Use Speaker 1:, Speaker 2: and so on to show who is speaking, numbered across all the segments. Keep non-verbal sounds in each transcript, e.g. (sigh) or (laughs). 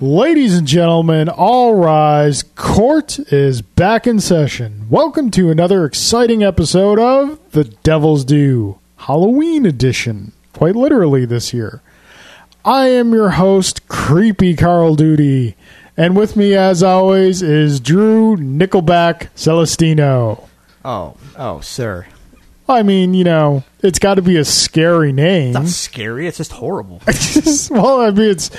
Speaker 1: Ladies and gentlemen, all rise. Court is back in session. Welcome to another exciting episode of The Devil's Due, Halloween edition, quite literally this year. I am your host, Creepy Carl Duty, and with me, as always, is Drew Nickelback Celestino.
Speaker 2: Oh, oh, sir.
Speaker 1: I mean, you know, it's got to be a scary name.
Speaker 2: Not scary. It's just horrible.
Speaker 1: (laughs) well, I mean, it's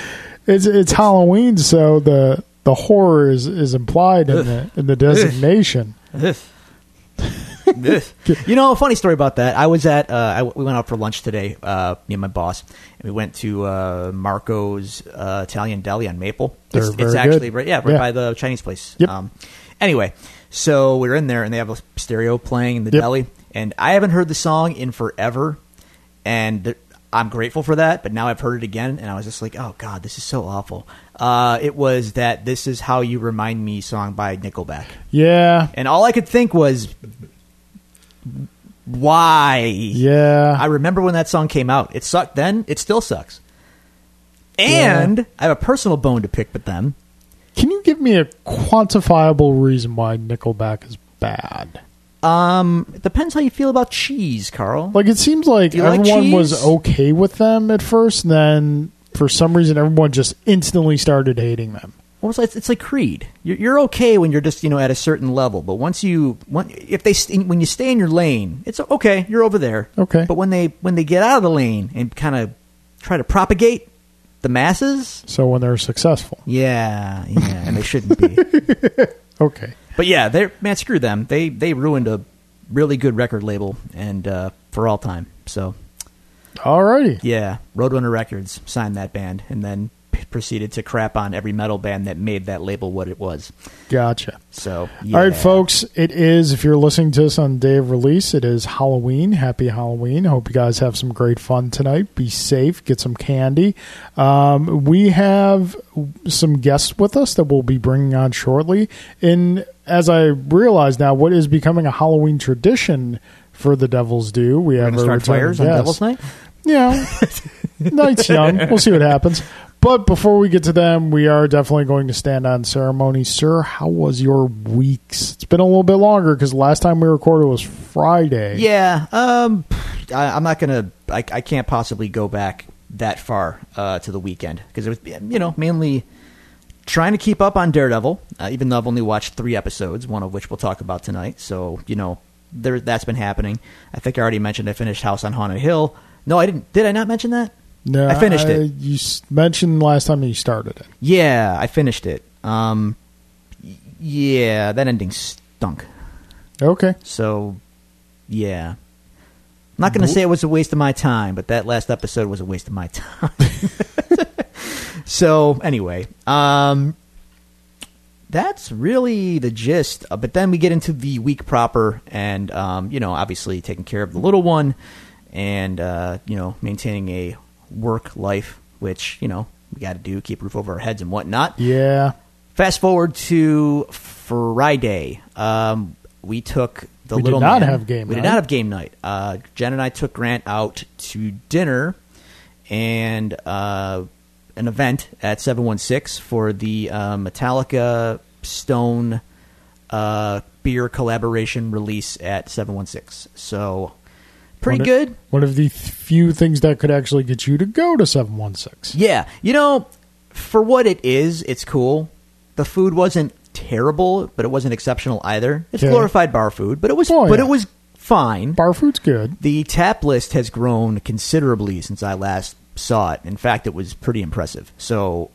Speaker 1: it's it's Halloween, so the the horror is, is implied in the in the designation.
Speaker 2: (laughs) you know, a funny story about that. I was at, uh, I, we went out for lunch today, uh, me and my boss, and we went to uh, Marco's uh, Italian Deli on Maple.
Speaker 1: They're
Speaker 2: it's
Speaker 1: very
Speaker 2: it's
Speaker 1: good.
Speaker 2: actually right, yeah, right
Speaker 1: Yeah.
Speaker 2: by the Chinese place. Um,
Speaker 1: Yep.
Speaker 2: anyway, so we were in there, and they have a stereo playing in the
Speaker 1: Yep.
Speaker 2: deli, and I haven't heard the song in forever, and th- I'm grateful for that. But now I've heard it again, and I was just like, oh god, this is so awful. Uh, it was that "This Is How You Remind Me" song by Nickelback.
Speaker 1: Yeah,
Speaker 2: And all I could think was, why?
Speaker 1: yeah.
Speaker 2: I remember when that song came out. It sucked then. It still sucks. And I have a personal bone to pick with them.
Speaker 1: Can you give me a quantifiable reason why Nickelback is bad?
Speaker 2: Um, it depends how you feel about cheese, Carl.
Speaker 1: Like it seems like
Speaker 2: Do you like
Speaker 1: everyone
Speaker 2: cheese?
Speaker 1: was okay with them at first, and then for some reason everyone just instantly started hating them.
Speaker 2: What was that? It's, it's like Creed. You're, you're okay when you're just you know at a certain level, but once you when, if they st- when you stay in your lane, it's okay. You're over there.
Speaker 1: Okay.
Speaker 2: But when they when they get out of the lane and kind of try to propagate the masses,
Speaker 1: So when they're successful,
Speaker 2: yeah, yeah, and they
Speaker 1: (laughs)
Speaker 2: shouldn't be.
Speaker 1: okay.
Speaker 2: But yeah, they man, screw them. They they ruined a really good record label and uh, for all time. So
Speaker 1: Alrighty.
Speaker 2: yeah, Roadrunner Records signed that band and then p- proceeded to crap on every metal band that made that label what it was.
Speaker 1: Gotcha.
Speaker 2: So
Speaker 1: All right,
Speaker 2: yeah.
Speaker 1: folks. It is, if you're listening to this on the day of release, it is Halloween. Happy Halloween. Hope you guys have some great fun tonight. Be safe. Get some candy. Um, we have some guests with us that we'll be bringing on shortly. And as I realize now, what is becoming a Halloween tradition for the Devils do, we
Speaker 2: We're
Speaker 1: have
Speaker 2: gonna
Speaker 1: a
Speaker 2: start
Speaker 1: returning
Speaker 2: fires on
Speaker 1: guest.
Speaker 2: Devil's Night.
Speaker 1: Yeah. (laughs) Night's young. We'll see what happens. But before we get to them, we are definitely going to stand on ceremony. Sir, how was your weeks? It's been a little bit longer because last time we recorded was Friday.
Speaker 2: Yeah, um, I, I'm not gonna. I, I can't possibly go back that far uh, to the weekend because it was, you know, mainly trying to keep up on Daredevil. Uh, even though I've only watched three episodes, one of which we'll talk about tonight. So you know, there that's been happening. I think I already mentioned I finished House on Haunted Hill. No, I didn't. Did I not mention that?
Speaker 1: No,
Speaker 2: I finished it.
Speaker 1: You s- mentioned last time you started it.
Speaker 2: Yeah, I finished it. Um, y- yeah, that ending stunk.
Speaker 1: Okay.
Speaker 2: So, yeah. I'm not going to say it was a waste of my time, but that last episode was a waste of my time. (laughs) so, anyway, um, that's really the gist. Uh, But then we get into the week proper, and um, you know, obviously taking care of the little one, and uh, you know, maintaining a work life, which you know we got to do, keep a roof over our heads and whatnot.
Speaker 1: Yeah.
Speaker 2: Fast forward to Friday. Um, we took the
Speaker 1: We did
Speaker 2: little.
Speaker 1: not
Speaker 2: man-
Speaker 1: have game
Speaker 2: We did
Speaker 1: night.
Speaker 2: not have game night. Uh, Jen and I took Grant out to dinner and uh, an event at Seven One Six for the uh, Metallica Stone uh, beer collaboration release at Seven One Six. So pretty
Speaker 1: One of-
Speaker 2: good.
Speaker 1: One of the th- few things that could actually get you to go to 716.
Speaker 2: Yeah, you know, for what it is, it's cool. The food wasn't terrible, but it wasn't exceptional either. It's
Speaker 1: Okay.
Speaker 2: glorified bar food, but it was
Speaker 1: Oh,
Speaker 2: but
Speaker 1: yeah.
Speaker 2: it was fine.
Speaker 1: Bar food's good.
Speaker 2: the tap list has grown considerably since I last saw it. In fact, it was pretty impressive. So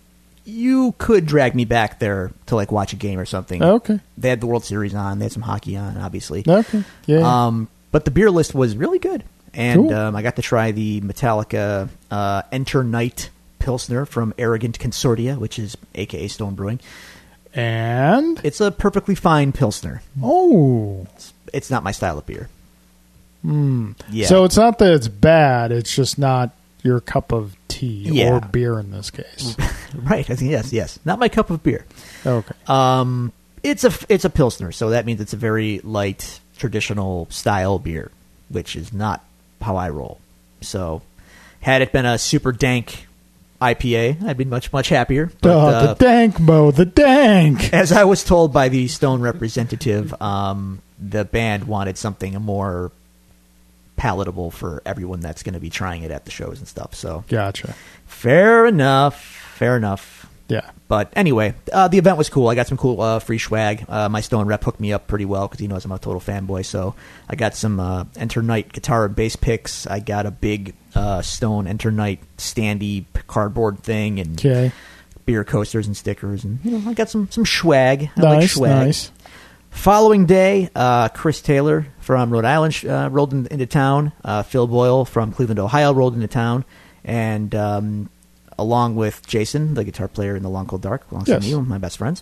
Speaker 2: you could drag me back there to like watch a game or something.
Speaker 1: Oh, Okay.
Speaker 2: They had the World Series on. They had some hockey on, obviously.
Speaker 1: Okay. Yeah.
Speaker 2: Um, but the beer list was really good, and
Speaker 1: Cool.
Speaker 2: um, I got to try the Metallica uh, Enter Night Pilsner from Arrogant Consortia, which is AKA Stone Brewing.
Speaker 1: and,
Speaker 2: It's a perfectly fine Pilsner.
Speaker 1: oh.
Speaker 2: It's, it's not my style of beer. Yeah.
Speaker 1: Hmm. So it's not that it's bad, it's just not your cup of tea
Speaker 2: Yeah.
Speaker 1: or beer in this
Speaker 2: (laughs)
Speaker 1: case.
Speaker 2: (laughs) right. I think yes, yes. Not my cup of beer.
Speaker 1: Okay.
Speaker 2: Um, it's a it's a pilsner, so that means it's a very light traditional style beer, which is not how I roll. So, had it been a super dank IPA, I'd be much much happier. But
Speaker 1: Duh,
Speaker 2: uh,
Speaker 1: Oh, the dank, Mo, the
Speaker 2: (laughs)
Speaker 1: dank.
Speaker 2: as I was told by the Stone representative, um, the band wanted something more palatable for everyone that's going to be trying it at the shows and stuff. So
Speaker 1: Gotcha.
Speaker 2: fair enough, fair enough.
Speaker 1: Yeah.
Speaker 2: But anyway, uh, the event was cool. I got some cool uh, free swag. Uh, my Stone rep hooked me up pretty well because he knows I'm a total fanboy. So I got some uh, Enter Knight guitar and bass picks. I got a big uh, Stone Enter Knight standy cardboard thing and
Speaker 1: Okay.
Speaker 2: beer coasters and stickers. And you know, I got some some swag. I like
Speaker 1: nice.
Speaker 2: swag.
Speaker 1: nice.
Speaker 2: Following day, uh, Chris Taylor from Rhode Island uh, rolled in, into town. Uh, Phil Boyle from Cleveland, Ohio, rolled into town, and um, along with Jason, the guitar player in the Long Cold Dark, alongside
Speaker 1: Yes.
Speaker 2: me, one of my best friends,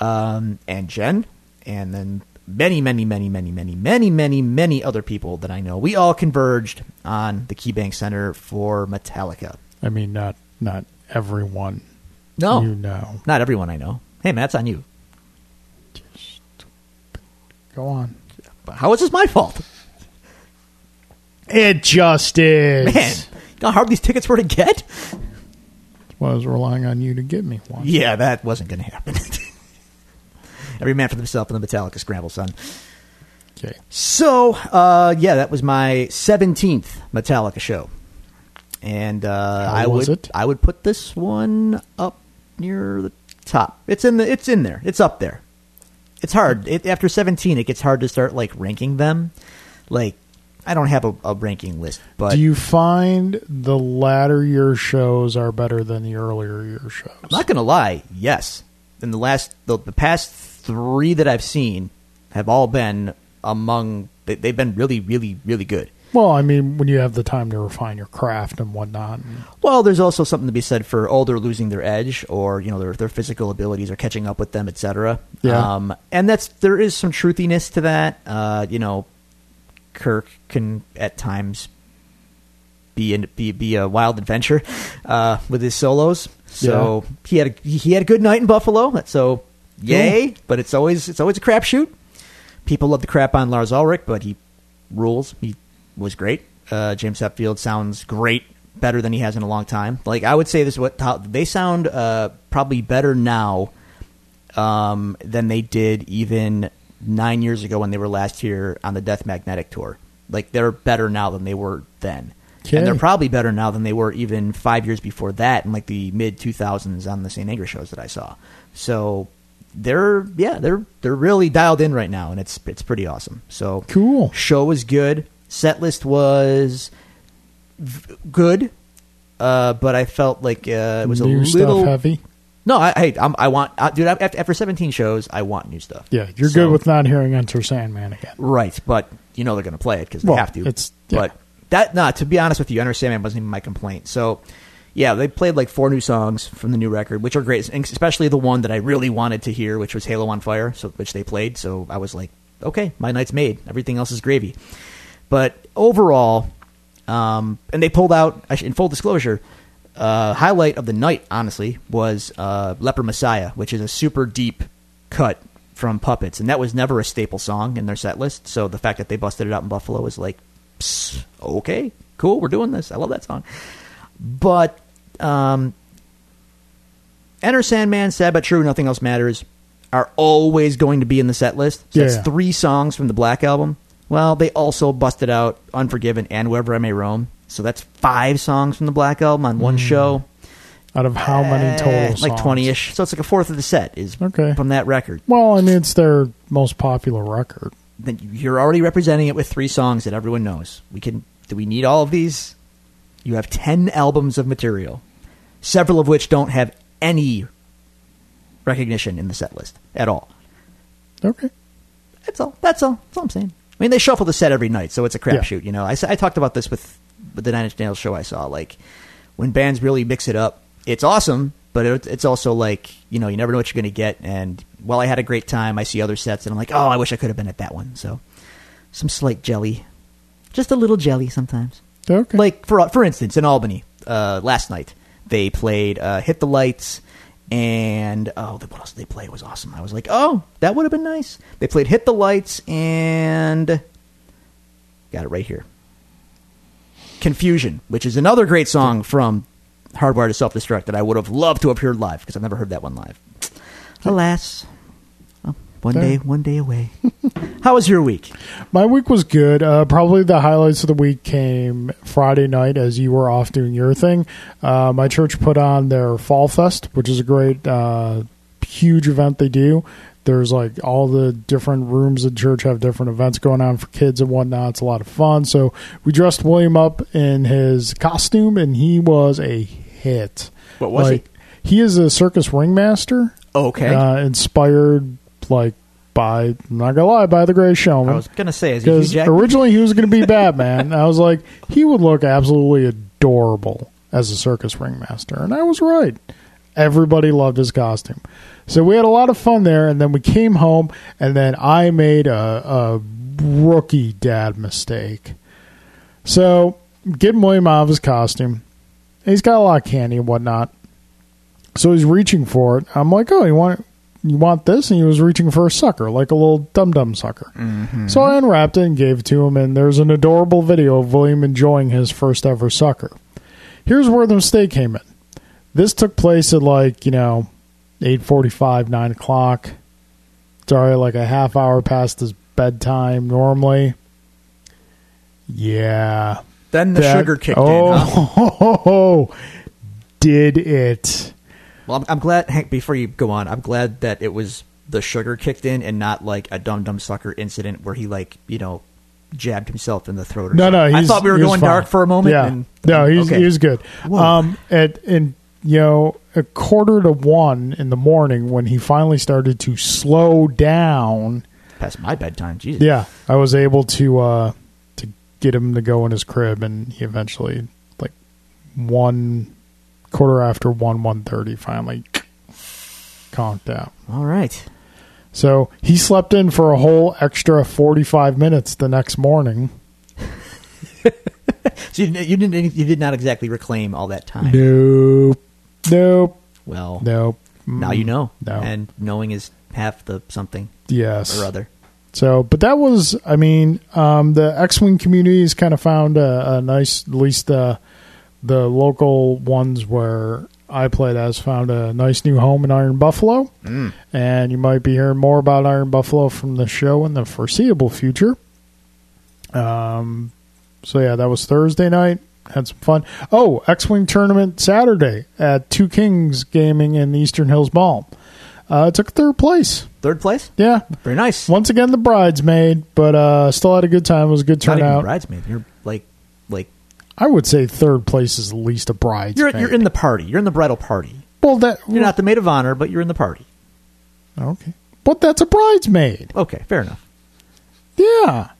Speaker 2: um, and Jen, and then many, many, many, many, many, many, many, many other people that I know. We all converged on the KeyBank Center for Metallica.
Speaker 1: I mean, not not everyone.
Speaker 2: No,
Speaker 1: You know.
Speaker 2: not everyone I know. Hey, man, that's on you.
Speaker 1: Go on.
Speaker 2: But how is this my fault?
Speaker 1: It just is.
Speaker 2: Man, you know how hard these tickets were to get?
Speaker 1: Well, I was relying on you to get me one.
Speaker 2: Yeah, that wasn't going to happen. (laughs) Every man for himself in the Metallica scramble, son.
Speaker 1: Okay.
Speaker 2: So, uh, yeah, that was my seventeenth Metallica show, and uh,
Speaker 1: How
Speaker 2: I
Speaker 1: was
Speaker 2: would
Speaker 1: it?
Speaker 2: I would put this one up near the top. It's in the it's in there. It's up there. It's hard it, after seventeen. It gets hard to start like ranking them. Like I don't have a, a ranking list, but
Speaker 1: Do you find the latter year shows are better than the earlier year shows?
Speaker 2: I'm not gonna lie. Yes, in the last the, the past three that I've seen have all been among they, they've been really really really good.
Speaker 1: Well, I mean, when you have the time to refine your craft and whatnot. and-
Speaker 2: Well, there's also something to be said for older losing their edge, or you know their their physical abilities are catching up with them, etc.
Speaker 1: Yeah.
Speaker 2: Um, and that's there is some truthiness to that. Uh, you know, Kirk can at times be in, be be a wild adventure uh, with his solos. So he had a, he had a good night in Buffalo. So yay! But it's always it's always a crapshoot. People love the crap on Lars Ulrich, but he rules. He was great. Uh, James Hetfield sounds great, better than he has in a long time. Like I would say this: is what how, they sound uh, probably better now um, than they did even nine years ago when they were last here on the Death Magnetic tour. Like they're better now than they were then,
Speaker 1: Okay.
Speaker 2: and they're probably better now than they were even five years before that, in like the mid two thousands on the St. Anger shows that I saw. So they're yeah they're they're really dialed in right now, and it's it's pretty awesome. So
Speaker 1: Cool.
Speaker 2: show was good. Set list was v- good, uh, but I felt like uh, it was
Speaker 1: New
Speaker 2: a little
Speaker 1: stuff heavy.
Speaker 2: no, I hey, I'm, I want uh, dude. After, after 17 shows, I want new stuff.
Speaker 1: Yeah, you're
Speaker 2: So-
Speaker 1: good with not hearing Enter Sandman again.
Speaker 2: right, but you know they're gonna play it because they
Speaker 1: Well,
Speaker 2: have to.
Speaker 1: it's- yeah.
Speaker 2: But that nah. To be honest with you, understand man wasn't even my complaint. So yeah, they played like four new songs from the new record, which are great, and especially the one that I really wanted to hear, which was Halo on Fire, so which they played. So I was like, okay, my night's made. Everything else is gravy. But overall, um, and they pulled out. I should- In full disclosure, uh, highlight of the night, honestly, was uh, Leper Messiah, which is a super deep cut from Puppets, and that was never a staple song in their set list. So the fact that they busted it out in Buffalo is like, psst, okay, cool, we're doing this. I love that song. But um, Enter Sandman, Sad But True, Nothing Else Matters are always going to be in the set list. So
Speaker 1: Yeah.
Speaker 2: that's three songs from the Black Album. Well, they also busted out Unforgiven and Wherever I May Roam. So that's five songs from the Black Album on one show.
Speaker 1: Out of Hmm. how many
Speaker 2: Eh,
Speaker 1: total?
Speaker 2: Like
Speaker 1: songs?
Speaker 2: 20 ish. So it's like a fourth of the set is
Speaker 1: Okay.
Speaker 2: from that record.
Speaker 1: Well, I mean, it's their most popular record.
Speaker 2: Then You're already representing it with three songs that everyone knows. We can. Do we need all of these? You have 10 albums of material, several of which don't have any recognition in the set list at all.
Speaker 1: Okay.
Speaker 2: That's all. That's all. That's all I'm saying. I mean, they shuffle the set every night, so it's a crapshoot. You know, I, s- I talked about this with, with the Nine Inch Nails show I saw. Like, when bands really mix it up, it's awesome, but it, it's also like, you know, you never know what you're going to get. And while I had a great time, I see other sets and I'm like, oh, I wish I could have been at that one. So, some slight jelly. Just a little jelly sometimes.
Speaker 1: Okay.
Speaker 2: Like for for instance, in Albany uh, last night they played uh, "Hit the Lights" and oh, the- what else did they play? It was awesome. I was like, oh, that would have been nice. They played "Hit the Lights" and got it right here. "Confusion," which is another great song from Hardwired to Self Destruct that I would have loved to have heard live because I've never heard that one live. Alas, well, one
Speaker 1: Fair.
Speaker 2: day, one day away. (laughs) How was your week?
Speaker 1: My week was good. Uh, probably the highlights of the week came Friday night as you were off doing your thing. Uh, my church put on their Fall Fest, which is a great, uh, huge event they do. There's like all the different rooms in church have different events going on for kids and whatnot. It's a lot of fun. So we dressed William up in his costume, and he was a hit.
Speaker 2: What was he?
Speaker 1: he? He is a circus ringmaster.
Speaker 2: Okay.
Speaker 1: Uh, inspired, like, by, I'm not going to lie, by the Gray Showman.
Speaker 2: I was gonna say, is he Hugh
Speaker 1: Because
Speaker 2: Jackman?
Speaker 1: originally he was going to be Batman. I was like, he would look absolutely adorable as a circus ringmaster. And I was right. Everybody loved his costume. So we had a lot of fun there. And then we came home. And then I made a, a rookie dad mistake. So getting William out of his costume. He's got a lot of candy and whatnot. So he's reaching for it. I'm like, oh, you want you want this? And he was reaching for a sucker, like a little dum dum sucker.
Speaker 2: Mm-hmm.
Speaker 1: So I unwrapped it and gave it to him. And there's an adorable video of William enjoying his first ever sucker. Here's where the mistake came in. This took place at like you know, eight forty five, nine o'clock. It's already like a half hour past his bedtime normally. Yeah,
Speaker 2: then the
Speaker 1: that-
Speaker 2: sugar kicked
Speaker 1: oh,
Speaker 2: in. Huh?
Speaker 1: (laughs) did it?
Speaker 2: Well, I'm, I'm glad, Hank. Before you go on, I'm glad that it was the sugar kicked in and not like a dumb dumb sucker incident where he like you know jabbed himself in the throat. Or
Speaker 1: No, no.
Speaker 2: something.
Speaker 1: He's,
Speaker 2: I thought we were
Speaker 1: he was
Speaker 2: going
Speaker 1: fine.
Speaker 2: dark for a moment.
Speaker 1: Yeah.
Speaker 2: And,
Speaker 1: no, he's
Speaker 2: okay.
Speaker 1: he was good.
Speaker 2: Whoa.
Speaker 1: Um, at and you know a quarter to one in the morning when he finally started to slow down.
Speaker 2: past my bedtime. Jesus.
Speaker 1: Yeah, I was able to uh to get him to go in his crib, and he eventually like one quarter after one one thirty finally (clears throat) conked out.
Speaker 2: All right.
Speaker 1: So he slept in for a whole extra 45 minutes the next morning.
Speaker 2: So you, you didn't. You did not exactly reclaim all that time.
Speaker 1: Nope. Nope.
Speaker 2: Well,
Speaker 1: Nope. Mm,
Speaker 2: now you know.
Speaker 1: No.
Speaker 2: And knowing is half the something
Speaker 1: Yes.
Speaker 2: or other.
Speaker 1: So, but that was, I mean, um, the X Wing community has kind of found a, a nice, at least uh, the local ones where I played as found a nice new home in Iron Buffalo. And you might be hearing more about Iron Buffalo from the show in the foreseeable future. Um, so, yeah, that was Thursday night. Had some fun. Oh, X Wing tournament Saturday at Two Kings Gaming in the Eastern Hills Mall. Uh, took third place.
Speaker 2: Third place.
Speaker 1: Yeah,
Speaker 2: Very nice.
Speaker 1: once again the bridesmaid, but uh, still had a good time. It was a good
Speaker 2: not even
Speaker 1: turnout.
Speaker 2: bridesmaid. You're like, like
Speaker 1: I would say third place is at least a bridesmaid.
Speaker 2: you're you're in the party. You're in the bridal party.
Speaker 1: well that
Speaker 2: You're not the maid of honor, but you're in the party.
Speaker 1: okay, but that's a bridesmaid.
Speaker 2: Okay, fair enough.
Speaker 1: Yeah,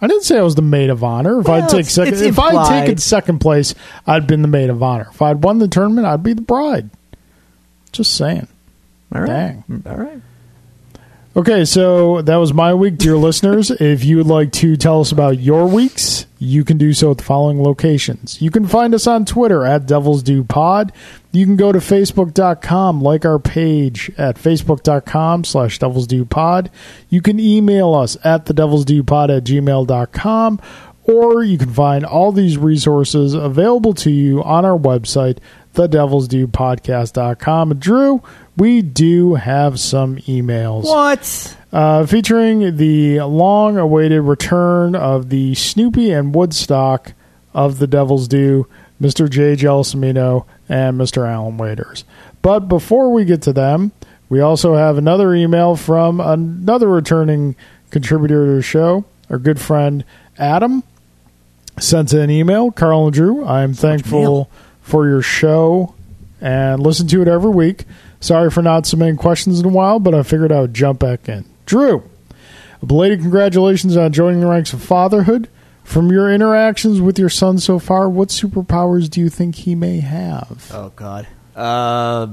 Speaker 1: I didn't say I was the maid of honor. If
Speaker 2: Well,
Speaker 1: I take
Speaker 2: it's-
Speaker 1: second,
Speaker 2: it's
Speaker 1: if I
Speaker 2: implied.
Speaker 1: taken second place, I'd been the maid of honor. If I'd won the tournament, I'd be the bride. Just saying.
Speaker 2: All right. Mm. All right.
Speaker 1: Okay, so that was my week, dear listeners. If you would like to tell us about your weeks, you can do so at the following locations. You can find us on Twitter at Devils Do Pod. You can go to Facebook.com, like our page at Facebook.com slash Devils Do Pod. You can email us at the Devils Do Pod at gmail.com, or you can find all these resources available to you on our website, the Devils Do Podcast.com. Drew, we do have some emails
Speaker 2: What?
Speaker 1: uh, featuring the long awaited return of the Snoopy and Woodstock of the Devil's Due, Mr. J. Gelsomino and Mr. Alan Waiters. But before we get to them, we also have another email from another returning contributor to the show, our good friend Adam sent an email. Carl and Drew, I'm thankful
Speaker 2: mail.
Speaker 1: for your show and listen to it every week. Sorry for not submitting questions in a while, but I figured I would jump back in. Drew, a belated congratulations on joining the ranks of fatherhood. From your interactions with your son so far, what superpowers do you think he may have?
Speaker 2: Oh God. Uh,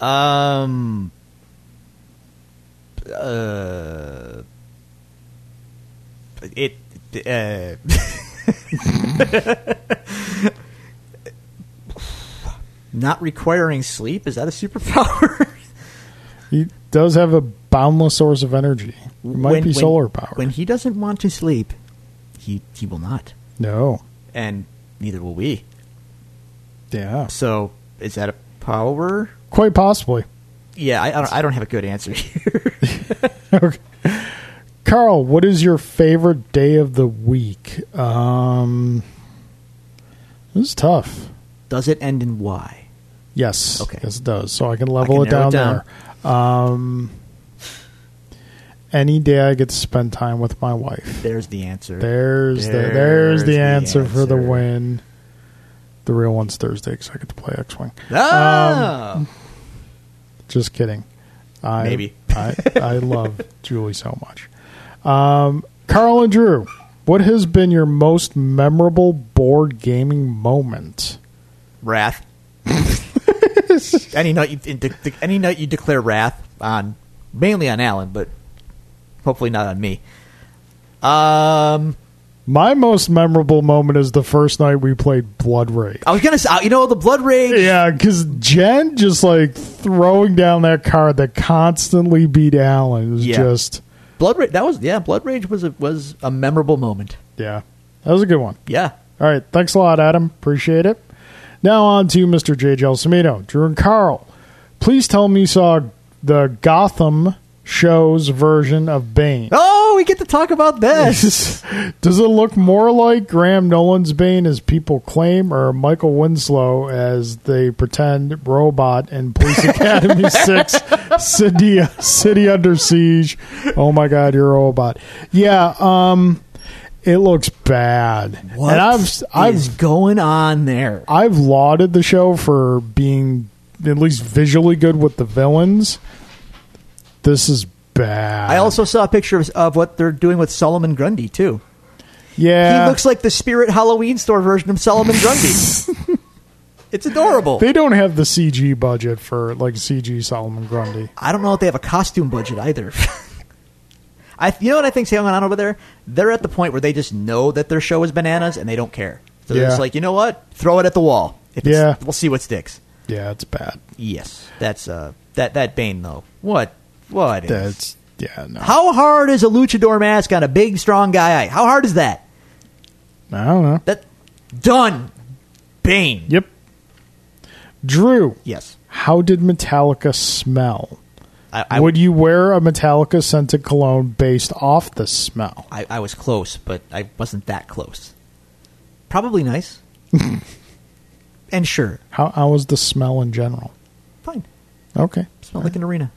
Speaker 2: um. Uh. It. Uh, (laughs) not requiring sleep is that a (laughs) superpower?
Speaker 1: He does have a boundless source of energy. It might be solar powered.
Speaker 2: When he doesn't want to sleep, he he will not.
Speaker 1: no.
Speaker 2: and neither will we.
Speaker 1: Yeah,
Speaker 2: So is that a power?
Speaker 1: quite possibly.
Speaker 2: Yeah, I, I, don't, I don't have a good answer (laughs) here.
Speaker 1: (laughs) Okay. Carl, what is your favorite day of the week? Um, this is tough.
Speaker 2: Does it end in Y?
Speaker 1: Yes.
Speaker 2: Okay.
Speaker 1: Yes, it does. So I can level
Speaker 2: I can
Speaker 1: it,
Speaker 2: narrow
Speaker 1: down
Speaker 2: it down.
Speaker 1: there. Um, any day I get to spend time with my wife.
Speaker 2: There's the answer.
Speaker 1: There's the there's, the, answer, for the win. The real one's Thursday because I get to play X Wing.
Speaker 2: Ah!
Speaker 1: Um, Just kidding. I,
Speaker 2: Maybe.
Speaker 1: (laughs) I, I love Julie so much. Um, Carl and Drew, what has been your most memorable board gaming moment? (laughs)
Speaker 2: wrath. any night you in- de- de- any night you declare wrath on mainly on Alan, but hopefully not on me. Um,
Speaker 1: My most memorable moment is the first night we played Blood Rage.
Speaker 2: I was gonna say uh, you know the blood rage.
Speaker 1: Yeah, because Jen just like throwing down that card that constantly beat Alan is
Speaker 2: Yeah.
Speaker 1: just
Speaker 2: Blood rage. That was yeah. Blood rage was a, was a memorable moment.
Speaker 1: yeah. That was a good one.
Speaker 2: Yeah.
Speaker 1: All right, thanks a lot, Adam. Appreciate it. Now on to Mr. J. Gelsomino, Drew and Carl. Please tell me you saw the Gotham show's version of Bane.
Speaker 2: Oh, we get to talk
Speaker 1: (laughs)
Speaker 2: about this.
Speaker 1: Does it look more like Graham Nolan's Bane as people claim, or Michael Winslow as they pretend robot in
Speaker 2: (laughs)
Speaker 1: Police Academy 6 City, City Under Siege? Oh my God, you're a robot. Yeah, um, it looks bad.
Speaker 2: What
Speaker 1: and I've,
Speaker 2: is
Speaker 1: I've
Speaker 2: going on there?
Speaker 1: I've lauded the show for being at least visually good with the villains. This is bad.
Speaker 2: I also saw a picture of, of what they're doing with Solomon Grundy too.
Speaker 1: yeah,
Speaker 2: He looks like the Spirit Halloween store version of Solomon Grundy.
Speaker 1: (laughs)
Speaker 2: it's adorable.
Speaker 1: they don't have the CG budget for like CG Solomon Grundy.
Speaker 2: I don't know if they have a costume budget either. (laughs) I, you know what I think's going on over there? They're at the point where they just know that their show is bananas and they don't care. So they're
Speaker 1: Yeah.
Speaker 2: just like, you know what? Throw it at the wall. If it's-
Speaker 1: Yeah.
Speaker 2: we'll see what sticks.
Speaker 1: Yeah, it's bad.
Speaker 2: Yes, that's uh, that that Bane though. What? What? is-
Speaker 1: That's yeah, no.
Speaker 2: How hard is a luchador mask on a big, strong guy? How hard is that?
Speaker 1: I don't know.
Speaker 2: That done. Bane.
Speaker 1: Yep. Drew,
Speaker 2: Yes.
Speaker 1: how did Metallica smell?
Speaker 2: I, I
Speaker 1: Would you wear a Metallica scented cologne based off the smell?
Speaker 2: I, I was close, but I wasn't that close.
Speaker 1: (laughs)
Speaker 2: Probably nice. and sure,
Speaker 1: How how was the smell in general?
Speaker 2: fine.
Speaker 1: Okay.
Speaker 2: Smelled like an
Speaker 1: (laughs)
Speaker 2: arena.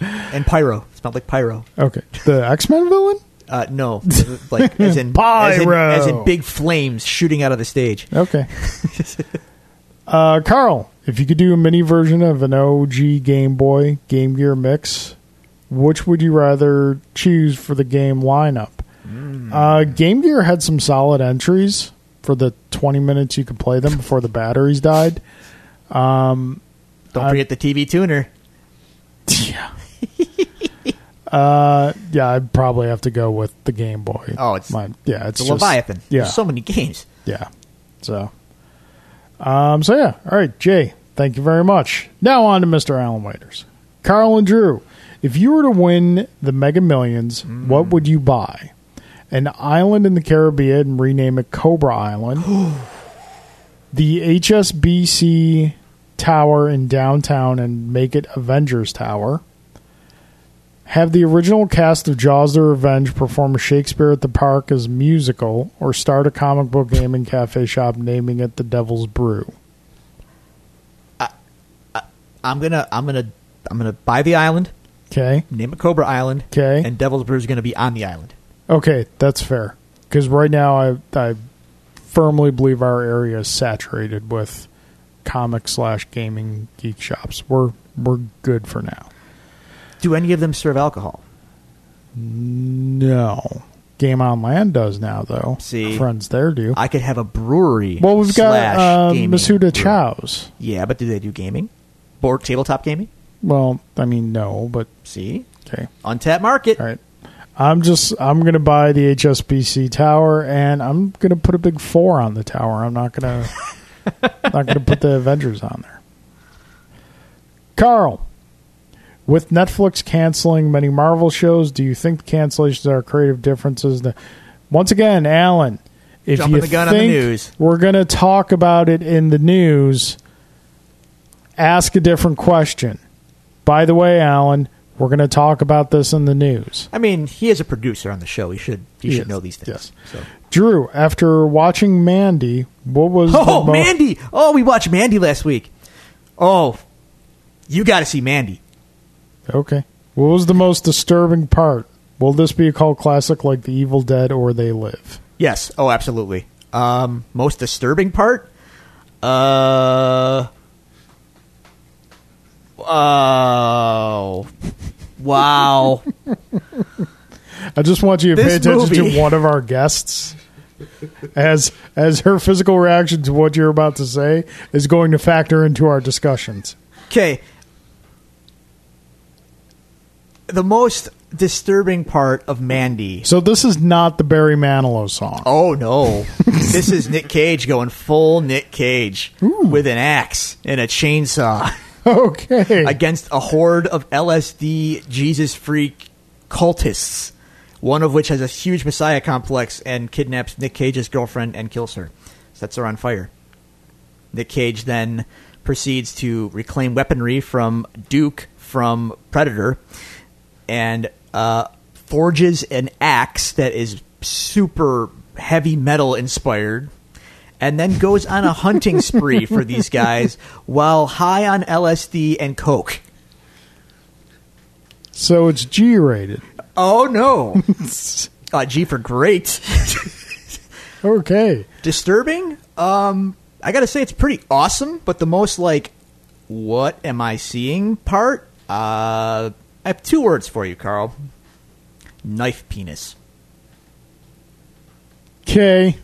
Speaker 2: and pyro. Smelled like pyro.
Speaker 1: Okay. The X Men villain?
Speaker 2: Uh,
Speaker 1: (laughs)
Speaker 2: no, like as in
Speaker 1: Pyro.
Speaker 2: as in, as in big flames shooting out of the stage.
Speaker 1: Okay. (laughs) uh, Carl, if you could do a mini version of an OG Game Boy Game Gear mix, which would you rather choose for the game lineup?
Speaker 2: Mm.
Speaker 1: Uh, game Gear had some solid entries for the 20 minutes you could play them before the batteries
Speaker 2: (laughs)
Speaker 1: died.
Speaker 2: Don't
Speaker 1: I-
Speaker 2: forget the TV tuner.
Speaker 1: Yeah. uh, yeah, I'd probably have to go with the Game Boy.
Speaker 2: Oh, it's-
Speaker 1: Mine. yeah, it's
Speaker 2: The
Speaker 1: just-
Speaker 2: Leviathan.
Speaker 1: Yeah,
Speaker 2: There's so many games.
Speaker 1: Yeah. So, um, so yeah. All right, Jay. Thank you very much. Now on to Mr. Allen Waiters, Carl and Drew. If you were to win the Mega Millions, what would you buy? An island in the Caribbean and rename it Cobra Island. the HSBC Tower in downtown and make it Avengers Tower. Have the original cast of Jaws the Revenge perform Shakespeare at the Park as musical, or start a comic book gaming cafe shop naming it The Devil's Brew.
Speaker 2: I'm gonna I'm gonna I'm gonna buy the island,
Speaker 1: Okay.
Speaker 2: name it Cobra Island,
Speaker 1: 'Kay.
Speaker 2: and Devil's Brew is gonna be on the island.
Speaker 1: Okay, that's fair. Because right now, I, I firmly believe our area is saturated with comic slash gaming geek shops. We're we're good for now.
Speaker 2: Do any of them serve alcohol?
Speaker 1: No, Game On Land does now though.
Speaker 2: See.
Speaker 1: friends there do.
Speaker 2: I could have a brewery.
Speaker 1: well, we've
Speaker 2: slash
Speaker 1: got uh,
Speaker 2: gaming
Speaker 1: Masuda
Speaker 2: brewery.
Speaker 1: Chow's.
Speaker 2: Yeah, but do they do gaming? Board tabletop gaming?
Speaker 1: Well, I mean, no, but
Speaker 2: See,
Speaker 1: okay.
Speaker 2: untapped market.
Speaker 1: All right. I'm just I'm gonna buy the HSBC tower and I'm gonna put a big four on the tower. I'm not gonna not gonna put the Avengers on there. Carl, with Netflix canceling many Marvel shows, do you think the cancellations are creative differences? The, once again, Alan, If
Speaker 2: Jumping
Speaker 1: you
Speaker 2: the gun on the
Speaker 1: think
Speaker 2: news.
Speaker 1: we're going to talk about it in the news, ask a different question. By the way, Alan, we're going to talk about this in the news.
Speaker 2: I mean, he is a producer on the show. He should he
Speaker 1: Yes,
Speaker 2: should know these things. So.
Speaker 1: Drew, after watching Mandy, what was
Speaker 2: Oh,
Speaker 1: the mo-
Speaker 2: Mandy! Oh, we watched Mandy last week. Oh, you got to see Mandy.
Speaker 1: Okay. What was the most disturbing part? Will this be a cult classic like The Evil Dead or They Live?
Speaker 2: Yes. Oh, absolutely. Um, most disturbing part. Uh. Oh. (laughs) Wow.
Speaker 1: I just want you to
Speaker 2: This
Speaker 1: pay attention
Speaker 2: movie-
Speaker 1: to one of our guests. As as her physical reaction to what you're about to say is going to factor into our discussions.
Speaker 2: Okay. The most disturbing part of Mandy.
Speaker 1: So this is not the Barry Manilow song.
Speaker 2: Oh no. (laughs) this is Nick Cage going full Nick Cage with an axe and a (laughs) chainsaw
Speaker 1: Okay.
Speaker 2: against a horde of LSD Jesus freak cultists, one of which has a huge messiah complex and kidnaps Nick Cage's girlfriend and kills her. Sets her on fire. Nick Cage then proceeds to reclaim weaponry from Duke from Predator and uh, forges an axe that is super heavy metal inspired and then goes on a hunting spree for these guys while high on LSD and coke.
Speaker 1: so it's G
Speaker 2: (laughs)
Speaker 1: rated.
Speaker 2: Oh no. (laughs) uh, G for great.
Speaker 1: Okay.
Speaker 2: disturbing um i gotta say it's pretty awesome but the most like what am i seeing part uh i have two words for you carl knife penis
Speaker 1: Okay.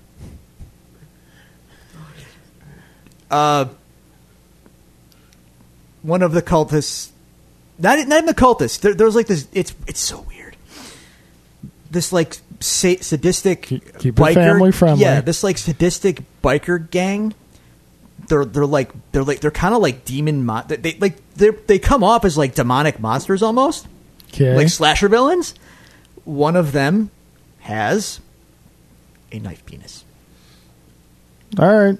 Speaker 2: one of the cultists not, not even the cultists there, there's like this it's it's so weird this like sa- sadistic
Speaker 1: Keep- keep it family friendly.
Speaker 2: yeah this like sadistic biker gang they're they're like they're like they're kind of like demon mon- they, they like they they come off as like demonic monsters almost
Speaker 1: Okay.
Speaker 2: like slasher villains one of them has a knife penis
Speaker 1: All right.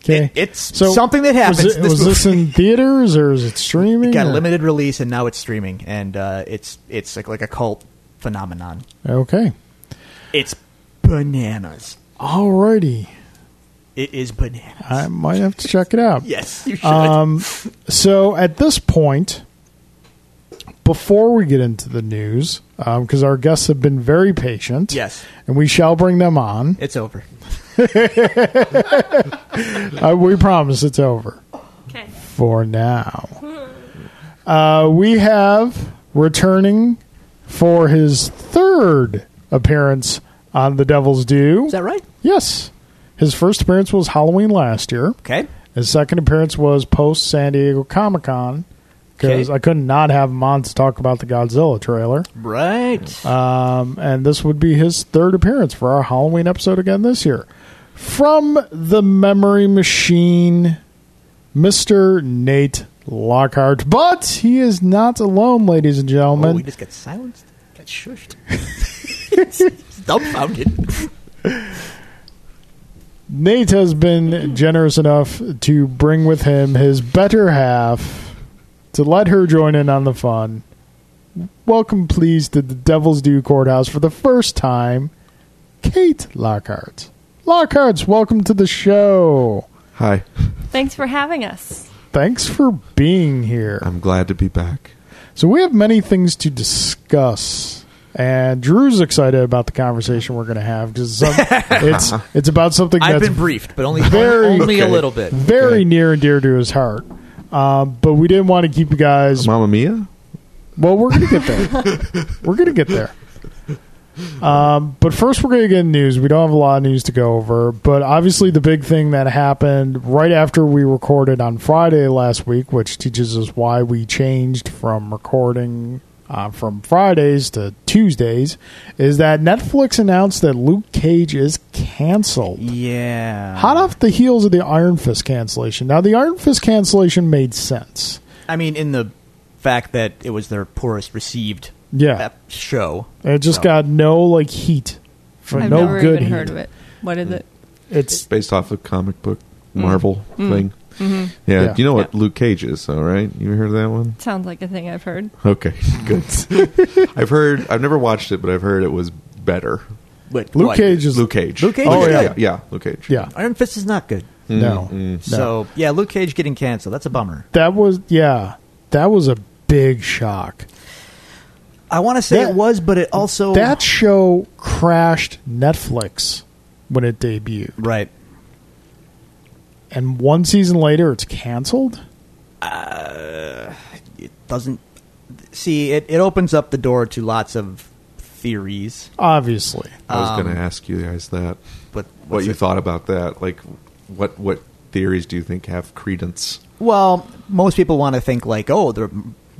Speaker 1: Okay.
Speaker 2: It- it's something that happens
Speaker 1: Was, it-
Speaker 2: in this
Speaker 1: was this
Speaker 2: (laughs)
Speaker 1: in theaters or is it streaming?
Speaker 2: it got a
Speaker 1: or-
Speaker 2: limited release and now it's streaming and uh, it's it's like like a cult phenomenon
Speaker 1: Okay.
Speaker 2: It's bananas.
Speaker 1: Alrighty.
Speaker 2: It is bananas.
Speaker 1: I might have to check it out.
Speaker 2: yes, you should.
Speaker 1: Um, so at this point, before we get into the news, because our guests have been very patient,
Speaker 2: yes,
Speaker 1: and we shall bring them on.
Speaker 2: it's over.
Speaker 1: Uh, we promise it's over
Speaker 3: Okay.
Speaker 1: for now. Uh, we have returning for his third appearance on The Devil's Due.
Speaker 2: Is that right?
Speaker 1: yes, his first appearance was Halloween last year.
Speaker 2: Okay.
Speaker 1: His second appearance was post San Diego Comic Con because
Speaker 2: Okay.
Speaker 1: I could not have him on to talk about the Godzilla trailer.
Speaker 2: Right.
Speaker 1: Um, and this would be his third appearance for our Halloween episode again this year. From the memory machine, Mr. Nate Lockhart. But he is not alone, ladies and
Speaker 2: oh, we
Speaker 1: gentlemen.
Speaker 2: just got silenced.
Speaker 1: (laughs)
Speaker 2: Got shushed. It's dumbfounded.
Speaker 1: Nate has been generous enough to bring with him his better half to let her join in on the fun. Welcome, please, to the Devil's Due Courthouse for the first time, Kate Lockhart. Lockhart's welcome to the show.
Speaker 4: Hi,
Speaker 3: Thanks for having us.
Speaker 1: Thanks for being here.
Speaker 4: I'm glad to be back.
Speaker 1: So, we have many things to discuss. And Drew's excited about the conversation we're going to have because
Speaker 2: (laughs)
Speaker 1: it's it's about something
Speaker 2: I've
Speaker 1: that's
Speaker 2: been briefed, but only
Speaker 1: Very-
Speaker 2: only a
Speaker 4: Okay.
Speaker 2: little bit.
Speaker 1: very
Speaker 4: Okay.
Speaker 1: near and dear to his heart. Um, but we didn't want to keep you guys.
Speaker 4: Mamma Mia?
Speaker 1: Well, we're gonna get there. we're gonna get there. Um, but first, we're gonna get news. We don't have a lot of news to go over, but obviously, the big thing that happened right after we recorded on Friday last week, which teaches us why we changed from recording. Uh, from Fridays to Tuesdays, is that Netflix announced that Luke Cage is canceled
Speaker 2: Yeah.
Speaker 1: hot off the heels of the Iron Fist cancellation. Now, the Iron Fist cancellation made sense.
Speaker 2: I mean, in the fact that it was their poorest received
Speaker 1: Yeah.
Speaker 2: ep- show.
Speaker 1: It just
Speaker 2: So,
Speaker 1: got no like heat for
Speaker 3: I've
Speaker 1: no
Speaker 3: never
Speaker 1: good
Speaker 3: even
Speaker 1: heat.
Speaker 3: heard of it. What is it?
Speaker 1: It's
Speaker 4: based off a comic book
Speaker 2: Mm.
Speaker 4: Marvel thing.
Speaker 2: Mm-hmm.
Speaker 4: Yeah,
Speaker 1: Yeah.
Speaker 4: you know what Luke Cage is, though, right? You heard of that one?
Speaker 3: Sounds like a thing I've heard.
Speaker 4: Okay, (laughs)
Speaker 2: (laughs)
Speaker 4: good. I've heard. I've never watched it, but I've heard it was better.
Speaker 2: Wait,
Speaker 1: Luke
Speaker 2: what?
Speaker 1: Cage is
Speaker 4: Luke Cage.
Speaker 2: Luke Cage
Speaker 1: Oh,
Speaker 4: Oh
Speaker 1: is yeah.
Speaker 4: yeah.
Speaker 1: good.
Speaker 4: yeah, Luke Cage.
Speaker 1: yeah.
Speaker 2: Iron Fist is not good.
Speaker 1: No, no.
Speaker 2: So yeah, Luke Cage getting canceled. That's a bummer.
Speaker 1: that was yeah, that was a big shock.
Speaker 2: I want to say
Speaker 1: That-
Speaker 2: it was, but it also
Speaker 1: That show crashed Netflix when it debuted,
Speaker 2: right.
Speaker 1: and one season later, it's canceled.
Speaker 2: doesn't see it, it opens up the door to lots of theories
Speaker 1: Obviously,
Speaker 4: I was going to ask you guys that.
Speaker 2: Um, but
Speaker 4: what
Speaker 2: what's
Speaker 4: you
Speaker 2: it-
Speaker 4: thought about that? Like, what what theories do you think have credence?
Speaker 2: well most people want to think like oh the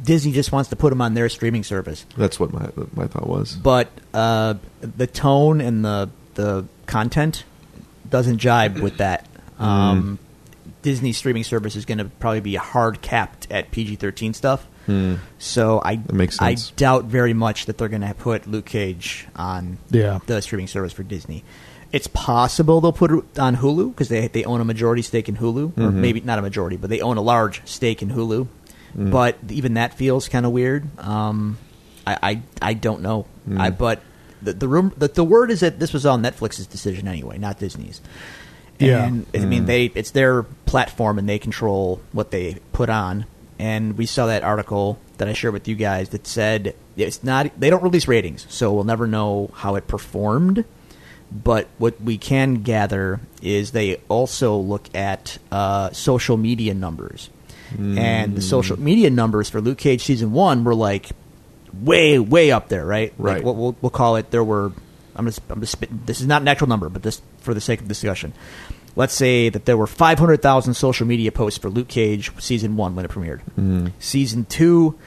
Speaker 2: disney just wants to put them on their streaming service
Speaker 4: That's what my my thought was.
Speaker 2: but uh, the tone and the the content doesn't jibe with that
Speaker 4: Mm-hmm.
Speaker 2: um, disney streaming service is going to probably be hard capped at pg-13 stuff so i
Speaker 4: Hmm. makes sense.
Speaker 2: i doubt very much that they're going to put luke cage on
Speaker 1: yeah,
Speaker 2: the streaming service for Disney. It's possible they'll put it on Hulu because they they own a majority stake in Hulu, or maybe not a majority, but they own a large stake in Hulu. But even that feels kind of weird. Um, I, I I don't know. I but the the room the, the word is that this was all Netflix's decision anyway, not Disney's.
Speaker 1: Yeah.
Speaker 2: And I mean they it's their platform and they control what they put on. And we saw that article that I shared with you guys that said it's not they don't release ratings, so we'll never know how it performed. But what we can gather is they also look at uh, social media numbers. And the social media numbers for Luke Cage season one were like way, way up there, right? Like,
Speaker 4: Right.
Speaker 2: what we'll, we'll call it. There were. I'm just. I'm just. Spitting, this is not an actual number, but just for the sake of discussion, let's say that there were 500,000 social media posts for Luke Cage season one when it premiered. Season two,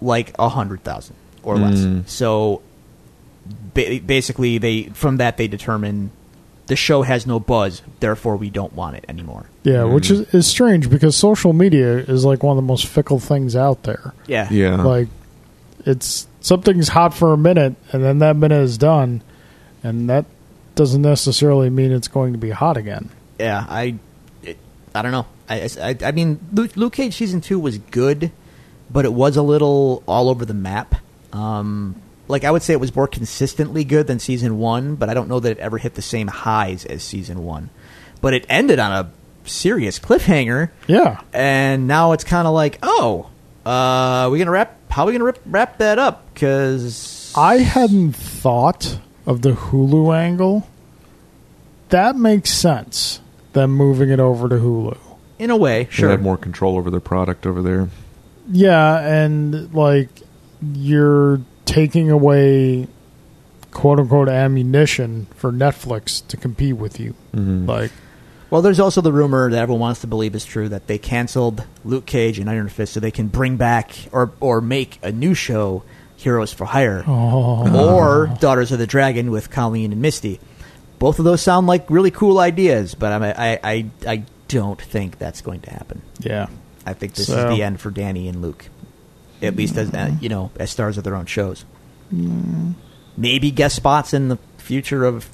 Speaker 2: like a hundred thousand or less. So ba- basically, they from that they determine the show has no buzz, therefore we don't want it anymore.
Speaker 1: yeah, which is, is strange because social media is like one of the most fickle things out there.
Speaker 2: Yeah,
Speaker 4: Yeah,
Speaker 1: Like, it's something's hot for a minute, and then that minute is done, and that doesn't necessarily mean it's going to be hot again.
Speaker 2: yeah, I, it, I don't know. I, I, I mean, Luke, Luke Cage season two was good, but it was a little all over the map. Um, like I would say, it was more consistently good than season one, but I don't know that it ever hit the same highs as season one. But it ended on a serious cliffhanger,
Speaker 1: Yeah,
Speaker 2: and now it's kind of like, oh, uh, we gonna wrap? How we gonna rip, wrap that up? Because
Speaker 1: I hadn't thought of the Hulu angle. That makes sense. Them moving it over to Hulu.
Speaker 2: in a way,
Speaker 4: sure.
Speaker 2: sure,
Speaker 4: have more control over their product over there.
Speaker 1: Yeah, and like you're taking away quote unquote ammunition for Netflix to compete with you. Like
Speaker 2: Well, there's also the rumor that everyone wants to believe is true that they canceled Luke Cage and Iron Fist so they can bring back or or make a new show, Heroes for Hire,
Speaker 1: Oh.
Speaker 2: or Daughters of the Dragon with Colleen and Misty. Both of those sound like really cool ideas, but I'm, I I I don't think that's going to happen.
Speaker 1: Yeah.
Speaker 2: I think this
Speaker 1: So-
Speaker 2: is the end for Danny and Luke, at least as uh, you know as stars of their own shows. Maybe guest spots in the future of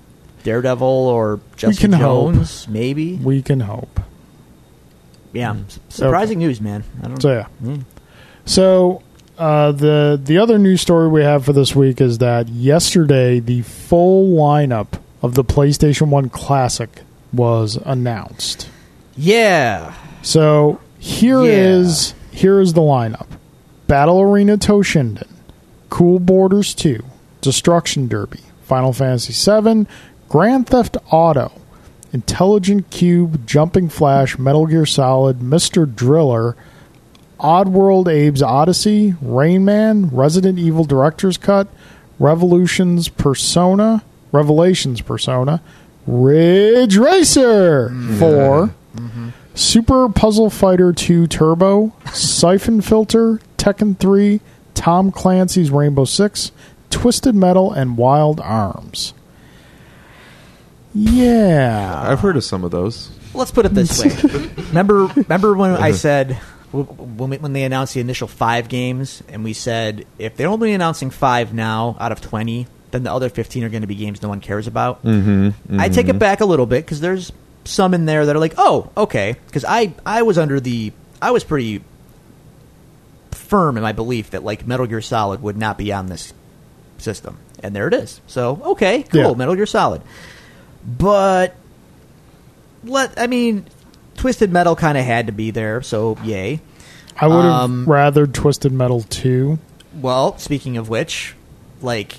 Speaker 2: Daredevil or Jessica
Speaker 1: can hope.
Speaker 2: Jones, maybe.
Speaker 1: We can hope.
Speaker 2: Yeah, s- surprising news, man. I don't.
Speaker 1: So yeah.
Speaker 2: Mm.
Speaker 1: So uh, the the other news story we have for this week is that yesterday the full lineup of the PlayStation 1 Classic was announced.
Speaker 2: Yeah.
Speaker 1: So here is
Speaker 2: Yeah.
Speaker 1: here is the lineup: Battle Arena Toshinden, Cool Borders Two, Destruction Derby, Final Fantasy VII, Grand Theft Auto, Intelligent Cube, Jumping Flash, Metal Gear Solid, Mister Driller. Oddworld Abe's Odyssey, Rain Man, Resident Evil Director's Cut, Revolutions Persona, Revelations Persona, Ridge Racer
Speaker 4: Mm-hmm.
Speaker 1: 4, Super Puzzle Fighter 2 Turbo, Siphon Filter, Tekken 3, Tom Clancy's Rainbow Six, Twisted Metal, and Wild Arms. Yeah.
Speaker 4: I've heard of some of those.
Speaker 2: Let's put it this way.
Speaker 1: (laughs)
Speaker 2: remember, remember when I said w- when we, when they announced the initial five games, and we said if they're only announcing five now out of twenty, then the other 15 are going to be games no one cares about. I take it back a little bit because there's some in there that are like, oh, okay. Because I, I was under the. I was pretty firm in my belief that, like, Metal Gear Solid would not be on this system. And there it is. So, okay, cool.
Speaker 1: Yeah.
Speaker 2: Metal Gear Solid. But. Let I mean, Twisted Metal kind of had to be there, so yay.
Speaker 1: I would have
Speaker 2: Um,
Speaker 1: rather Twisted Metal 2.
Speaker 2: Well, speaking of which, like,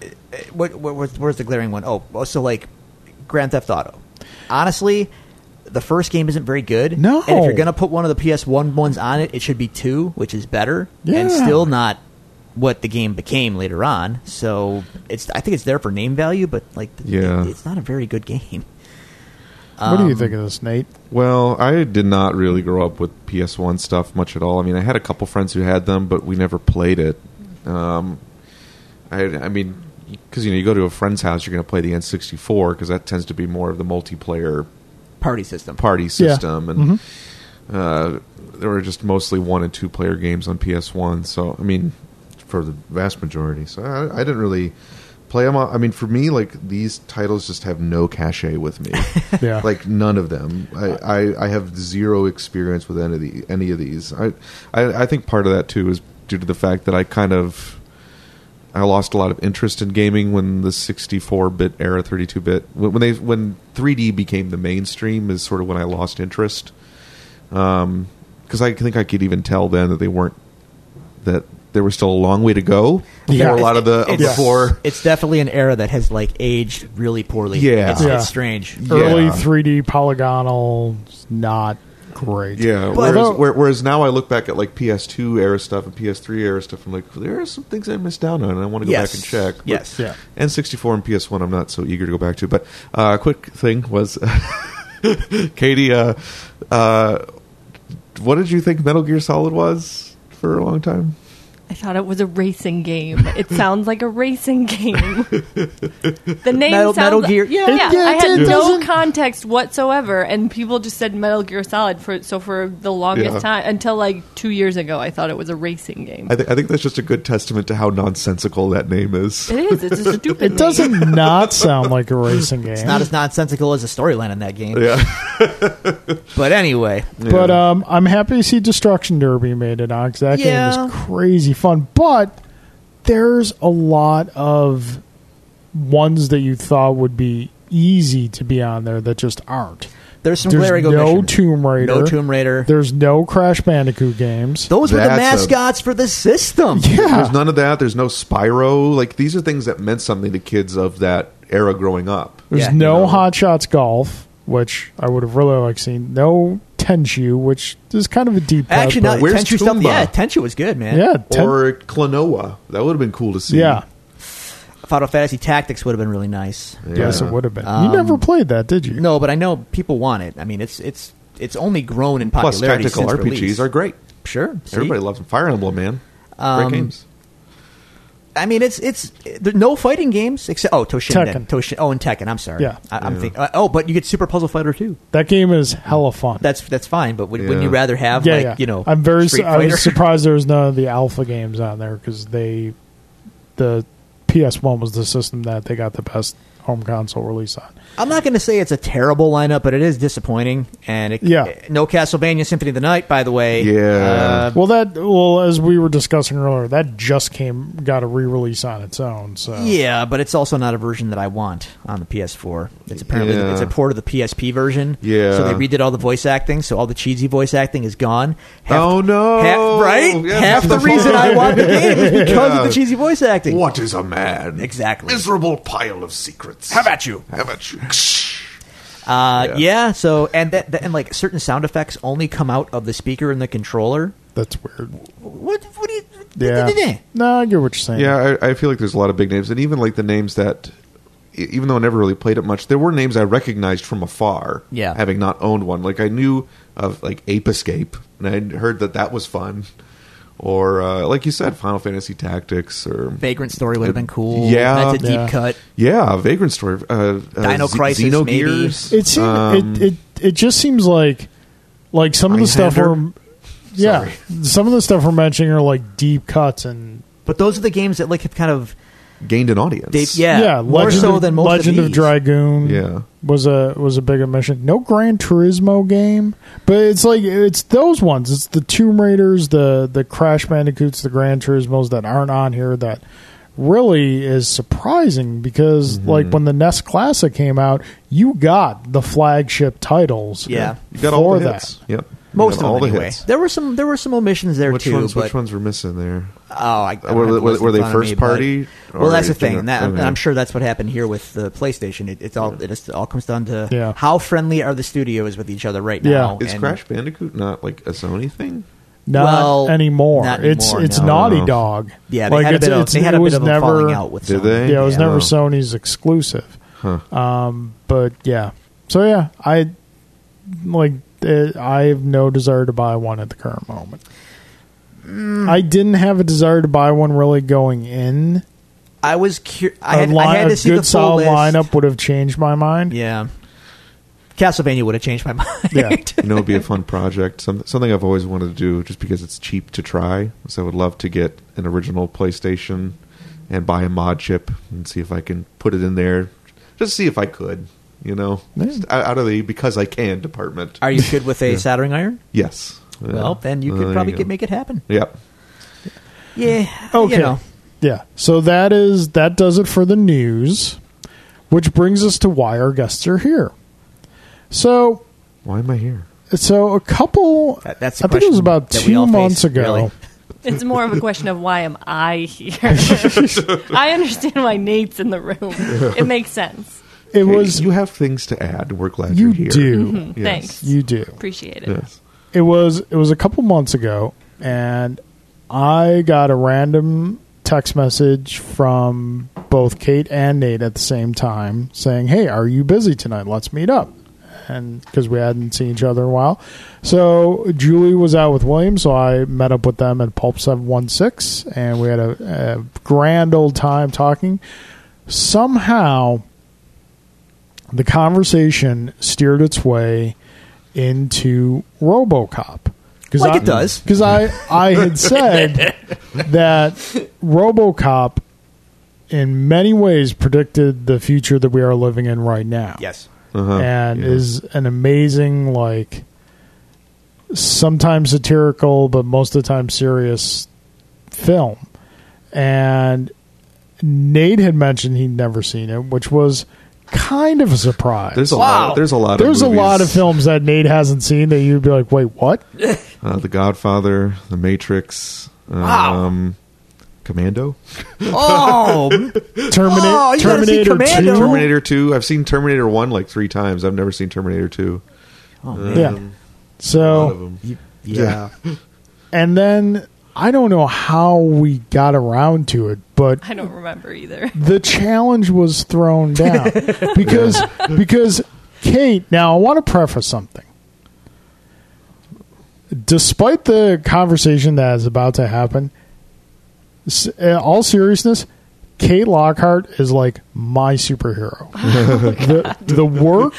Speaker 2: eh, eh, what, what, where's- where's the glaring one? Oh, well, so like, Grand Theft Auto. Honestly, the first game isn't very good.
Speaker 1: No.
Speaker 2: and if you're gonna put one of the PS1 ones on it, it should be two, which is better, and
Speaker 1: Yeah.
Speaker 2: still not what the game became later on. So it's, I think it's there for name value, but like,
Speaker 4: Yeah.
Speaker 2: it- it's not a very good (laughs) game. Um,
Speaker 1: What
Speaker 4: um,
Speaker 1: do you think of this, Nate?
Speaker 4: Well, I did not really grow up with PS1 stuff much at all. I mean, I had a couple friends who had them, but we never played it. Um, I, I mean, because you know, you go to a friend's house, you're going to play the N64 because that tends to be more of the multiplayer
Speaker 2: Party system.
Speaker 4: party
Speaker 1: Yeah. Mm-hmm.
Speaker 4: system, and uh, there were just mostly one and two player games on PS1. So I mean, for the vast majority, so I, I didn't really play them. I mean, for me, like these titles just have no cachet with me.
Speaker 1: Yeah.
Speaker 4: like none of them. I, I, I have zero experience with any of the any of these. I, I I think part of that too is due to the fact that I kind of I lost a lot of interest in gaming when the 64-bit era, 32-bit when when they when 3D became the mainstream is sort of when I lost interest. Um, because I think I could even tell then that they weren't that there was still a long way to go before
Speaker 1: Yeah.
Speaker 4: a lot of the
Speaker 2: It's-
Speaker 4: before
Speaker 2: It's definitely an era that has like aged really poorly.
Speaker 4: Yeah.
Speaker 2: it's,
Speaker 1: Yeah.
Speaker 2: it's strange.
Speaker 1: Early
Speaker 4: Yeah.
Speaker 1: 3D polygonal, not great.
Speaker 4: Yeah.
Speaker 1: But-
Speaker 4: Whereas, where- whereas now I look back at like PS2 era stuff and PS3 era stuff. I'm like, there are some things I missed out on, and I want to go back and check. But
Speaker 2: Yes.
Speaker 1: Yeah.
Speaker 4: N64 and PS1, I'm not so eager to go back to. But uh, quick thing was, (laughs) Katie, uh, uh, what did you think Metal Gear Solid was for a long time?
Speaker 3: I thought it was a racing game.
Speaker 1: (laughs)
Speaker 3: It sounds like a racing game. the name
Speaker 2: Metal-
Speaker 3: sounds,
Speaker 2: Metal Gear- yeah.
Speaker 3: yeah.
Speaker 1: It- yeah,
Speaker 3: I
Speaker 1: it
Speaker 3: had no
Speaker 1: doesn't-
Speaker 3: context whatsoever, and people just said Metal Gear Solid for so for the longest
Speaker 4: Yeah.
Speaker 3: time until like two years ago. I thought it was a racing game.
Speaker 4: I, th- I think that's just a good testament to how nonsensical that name is.
Speaker 3: it is. It's
Speaker 1: (laughs)
Speaker 3: a stupid.
Speaker 1: It
Speaker 3: name.
Speaker 1: doesn't not sound like a racing game.
Speaker 2: It's not as nonsensical as the storyline in that game.
Speaker 4: Yeah.
Speaker 2: But anyway,
Speaker 1: But
Speaker 4: Yeah.
Speaker 1: um, I'm happy to see Destruction Derby made it on because that game
Speaker 2: Yeah.
Speaker 1: was crazy fun. But there's a lot of ones that you thought would be easy to be on there that just aren't.
Speaker 2: there's some
Speaker 1: There's
Speaker 2: glaring
Speaker 1: no
Speaker 2: omissions.
Speaker 1: Tomb Raider.
Speaker 2: No Tomb Raider.
Speaker 1: There's no Crash Bandicoot games.
Speaker 2: Those were the
Speaker 4: That's a-
Speaker 2: mascots for the system.
Speaker 1: yeah,
Speaker 4: There's none of that. There's no Spyro. Like these are things that meant something to kids of that era growing up.
Speaker 1: there's
Speaker 2: Yeah,
Speaker 1: no
Speaker 2: you know.
Speaker 1: Hot Shots Golf, which I would have really liked seeing. No Tenchu, which is kind of a deep cut,
Speaker 2: Actually, not
Speaker 1: but-
Speaker 4: Where's
Speaker 2: Tenchu stuff.
Speaker 4: Toomba?
Speaker 2: Yeah, Tenchu was good, man.
Speaker 1: yeah, Ten-
Speaker 4: or Klonoa. That would have been cool to see.
Speaker 1: yeah,
Speaker 2: Final Fantasy Tactics would have been really nice.
Speaker 1: yes, it would have been. you never played that, did you?
Speaker 2: Um, No, but I know people want it. I mean, it's it's it's only grown in
Speaker 4: Plus,
Speaker 2: popularity
Speaker 4: tactical
Speaker 2: since
Speaker 4: RPGs
Speaker 2: release.
Speaker 4: are great.
Speaker 2: sure. see?
Speaker 4: Everybody loves them. Fire Emblem, man.
Speaker 2: Um,
Speaker 4: great games.
Speaker 2: I mean, it's it's there, no fighting games except oh Toshin,
Speaker 1: Tekken.
Speaker 2: then. Toshin oh and Tekken. I'm sorry.
Speaker 1: Yeah.
Speaker 2: I, am
Speaker 4: Yeah.
Speaker 2: thinking. oh, but you get Super Puzzle Fighter too.
Speaker 1: That game is hella fun.
Speaker 2: That's that's fine. But would, wouldn't
Speaker 4: Yeah.
Speaker 2: you rather have
Speaker 1: yeah,
Speaker 2: like
Speaker 1: yeah.
Speaker 2: you know?
Speaker 1: I'm very.
Speaker 2: Street
Speaker 1: I
Speaker 2: Fighter? (laughs)
Speaker 1: was surprised there was none of the alpha games on there because they, the PS1 was the system that they got the best home console release on.
Speaker 2: I'm not going to say it's a terrible lineup, but it is disappointing. And it, eh,
Speaker 1: Yeah.
Speaker 2: no Castlevania Symphony of the Night, by the way.
Speaker 4: Yeah.
Speaker 2: Uh,
Speaker 1: Well, that well as we were discussing earlier, that just came got a re-release on its own. So
Speaker 4: Oh.
Speaker 2: yeah, but it's also not a version that I want on the PS4. It's apparently
Speaker 4: Yeah.
Speaker 2: it's a port of the PSP version.
Speaker 4: Yeah.
Speaker 2: So they redid all the voice acting, so all the cheesy voice acting is gone. Half,
Speaker 4: Oh, no.
Speaker 2: half- right?
Speaker 4: Yeah,
Speaker 2: half the
Speaker 4: that's the
Speaker 2: reason I
Speaker 4: problem.
Speaker 2: want the game is because of
Speaker 4: Yeah.
Speaker 2: the cheesy voice acting.
Speaker 4: What is a man?
Speaker 2: Exactly.
Speaker 4: Miserable pile of secrets.
Speaker 2: How about you? (laughs)
Speaker 4: How about you?
Speaker 2: Uh,
Speaker 4: Yeah.
Speaker 2: yeah. So and that, that and like certain sound effects only come out of the speaker and the controller.
Speaker 1: that's weird.
Speaker 2: What? What do you? (laughs)
Speaker 1: Yeah, no, I get what you're saying.
Speaker 4: Yeah, I, I feel like there's a lot of big names, and even like the names that, e- even though I never really played it much, there were names I recognized from afar.
Speaker 2: Yeah.
Speaker 4: having not owned one, like I knew of like Ape Escape, and I heard that that was fun, or uh, like you said, Final Fantasy Tactics, or
Speaker 2: Vagrant Story would have been cool.
Speaker 4: Yeah.
Speaker 2: that's a deep
Speaker 1: Yeah.
Speaker 2: cut.
Speaker 4: yeah, Vagrant Story, uh, uh,
Speaker 2: Dino
Speaker 4: Z-
Speaker 2: Crisis, maybe.
Speaker 4: Xenogears.
Speaker 1: It seems
Speaker 4: Um,
Speaker 1: it, it it just seems like like some of the stuff
Speaker 4: Mindhander?
Speaker 1: we're yeah (laughs)
Speaker 4: Sorry.
Speaker 1: some of the stuff we're mentioning are like deep cuts and
Speaker 2: But those are the games that like have kind of
Speaker 4: gained an audience.
Speaker 2: They- yeah, more
Speaker 1: Legend
Speaker 2: so
Speaker 1: of,
Speaker 2: than most
Speaker 1: Legend
Speaker 2: of,
Speaker 1: of,
Speaker 2: these.
Speaker 1: Dragoon.
Speaker 4: Yeah.
Speaker 1: was a was a big omission. No Gran Turismo game, but it's like it's those ones. It's the Tomb Raiders, the the Crash Bandicoots, the Gran Turismos that aren't on here that really is surprising because
Speaker 4: Mm-hmm.
Speaker 1: like when the NES Classic came out, you got the flagship titles.
Speaker 2: Yeah.
Speaker 4: You got all
Speaker 1: for
Speaker 4: the
Speaker 1: that.
Speaker 4: hits. Yep. You
Speaker 2: Most
Speaker 4: got
Speaker 2: of
Speaker 4: all
Speaker 2: them,
Speaker 4: the
Speaker 2: anyway.
Speaker 4: hits.
Speaker 2: There were some. There were some omissions there
Speaker 4: Which
Speaker 2: too.
Speaker 4: ones?
Speaker 2: but,
Speaker 4: Which ones were missing there?
Speaker 2: Oh, I, I
Speaker 4: Were-
Speaker 2: don't have the
Speaker 4: were-
Speaker 2: list
Speaker 4: were
Speaker 2: in
Speaker 4: they
Speaker 2: front of
Speaker 4: first
Speaker 2: me, but-
Speaker 4: party,
Speaker 2: Well,
Speaker 4: or
Speaker 2: that's the
Speaker 4: did you-
Speaker 2: thing. That,
Speaker 4: okay.
Speaker 2: I'm sure that's what happened here with the PlayStation. It, it's all. It, just all comes down to
Speaker 1: Yeah.
Speaker 2: how friendly are the studios with each other right
Speaker 1: Yeah.
Speaker 2: now.
Speaker 4: Is
Speaker 2: Oh, and-
Speaker 4: Crash Bandicoot not like a Sony thing?
Speaker 1: Not
Speaker 2: Well,
Speaker 1: anymore.
Speaker 2: not
Speaker 1: it's
Speaker 2: anymore,
Speaker 1: it's
Speaker 2: no.
Speaker 1: Naughty Dog.
Speaker 2: Yeah, they had a
Speaker 1: it's-
Speaker 2: bit of,
Speaker 1: it's-
Speaker 2: they had
Speaker 1: it
Speaker 2: a
Speaker 1: was
Speaker 2: bit of a
Speaker 1: never-
Speaker 2: falling out with.
Speaker 4: Did
Speaker 2: Sony.
Speaker 4: they?
Speaker 1: Yeah, it was
Speaker 4: Yeah.
Speaker 1: never
Speaker 4: Wow.
Speaker 1: Sony's exclusive.
Speaker 4: Huh.
Speaker 1: Um, but yeah, so yeah, I like it, I have no desire to buy one at the current moment.
Speaker 2: Mm.
Speaker 1: I didn't have a desire to buy one really going in.
Speaker 2: I was. Cur- I,
Speaker 1: A
Speaker 2: had, I
Speaker 1: line-
Speaker 2: had
Speaker 1: a
Speaker 2: to see
Speaker 1: good
Speaker 2: the full
Speaker 1: solid
Speaker 2: list.
Speaker 1: lineup would have changed my mind.
Speaker 2: Yeah. Castlevania would have changed my (laughs) mind.
Speaker 1: Yeah.
Speaker 4: You know, it'd be
Speaker 2: (laughs)
Speaker 4: a fun project. Some, something I've always wanted to do, just because it's cheap to try. So I would love to get an original PlayStation and buy a mod chip and see if I can put it in there. Just see if I could. You know,
Speaker 1: Yeah.
Speaker 4: Just out out of the because I can department.
Speaker 2: Are you good with a soldering iron?
Speaker 4: yes.
Speaker 2: Well, then you
Speaker 4: Uh,
Speaker 2: could
Speaker 4: there
Speaker 2: probably
Speaker 4: go.
Speaker 2: get, make it happen.
Speaker 4: Yep.
Speaker 2: Yeah.
Speaker 1: Okay.
Speaker 2: You know.
Speaker 1: Yeah. So that is that does it for the news, which brings us to why our guests are here. So
Speaker 4: Why am I here?
Speaker 1: so a couple.
Speaker 2: That- that's the
Speaker 1: I think it was
Speaker 2: question
Speaker 1: about
Speaker 2: that we all
Speaker 1: two
Speaker 2: face,
Speaker 1: months ago.
Speaker 2: really.
Speaker 3: It's more of a question of why am I here?
Speaker 1: (laughs)
Speaker 3: (laughs) I understand why Nate's in the room. It makes sense.
Speaker 1: It
Speaker 4: Hey,
Speaker 1: was
Speaker 4: you have things to add. and We're glad
Speaker 1: You
Speaker 4: are here.
Speaker 1: do.
Speaker 2: Mm-hmm.
Speaker 1: Mhm,
Speaker 4: Yes.
Speaker 3: Thanks.
Speaker 1: you do.
Speaker 3: Appreciate it.
Speaker 4: Yes.
Speaker 1: it was it was a couple months ago and i got a random text message from both kate and nate at the same time saying hey are you busy tonight let's meet up and because we hadn't seen each other in a while so julie was out with william so i met up with them at pulp 716 and we had a, a grand old time talking somehow the conversation steered its way into RoboCop.
Speaker 2: Like it does.
Speaker 1: (laughs) Because I, I had said that RoboCop, in many ways, predicted the future that we are living in right now.
Speaker 2: Yes.
Speaker 4: Uh-huh.
Speaker 1: and
Speaker 4: Yeah.
Speaker 1: is an amazing, like, sometimes satirical, but most of the time serious film. And Nate had mentioned he'd never seen it, which was kind of a surprise.
Speaker 4: there's a
Speaker 2: Wow.
Speaker 4: lot. There's a lot.
Speaker 1: There's
Speaker 4: of
Speaker 1: a
Speaker 4: movies.
Speaker 1: lot of films that Nate hasn't seen that you'd be like, wait,
Speaker 2: (laughs)
Speaker 1: what?
Speaker 2: Oh,
Speaker 4: Uh, the Godfather, The Matrix, um,
Speaker 2: Wow.
Speaker 4: Commando,
Speaker 2: (laughs) Oh,
Speaker 1: Terminator,
Speaker 2: Oh, you gotta see
Speaker 1: Terminator
Speaker 2: Commando.
Speaker 1: 2.
Speaker 4: Terminator Two. I've seen Terminator One like three times. I've never seen Terminator Two.
Speaker 2: Oh,
Speaker 4: Um,
Speaker 1: Yeah.
Speaker 4: a lot of
Speaker 1: So,
Speaker 4: 'em.
Speaker 2: yeah.
Speaker 1: and then I don't know how we got around to it, but
Speaker 3: (laughs) I don't remember either.
Speaker 1: the challenge was thrown down because because Kate. Now I want to preface something. Despite the conversation that is about to happen, s- in all seriousness, Kate Lockhart is like my superhero. the, the work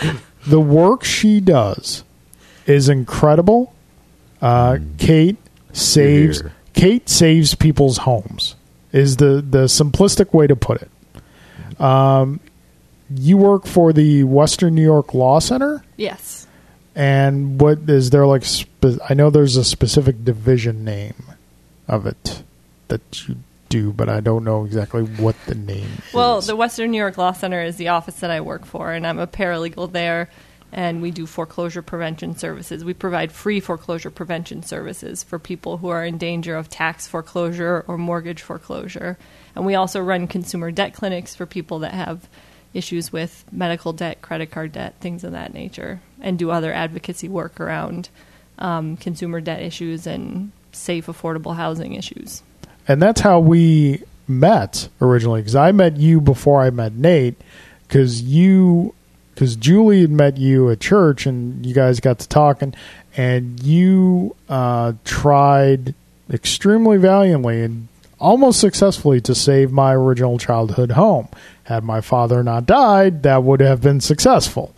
Speaker 1: the work she does is incredible. Uh, Kate saves
Speaker 4: Here.
Speaker 1: Kate saves people's homes is the the simplistic way to put it. Um, you work for the Western New York Law Center,
Speaker 3: Yes.
Speaker 1: and what is there like? Spe- I know there's a specific division name of it that you do, but I don't know exactly what the name.
Speaker 3: Well,
Speaker 1: is.
Speaker 3: the Western New York Law Center is the office that I work for, and I'm a paralegal there, and we do foreclosure prevention services. We provide free foreclosure prevention services for people who are in danger of tax foreclosure or mortgage foreclosure. And we also run consumer debt clinics for people that have issues with medical debt, credit card debt, things of that nature, and do other advocacy work around um, consumer debt issues and safe, affordable housing issues.
Speaker 1: and that's how we met originally because i met you before i met nate because you because julie had met you at church and you guys got to talking and you uh, tried extremely valiantly and almost successfully to save my original childhood home had my father not died that would have been successful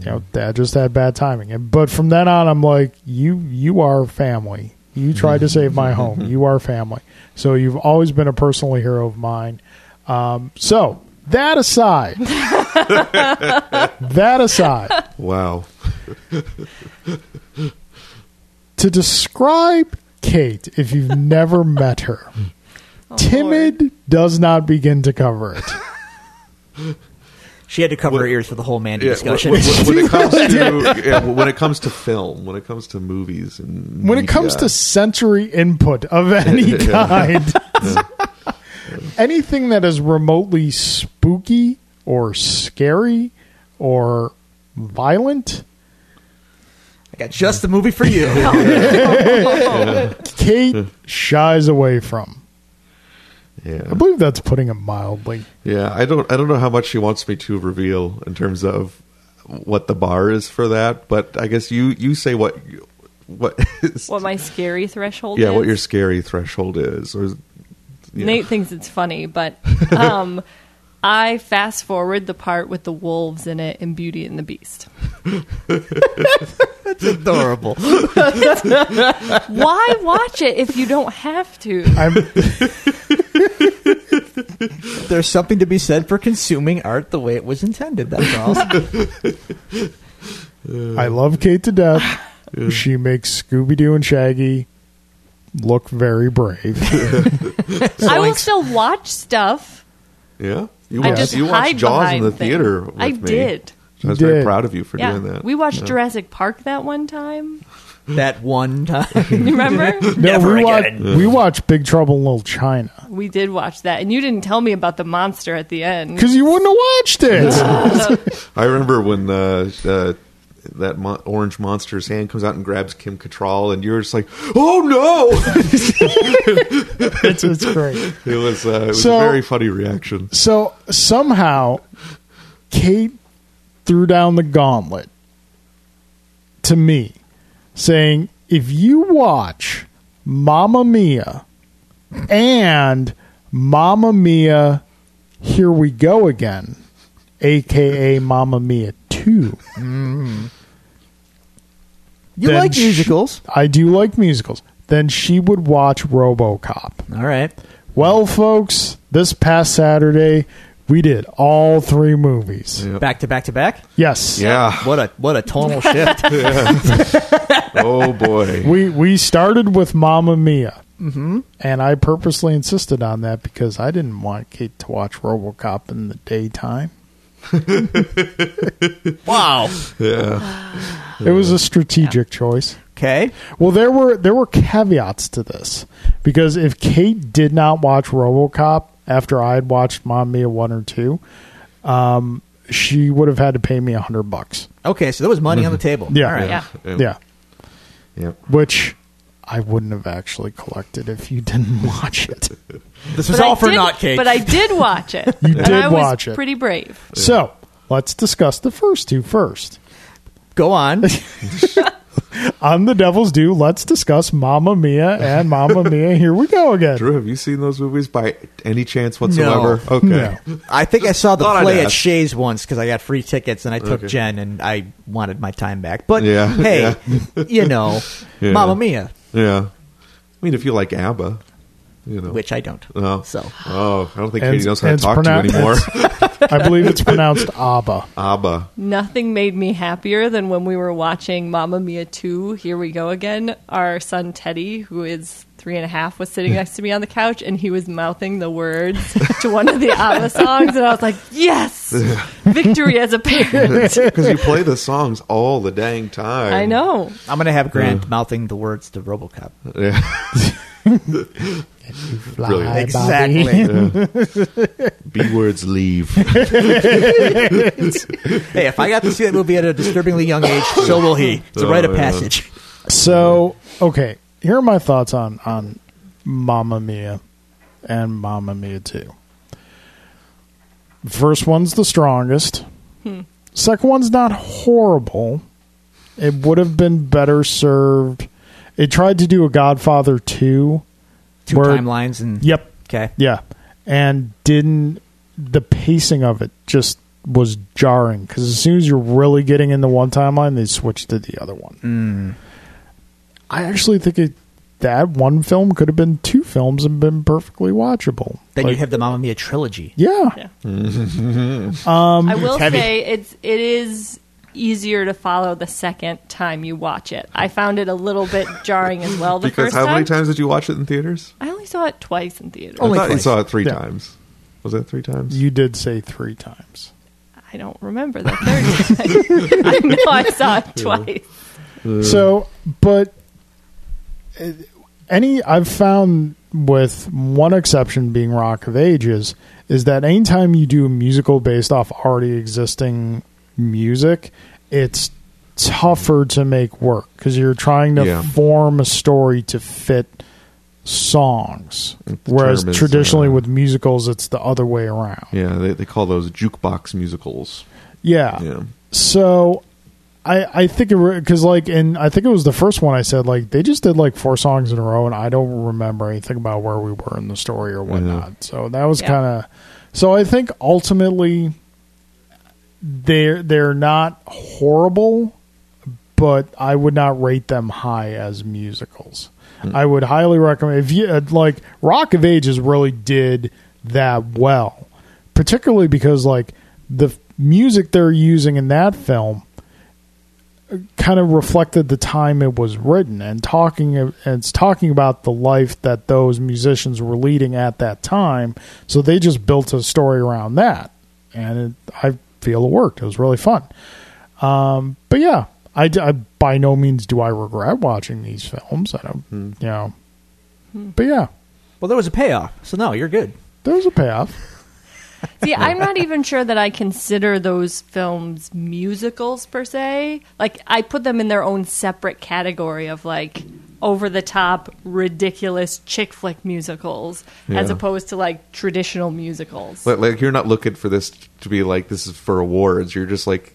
Speaker 1: you know dad just had bad timing and but from then on i'm like you you are family you tried to save my home you are family so you've always been a personal hero of mine Um, so that aside, that aside,
Speaker 4: Wow.
Speaker 1: to describe Kate, if you've never met her, timid does not begin to cover it.
Speaker 2: She had to cover her ears for the whole Mandy
Speaker 4: Yeah, when,
Speaker 2: discussion.
Speaker 4: when- when
Speaker 1: (laughs)
Speaker 4: it comes
Speaker 1: Really
Speaker 4: to yeah, when it comes to film, when it comes to movies, and
Speaker 1: When it comes
Speaker 4: media,
Speaker 1: to sensory input of any kind, (laughs) anything that is remotely spooky or scary or violent,
Speaker 2: (laughs) I got just the movie for you.
Speaker 1: Kate shies away from. I
Speaker 4: yeah,
Speaker 1: believe that's putting it mildly.
Speaker 4: yeah, I don't, I don't know how much she wants me to reveal in terms of what the bar is for that, but I guess you, you say what, you- what is,
Speaker 3: What my scary threshold
Speaker 4: yeah,
Speaker 3: is.
Speaker 4: what your scary threshold is, or yeah.
Speaker 3: Nate thinks it's funny, but um, I fast forward the part with the wolves in it in Beauty and the Beast.
Speaker 2: Adorable.
Speaker 3: Why watch it if you don't have to?
Speaker 1: I'm,
Speaker 2: There's something to be said for consuming art the way it was intended. That's all.
Speaker 1: I love Kate to death. She makes Scooby Doo and Shaggy look very brave.
Speaker 2: (laughs)
Speaker 3: I will still watch stuff.
Speaker 4: yeah, you
Speaker 3: I just
Speaker 4: watched, you watched
Speaker 3: hide
Speaker 4: Jaws in
Speaker 3: behind
Speaker 4: the
Speaker 3: things.
Speaker 4: theater. With
Speaker 3: I
Speaker 4: me.
Speaker 3: did.
Speaker 4: I was
Speaker 1: You
Speaker 4: very
Speaker 1: did.
Speaker 4: proud of you for
Speaker 3: yeah,
Speaker 4: doing that.
Speaker 3: we watched
Speaker 4: Yeah.
Speaker 3: Jurassic Park that one time.
Speaker 2: that one time.
Speaker 3: You remember?
Speaker 1: No,
Speaker 2: Never
Speaker 1: we watch,
Speaker 2: again.
Speaker 1: we watch Big Trouble in Little China
Speaker 3: we did watch that, and you didn't tell me about the monster at the end.
Speaker 1: because you wouldn't have watched it.
Speaker 4: I remember when uh, uh, that mon- orange monster's hand comes out and grabs Kim Cattrall, and you're just like, "Oh no!" (laughs)
Speaker 1: it's, it's great.
Speaker 4: it was, uh, it was
Speaker 1: So-
Speaker 4: a very funny reaction.
Speaker 1: So somehow, Kate threw down the gauntlet to me, saying, "If you watch Mamma Mia and Mamma Mia, Here We Go Again, aka Mamma Mia Two,
Speaker 2: You
Speaker 1: Then
Speaker 2: like
Speaker 1: sh-
Speaker 2: musicals?
Speaker 1: I do like musicals." Then she would watch RoboCop.
Speaker 2: All right.
Speaker 1: Well, folks, this past Saturday we did all three movies.
Speaker 4: Yep. Ah.
Speaker 2: Back to back to back.
Speaker 1: Yes.
Speaker 4: Yeah.
Speaker 2: What a what a tonal shift.
Speaker 4: oh boy.
Speaker 1: We we started with Mamma Mia. Mm-hmm. And I purposely insisted on that because I didn't want Kate to watch RoboCop in the daytime.
Speaker 2: wow.
Speaker 4: Yeah.
Speaker 1: It was a strategic choice.
Speaker 2: Okay.
Speaker 1: Well, there were there were caveats to this because if Kate did not watch RoboCop after I had watched Mamma Mia one or two, um, she would have had to pay me a hundred bucks.
Speaker 2: Okay. So there was money on the table.
Speaker 1: Yeah.
Speaker 2: All right.
Speaker 3: Yeah.
Speaker 1: Yeah,
Speaker 4: Yeah.
Speaker 1: which I wouldn't have actually collected if you didn't (laughs) watch it.
Speaker 2: This was
Speaker 3: But I
Speaker 2: all for
Speaker 3: did-
Speaker 2: not cake.
Speaker 3: But I did watch it.
Speaker 1: You
Speaker 3: and
Speaker 1: did
Speaker 3: I was
Speaker 1: watch it.
Speaker 3: Pretty brave.
Speaker 1: So let's discuss the first two first.
Speaker 2: go on.
Speaker 1: On the Devil's Due, let's discuss Mamma Mia and
Speaker 4: (laughs)
Speaker 1: Mamma Mia. Here we go again.
Speaker 4: Drew, have you seen those movies by any chance whatsoever?
Speaker 2: No.
Speaker 4: Okay.
Speaker 1: No.
Speaker 2: I think I saw the
Speaker 4: Thought I'd
Speaker 2: play at
Speaker 4: ask.
Speaker 2: Shays once because I got free tickets and I took
Speaker 4: Okay.
Speaker 2: Jen and I wanted my time back. But
Speaker 4: Yeah,
Speaker 2: (laughs) hey, you know,
Speaker 4: (laughs) Yeah.
Speaker 2: Mamma Mia,
Speaker 4: Yeah. I mean, if you like ABBA, you know.
Speaker 2: which I don't.
Speaker 4: Oh.
Speaker 2: So
Speaker 4: Oh, I don't think
Speaker 1: And-
Speaker 4: Katie knows how to
Speaker 1: and it's
Speaker 4: talk
Speaker 1: pronoun-
Speaker 4: to you anymore.
Speaker 1: (laughs) I believe it's pronounced Abba.
Speaker 4: ABBA.
Speaker 3: Nothing made me happier than when we were watching Mamma Mia 2, Here We Go Again. Our son Teddy, who is three and a half, was sitting next to me on the couch and he was mouthing the words to one
Speaker 4: (laughs)
Speaker 3: of the ABBA songs. And I was like, yes, victory as a parent.
Speaker 4: Because you play the songs all the dang time.
Speaker 3: I know.
Speaker 2: I'm gonna have Grant mouthing the words to RoboCop.
Speaker 4: Yeah.
Speaker 1: (laughs) Fly,
Speaker 4: Brilliant.
Speaker 1: Bobby. (laughs)
Speaker 4: B words leave.
Speaker 2: hey, if I got to see that movie at a disturbingly young age, so will he. It's a
Speaker 4: Oh,
Speaker 2: rite of
Speaker 4: yeah.
Speaker 2: passage.
Speaker 1: So, okay, here are my thoughts on on Mamma Mia and Mamma Mia 2. First one's the strongest. Second one's not horrible. It would have been better served. It tried to do a Godfather 2.
Speaker 2: Two
Speaker 1: Word.
Speaker 2: timelines and
Speaker 1: Yep.
Speaker 2: Okay.
Speaker 1: Yeah. And didn't the pacing of it just was jarring because as soon as you're really getting in the one timeline, they switch to the other one. I actually think it that one film could have been two films and been perfectly watchable.
Speaker 2: Then
Speaker 1: Like,
Speaker 2: you have the Mamma Mia trilogy.
Speaker 1: yeah, Um,
Speaker 3: Yeah. I will say it's it is easier to follow the second time you watch it. I found it a little bit jarring as well the
Speaker 4: because
Speaker 3: first
Speaker 4: how
Speaker 3: time.
Speaker 4: many times did you watch it in theaters?
Speaker 3: I only saw it twice in theater.
Speaker 2: Only
Speaker 4: I thought you
Speaker 2: twice.
Speaker 4: saw it three
Speaker 1: Yeah.
Speaker 4: times. Was that three times?
Speaker 1: you did say three times.
Speaker 3: I don't remember the third time. (laughs) I know I saw it twice.
Speaker 1: So, but uh, any I've found with one exception being Rock of Ages is that anytime you do a musical based off already existing music, it's tougher to make work because you're trying to
Speaker 4: Yeah.
Speaker 1: form a story to fit songs. Whereas
Speaker 4: term is,
Speaker 1: traditionally
Speaker 4: uh,
Speaker 1: with musicals, it's the other way around.
Speaker 4: yeah, they, they call those jukebox musicals.
Speaker 1: Yeah.
Speaker 4: Yeah.
Speaker 1: So I I think it because like in I think it was the first one I said like they just did like four songs in a row and I don't remember anything about where we were in the story or whatnot. So that was
Speaker 3: Yeah.
Speaker 1: kind of so I think ultimately they're they're not horrible, but I would not rate them high as musicals. I would highly recommend if you uh, like Rock of Ages really did that well, particularly because like the f- music they're using in that film kind of reflected the time it was written and talking and it's talking about the life that those musicians were leading at that time so they just built a story around that and it, i feel it worked it was really fun um, but yeah I, d- I- by no means do i regret watching these films i don't
Speaker 4: Hmm.
Speaker 1: you know but yeah
Speaker 2: Well, there was a payoff, so no, you're good.
Speaker 1: there was a payoff
Speaker 3: See,
Speaker 4: (laughs)
Speaker 3: I'm not even sure that I consider those films musicals per se. Like, I put them in their own separate category of like over the top, ridiculous chick flick musicals as
Speaker 4: Yeah.
Speaker 3: opposed to like traditional musicals.
Speaker 4: Like, like you're not looking for this to be like this is for awards. You're just like,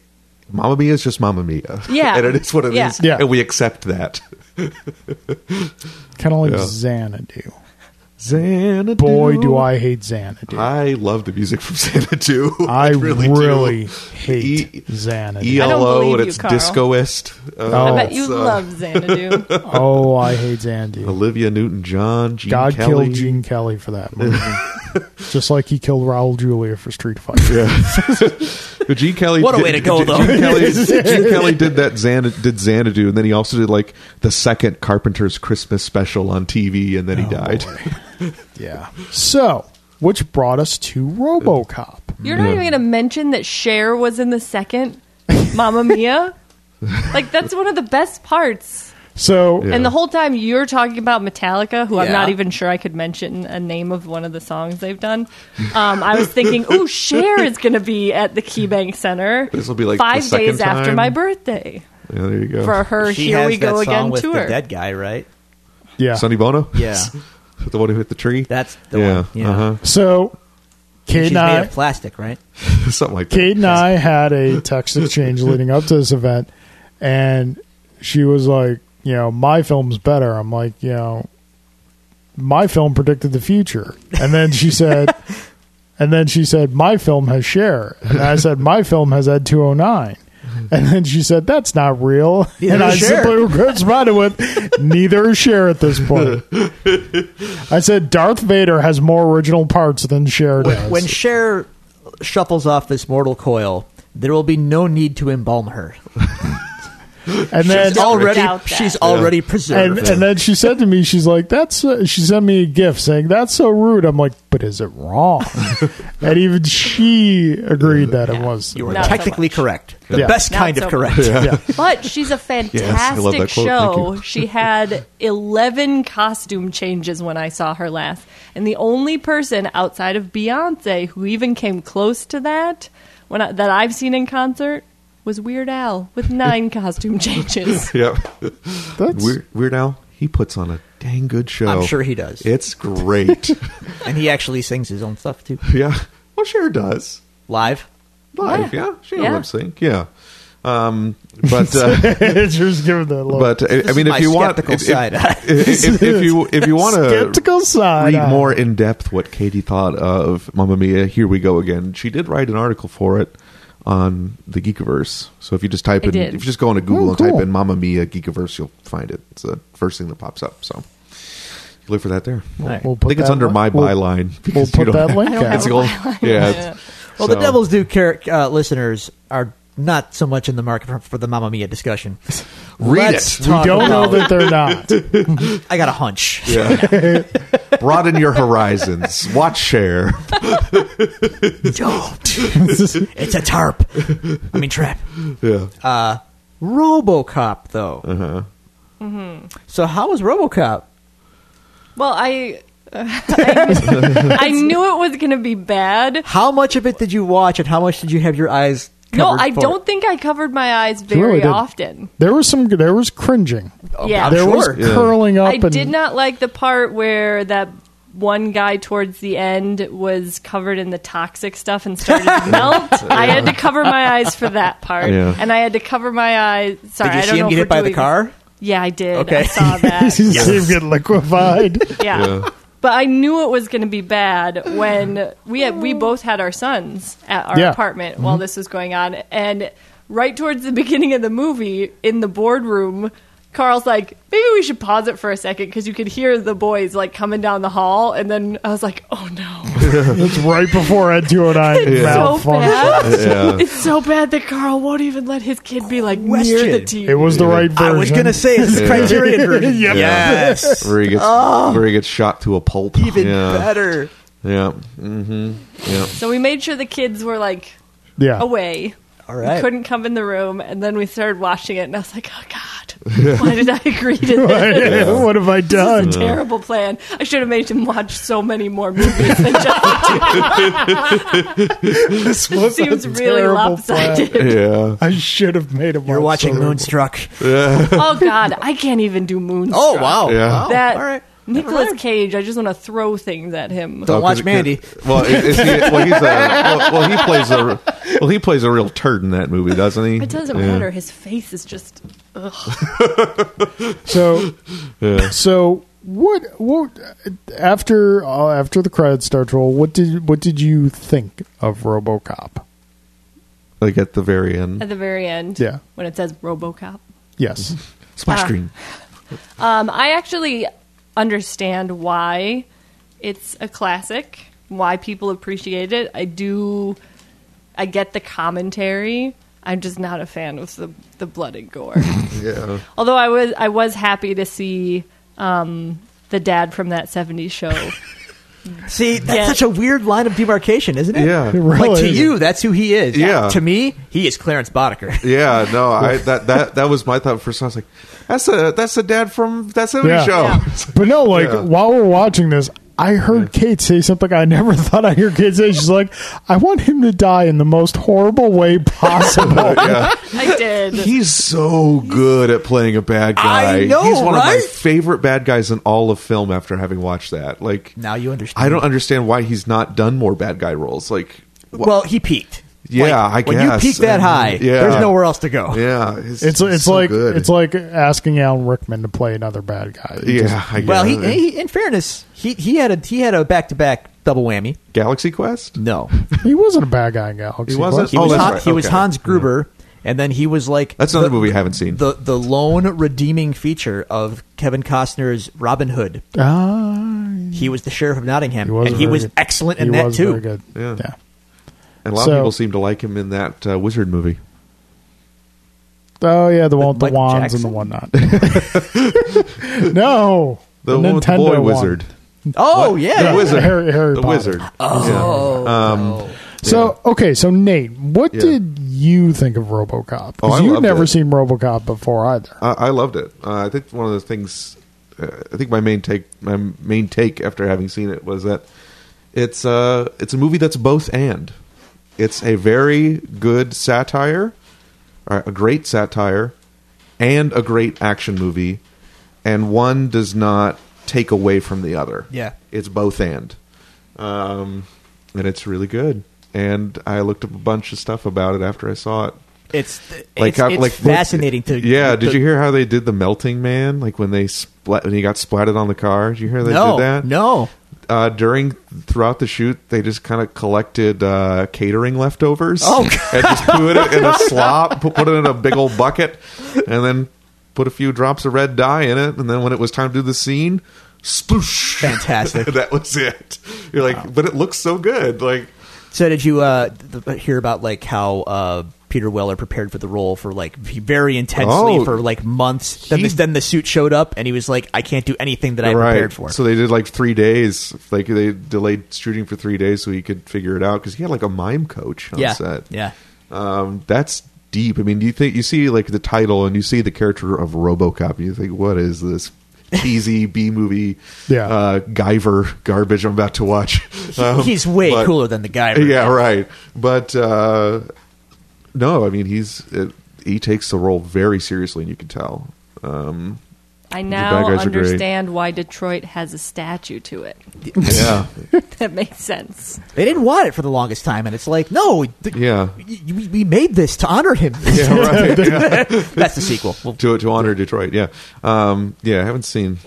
Speaker 4: Mamma Mia is just Mamma Mia.
Speaker 3: Yeah.
Speaker 4: and it is what it is.
Speaker 3: Yeah.
Speaker 1: Yeah.
Speaker 4: and we accept that.
Speaker 1: kind of like
Speaker 4: Yeah.
Speaker 1: xanadu
Speaker 4: Xanadu.
Speaker 1: boy do i hate xanadu
Speaker 4: I love the music from (laughs) Xanadu.
Speaker 1: I
Speaker 4: do. E-
Speaker 1: really hate Xanadu.
Speaker 3: I don't
Speaker 4: ELO
Speaker 3: believe
Speaker 4: and
Speaker 3: you,
Speaker 4: it's
Speaker 3: Carl.
Speaker 4: discoist. Uh,
Speaker 1: Oh.
Speaker 3: I bet you
Speaker 4: it's, uh,
Speaker 3: love
Speaker 4: (laughs)
Speaker 3: Xanadu.
Speaker 1: oh i hate xanadu
Speaker 4: Olivia Newton John.
Speaker 1: God
Speaker 4: Kelly.
Speaker 1: killed Gene Kelly for that movie. Just like he killed Raul Julia for Street Fighter.
Speaker 4: (laughs) But Gene Kelly.
Speaker 2: What a
Speaker 4: did-
Speaker 2: way to go,
Speaker 4: Gene-
Speaker 2: though.
Speaker 4: Gene
Speaker 3: (laughs)
Speaker 4: Kelly, Gene Kelly did that Xan, did Xanadu, and then he also did like the second Carpenter's Christmas special on TV, and then
Speaker 1: Oh,
Speaker 4: he died.
Speaker 1: Yeah. So, which brought us to RoboCop.
Speaker 3: You're not even going to mention that Cher was in the second
Speaker 4: (laughs)
Speaker 3: Mamma Mia? Like, that's one of the best parts.
Speaker 1: So,
Speaker 4: Yeah.
Speaker 3: And the whole time you're talking about Metallica, who I'm
Speaker 2: Yeah.
Speaker 3: not even sure I could mention a name of one of the songs they've done. Um, I
Speaker 4: (laughs)
Speaker 3: was thinking, ooh, Cher is going to be at the KeyBank Center.
Speaker 4: This will be like the
Speaker 3: five
Speaker 4: second
Speaker 3: days after
Speaker 4: time.
Speaker 3: my birthday
Speaker 4: Yeah, there you go.
Speaker 3: for her.
Speaker 2: she
Speaker 3: Here
Speaker 2: has
Speaker 3: we
Speaker 2: that
Speaker 3: go
Speaker 2: song
Speaker 3: again
Speaker 2: with
Speaker 3: tour.
Speaker 2: the dead guy, right?
Speaker 1: yeah.
Speaker 4: Sonny Bono.
Speaker 2: Yeah.
Speaker 4: (laughs) the one who hit the tree.
Speaker 2: That's the
Speaker 4: yeah,
Speaker 2: one. Yeah.
Speaker 4: Uh-huh. (laughs)
Speaker 1: So, Kate
Speaker 2: She's
Speaker 1: and
Speaker 2: made
Speaker 1: I,
Speaker 2: of plastic, right?
Speaker 4: something like that.
Speaker 1: Kate and I had a text exchange leading up to this event, and she was like, you know, my film's better. I'm like, you know, my film predicted the future. And then she said,
Speaker 2: (laughs)
Speaker 1: and then she said, my film has share. And I said, my film has Ed 209. And then she said, "That's not real."
Speaker 2: Neither
Speaker 1: and I
Speaker 2: is Cher.
Speaker 1: simply (laughs) responded with, "Neither is Cher at this
Speaker 2: (laughs)
Speaker 1: point." I said, "Darth Vader has more original parts than Cher does."
Speaker 2: When Cher shuffles off this mortal coil, there will be no need to embalm her.
Speaker 1: and then
Speaker 2: She's already
Speaker 3: Doubt that.
Speaker 2: she's already
Speaker 1: and,
Speaker 2: preserved.
Speaker 1: and then she said to me, she's like, "That's." Uh, she sent me a gift saying, "That's so rude." I'm like, "But is it
Speaker 4: (laughs)
Speaker 1: wrong?" and even she agreed that it was.
Speaker 2: you are
Speaker 3: Not so
Speaker 2: technically
Speaker 3: much.
Speaker 2: correct. The
Speaker 1: Yeah.
Speaker 2: best
Speaker 3: Not
Speaker 2: kind
Speaker 3: so
Speaker 2: of correct.
Speaker 1: Yeah.
Speaker 3: But she's a
Speaker 4: (laughs) Yes, I love that
Speaker 3: fantastic
Speaker 4: quote. Thank
Speaker 3: show.
Speaker 4: you.
Speaker 3: She had 11 costume changes when I saw her last. And the only person outside of Beyonce who even came close to that when I, that I've seen in concert was Weird Al
Speaker 4: (laughs)
Speaker 3: with nine costume changes.
Speaker 4: Yep.
Speaker 1: That's, (laughs)
Speaker 4: Weird, Weird Al. He puts on a dang good show.
Speaker 2: I'm sure he does.
Speaker 1: (laughs)
Speaker 4: It's great.
Speaker 2: And he actually sings his own stuff too.
Speaker 4: yeah. Well, sure does.
Speaker 2: Live.
Speaker 4: Live.
Speaker 3: Yeah.
Speaker 4: Yeah. She
Speaker 3: Yeah.
Speaker 4: yeah. lip sync. Yeah. Um,
Speaker 1: (laughs)
Speaker 4: but uh,
Speaker 1: just giving that look.
Speaker 4: but I, I
Speaker 2: This is
Speaker 4: mean,
Speaker 2: my
Speaker 4: if you want,
Speaker 2: skeptical
Speaker 4: if, if-
Speaker 2: side.
Speaker 4: (laughs) if, if, if you if you want to
Speaker 1: skeptical side.
Speaker 4: read
Speaker 1: eye.
Speaker 4: more in depth what Katie thought of Mamma Mia, here we go again. She did write an article for it on the Geekiverse. So if you just type
Speaker 3: I
Speaker 4: in,
Speaker 3: did.
Speaker 4: if you just go into Google
Speaker 1: Oh,
Speaker 4: and
Speaker 1: cool.
Speaker 4: type in Mamma Mia Geekiverse, you'll find it. It's the first thing that pops up. So You look for that there.
Speaker 2: Alright.
Speaker 1: We'll
Speaker 4: I
Speaker 1: put
Speaker 4: think it's
Speaker 1: that
Speaker 4: under
Speaker 1: link-
Speaker 4: my
Speaker 1: we'll-
Speaker 4: byline.
Speaker 1: We'll
Speaker 4: because you
Speaker 1: put
Speaker 4: don't
Speaker 1: that
Speaker 4: have-
Speaker 1: link.
Speaker 3: I don't
Speaker 1: out.
Speaker 4: It's
Speaker 3: know.
Speaker 1: (laughs)
Speaker 4: a gold.
Speaker 3: Yeah.
Speaker 4: Yeah.
Speaker 3: Yeah.
Speaker 4: it's-
Speaker 2: Well,
Speaker 4: so-
Speaker 2: the Devils do care. Uh, listeners are not so much in the market for, for the Mamma Mia discussion.
Speaker 4: Read
Speaker 2: Let's
Speaker 4: it.
Speaker 1: We
Speaker 2: talk
Speaker 1: don't know
Speaker 2: about-
Speaker 1: that
Speaker 3: (laughs)
Speaker 1: they're not.
Speaker 2: I got a hunch.
Speaker 4: Yeah. (laughs) Broaden your horizons. Watch
Speaker 1: (laughs)
Speaker 4: share.
Speaker 2: Don't. it's a tarp. I mean trap. Uh,
Speaker 4: Yeah. Uh-huh.
Speaker 2: RoboCop though. Mm-hmm.
Speaker 3: Mm-hmm.
Speaker 2: So how was RoboCop?
Speaker 3: Well, I. uh, (laughs) I knew it was going to be bad.
Speaker 2: How much of it did you watch, and how much did you have your eyes?
Speaker 3: No,
Speaker 2: covered
Speaker 3: I
Speaker 2: for?
Speaker 3: don't think I covered my eyes
Speaker 1: You
Speaker 3: very
Speaker 1: really didn't.
Speaker 3: often.
Speaker 1: There was some. There was cringing.
Speaker 4: Oh,
Speaker 3: Yeah.
Speaker 2: I'm
Speaker 1: there was
Speaker 2: sure.
Speaker 4: Yeah.
Speaker 1: curling up.
Speaker 3: I
Speaker 1: and (laughs)
Speaker 3: did not like the part where that one guy towards the end was covered in the toxic stuff and started
Speaker 1: (laughs)
Speaker 3: to melt. I had to cover my eyes for that part,
Speaker 4: Yeah.
Speaker 3: and I had to cover my eyes. Sorry,
Speaker 2: Did you
Speaker 3: I don't
Speaker 2: see
Speaker 3: know
Speaker 2: him
Speaker 3: if
Speaker 2: get
Speaker 3: we're
Speaker 2: hit by the
Speaker 3: doing-
Speaker 2: car?
Speaker 3: Yeah, I did. I
Speaker 2: Okay. (laughs)
Speaker 3: saw
Speaker 1: You
Speaker 3: that.
Speaker 1: see him get liquefied.
Speaker 3: yeah.
Speaker 4: Yeah.
Speaker 3: But I knew it was going to be bad when we had, we both had our sons at our
Speaker 1: Yeah. Mm-hmm.
Speaker 3: apartment while this was going on, and right towards the (laughs) beginning of the movie in the boardroom. Carl's like, maybe we should pause it for a second because you could hear the boys like coming down the hall, and then I was like, oh
Speaker 1: (laughs)
Speaker 3: no,
Speaker 1: That's right before Ed
Speaker 4: (laughs)
Speaker 1: 209
Speaker 4: It's
Speaker 3: so
Speaker 1: malfunctioned.
Speaker 3: bad!
Speaker 1: (laughs)
Speaker 4: Yeah.
Speaker 3: It's so bad that Carl won't even let his kid be like near the
Speaker 2: Question.
Speaker 3: TV.
Speaker 1: It was the right
Speaker 2: I
Speaker 1: version.
Speaker 2: was gonna
Speaker 1: (laughs)
Speaker 2: say this is
Speaker 4: Yeah. (laughs)
Speaker 2: Criterion version.
Speaker 1: Yep.
Speaker 2: Yes,
Speaker 4: Where he gets
Speaker 1: Oh.
Speaker 4: where he gets shot to a pulp.
Speaker 2: even
Speaker 4: yeah.
Speaker 2: better.
Speaker 4: Yeah.
Speaker 1: (laughs)
Speaker 4: Mm-hmm. Yeah.
Speaker 3: so we made sure the kids were like
Speaker 1: yeah.
Speaker 3: away.
Speaker 2: All
Speaker 3: We
Speaker 2: right.
Speaker 3: couldn't come in the room, and then we started watching it, and I was like, "Oh
Speaker 2: (laughs)
Speaker 3: God, why did I agree to this?
Speaker 1: (laughs) what have I done?
Speaker 3: This is a terrible plan. I should have made him watch so many more movies than just
Speaker 2: (laughs)
Speaker 1: This was
Speaker 3: seems
Speaker 1: a
Speaker 3: really
Speaker 1: terrible
Speaker 3: lopsided.
Speaker 1: plan.
Speaker 4: Yeah.
Speaker 1: I should have made him.
Speaker 2: You're
Speaker 1: watch
Speaker 2: watching
Speaker 1: the-
Speaker 2: Moonstruck.
Speaker 3: Oh God, I can't even do Moonstruck.
Speaker 2: Oh wow!
Speaker 4: Yeah.
Speaker 2: Wow.
Speaker 3: That
Speaker 2: All right.
Speaker 3: Nicolas Cage, I just want to throw things at him.
Speaker 2: Don't
Speaker 4: Oh, 'cause
Speaker 2: watch
Speaker 4: it-
Speaker 2: Mandy.
Speaker 4: Well, it- it's the- well, he's a, well, well, he plays a well, he plays a real turd in that movie, doesn't he?
Speaker 3: It doesn't
Speaker 4: Yeah.
Speaker 3: matter. His face is just
Speaker 1: So,
Speaker 4: (laughs) Yeah.
Speaker 1: so what? What after uh, after the credits start to roll? What did what did you think of RoboCop?
Speaker 4: Like at the very end,
Speaker 3: at the very end.
Speaker 1: Yeah.
Speaker 3: when it says RoboCop.
Speaker 4: (laughs)
Speaker 1: Yes.
Speaker 3: uh,
Speaker 4: splash screen.
Speaker 3: Um, I actually understand why it's a classic, why people appreciate it. I do. I get the commentary. I'm just not a fan of the the blood and (laughs) gore.
Speaker 4: Yeah.
Speaker 3: Although I was I was happy to see um, the dad from that '70s show.
Speaker 2: See, that's
Speaker 3: Yeah.
Speaker 2: such a weird line of demarcation, isn't it?
Speaker 1: (laughs)
Speaker 4: Yeah.
Speaker 1: It really
Speaker 2: like to
Speaker 1: is.
Speaker 2: you, that's who he is.
Speaker 4: Yeah.
Speaker 2: To me, he is Clarence Boddicker.
Speaker 4: (laughs) Yeah, no, I that that that was my thought first. I was like, that's a that's a dad from that movie
Speaker 1: Yeah.
Speaker 4: show.
Speaker 3: Yeah.
Speaker 1: But no, like
Speaker 4: Yeah.
Speaker 1: while we're watching this, I heard Kate say something I never (laughs) thought I'd hear Kate say. She's like, "I want him to die in the most horrible way
Speaker 4: (laughs)
Speaker 1: possible."
Speaker 3: (laughs) I did.
Speaker 4: He's so good at playing a bad guy.
Speaker 2: I know,
Speaker 4: He's one of
Speaker 2: right?
Speaker 4: my favorite bad guys in all of film after having watched that. Like
Speaker 2: Now you understand.
Speaker 4: I don't understand why he's not done more bad guy roles. Like
Speaker 2: Well, he peaked.
Speaker 4: Yeah,
Speaker 2: Like,
Speaker 4: I
Speaker 2: when
Speaker 4: guess.
Speaker 2: you peak that
Speaker 4: And-
Speaker 2: high,
Speaker 4: yeah.
Speaker 2: there's nowhere else to go.
Speaker 4: yeah, it's
Speaker 1: It's it's
Speaker 4: so
Speaker 1: like
Speaker 4: good.
Speaker 1: it's like asking Alan Rickman to play another bad guy. You
Speaker 4: yeah,
Speaker 1: just-
Speaker 4: I guess.
Speaker 2: Well, he, he in fairness, he he had a he had a back to back double whammy.
Speaker 4: Galaxy Quest.
Speaker 2: No,
Speaker 1: he wasn't a bad guy in Galaxy.
Speaker 4: He wasn't?
Speaker 1: Quest.
Speaker 2: (laughs) he
Speaker 4: Oh,
Speaker 2: was
Speaker 4: that's
Speaker 2: Han-
Speaker 4: right.
Speaker 2: he was
Speaker 4: Okay.
Speaker 2: Hans Gruber, and then he was like
Speaker 4: That's another
Speaker 2: the-
Speaker 4: movie I haven't seen.
Speaker 2: The the lone redeeming feature of Kevin Costner's Robin Hood.
Speaker 4: Oh,
Speaker 1: Ah,
Speaker 2: He was the sheriff of Nottingham,
Speaker 1: He was
Speaker 2: and he
Speaker 1: very
Speaker 2: was
Speaker 1: good.
Speaker 2: excellent in
Speaker 1: he
Speaker 2: that
Speaker 1: was
Speaker 2: too.
Speaker 1: Very good.
Speaker 4: Yeah.
Speaker 1: yeah.
Speaker 4: and a lot
Speaker 1: so-
Speaker 4: of people seem to like him in that uh, Wizard movie.
Speaker 1: Oh yeah, the one with the
Speaker 2: Michael
Speaker 1: wands and the
Speaker 2: Jackson?
Speaker 1: whatnot. (laughs)
Speaker 2: (laughs)
Speaker 1: no,
Speaker 4: The one with the
Speaker 1: Nintendo
Speaker 4: boy
Speaker 1: one. Uh,
Speaker 4: wizard.
Speaker 2: Oh
Speaker 4: What?
Speaker 2: yeah,
Speaker 4: The Wizard.
Speaker 1: Harry- Harry
Speaker 4: the
Speaker 1: Potter.
Speaker 4: Wizard. Um,
Speaker 2: Oh, no.
Speaker 1: So okay, so Nate, what
Speaker 4: Yeah.
Speaker 1: did you think of RoboCop?
Speaker 4: Oh, I
Speaker 1: Because you've
Speaker 4: loved
Speaker 1: never
Speaker 4: it.
Speaker 1: seen RoBocop before either.
Speaker 4: I, I loved it. Uh, I think one of the things, uh, I think my main take, my main take after having seen it was that it's uh, it's a movie that's both and. It's a very good satire, or a great satire, and a great action movie, and one does not take away from the other.
Speaker 2: Yeah.
Speaker 4: it's both and, um, and it's really good. And I looked up a bunch of stuff about it after I saw it
Speaker 2: it's
Speaker 4: like
Speaker 2: it's,
Speaker 4: how-
Speaker 2: it's
Speaker 4: like
Speaker 2: fascinating to
Speaker 4: yeah.
Speaker 2: to-
Speaker 4: Did you hear how they did the melting man? Like when they splat when he got splatted on the car. Did you hear they
Speaker 2: no
Speaker 4: did that?
Speaker 2: no
Speaker 4: Uh, during throughout the shoot, they just kind of collected uh, catering leftovers.
Speaker 2: Oh,
Speaker 4: and just put it
Speaker 2: (laughs)
Speaker 4: in a slop, put, put it in a big old bucket, and then put a few drops of red dye in it. And then when it was time to do the scene, sploosh.
Speaker 2: Fantastic.
Speaker 4: (laughs) that was it. You're like, but it looks so good. Like,
Speaker 2: So did you uh, th- hear about like how uh, Peter Weller prepared for the role for like v- very intensely
Speaker 4: Oh.
Speaker 2: for like months? Then,
Speaker 4: He-
Speaker 2: this, then the suit showed up, and he was like, "I can't do anything that I
Speaker 4: right.
Speaker 2: prepared for."
Speaker 4: So they did like three days. Like they delayed shooting for three days so he could figure it out because he had like a mime coach on
Speaker 2: yeah,
Speaker 4: set.
Speaker 2: yeah.
Speaker 4: Um, that's deep. I mean, do you think you see like the title and you see the character of RoboCop and you think, what is this cheesy (laughs) B movie,
Speaker 1: Yeah.
Speaker 4: uh, Guyver garbage I'm about to
Speaker 2: (laughs)
Speaker 4: watch? Um,
Speaker 2: He's way
Speaker 4: but-
Speaker 2: cooler than the guy.
Speaker 4: (laughs) Yeah, right. But uh, no, I mean he's it, he takes the role very seriously, and you
Speaker 2: (laughs)
Speaker 4: can tell. Um,
Speaker 3: (laughs) I
Speaker 4: bad
Speaker 3: now
Speaker 4: guys are great.
Speaker 3: understand why Detroit has a statue to it. (laughs)
Speaker 4: yeah,
Speaker 3: that makes sense.
Speaker 2: They didn't want it for the longest time, and it's like, no, th-
Speaker 4: yeah,
Speaker 2: y- y- we made this to honor him.
Speaker 4: (laughs) yeah,
Speaker 2: (laughs)
Speaker 4: right. yeah.
Speaker 2: That's the sequel. Well,
Speaker 4: To to honor Detroit, yeah, um, yeah. I haven't seen.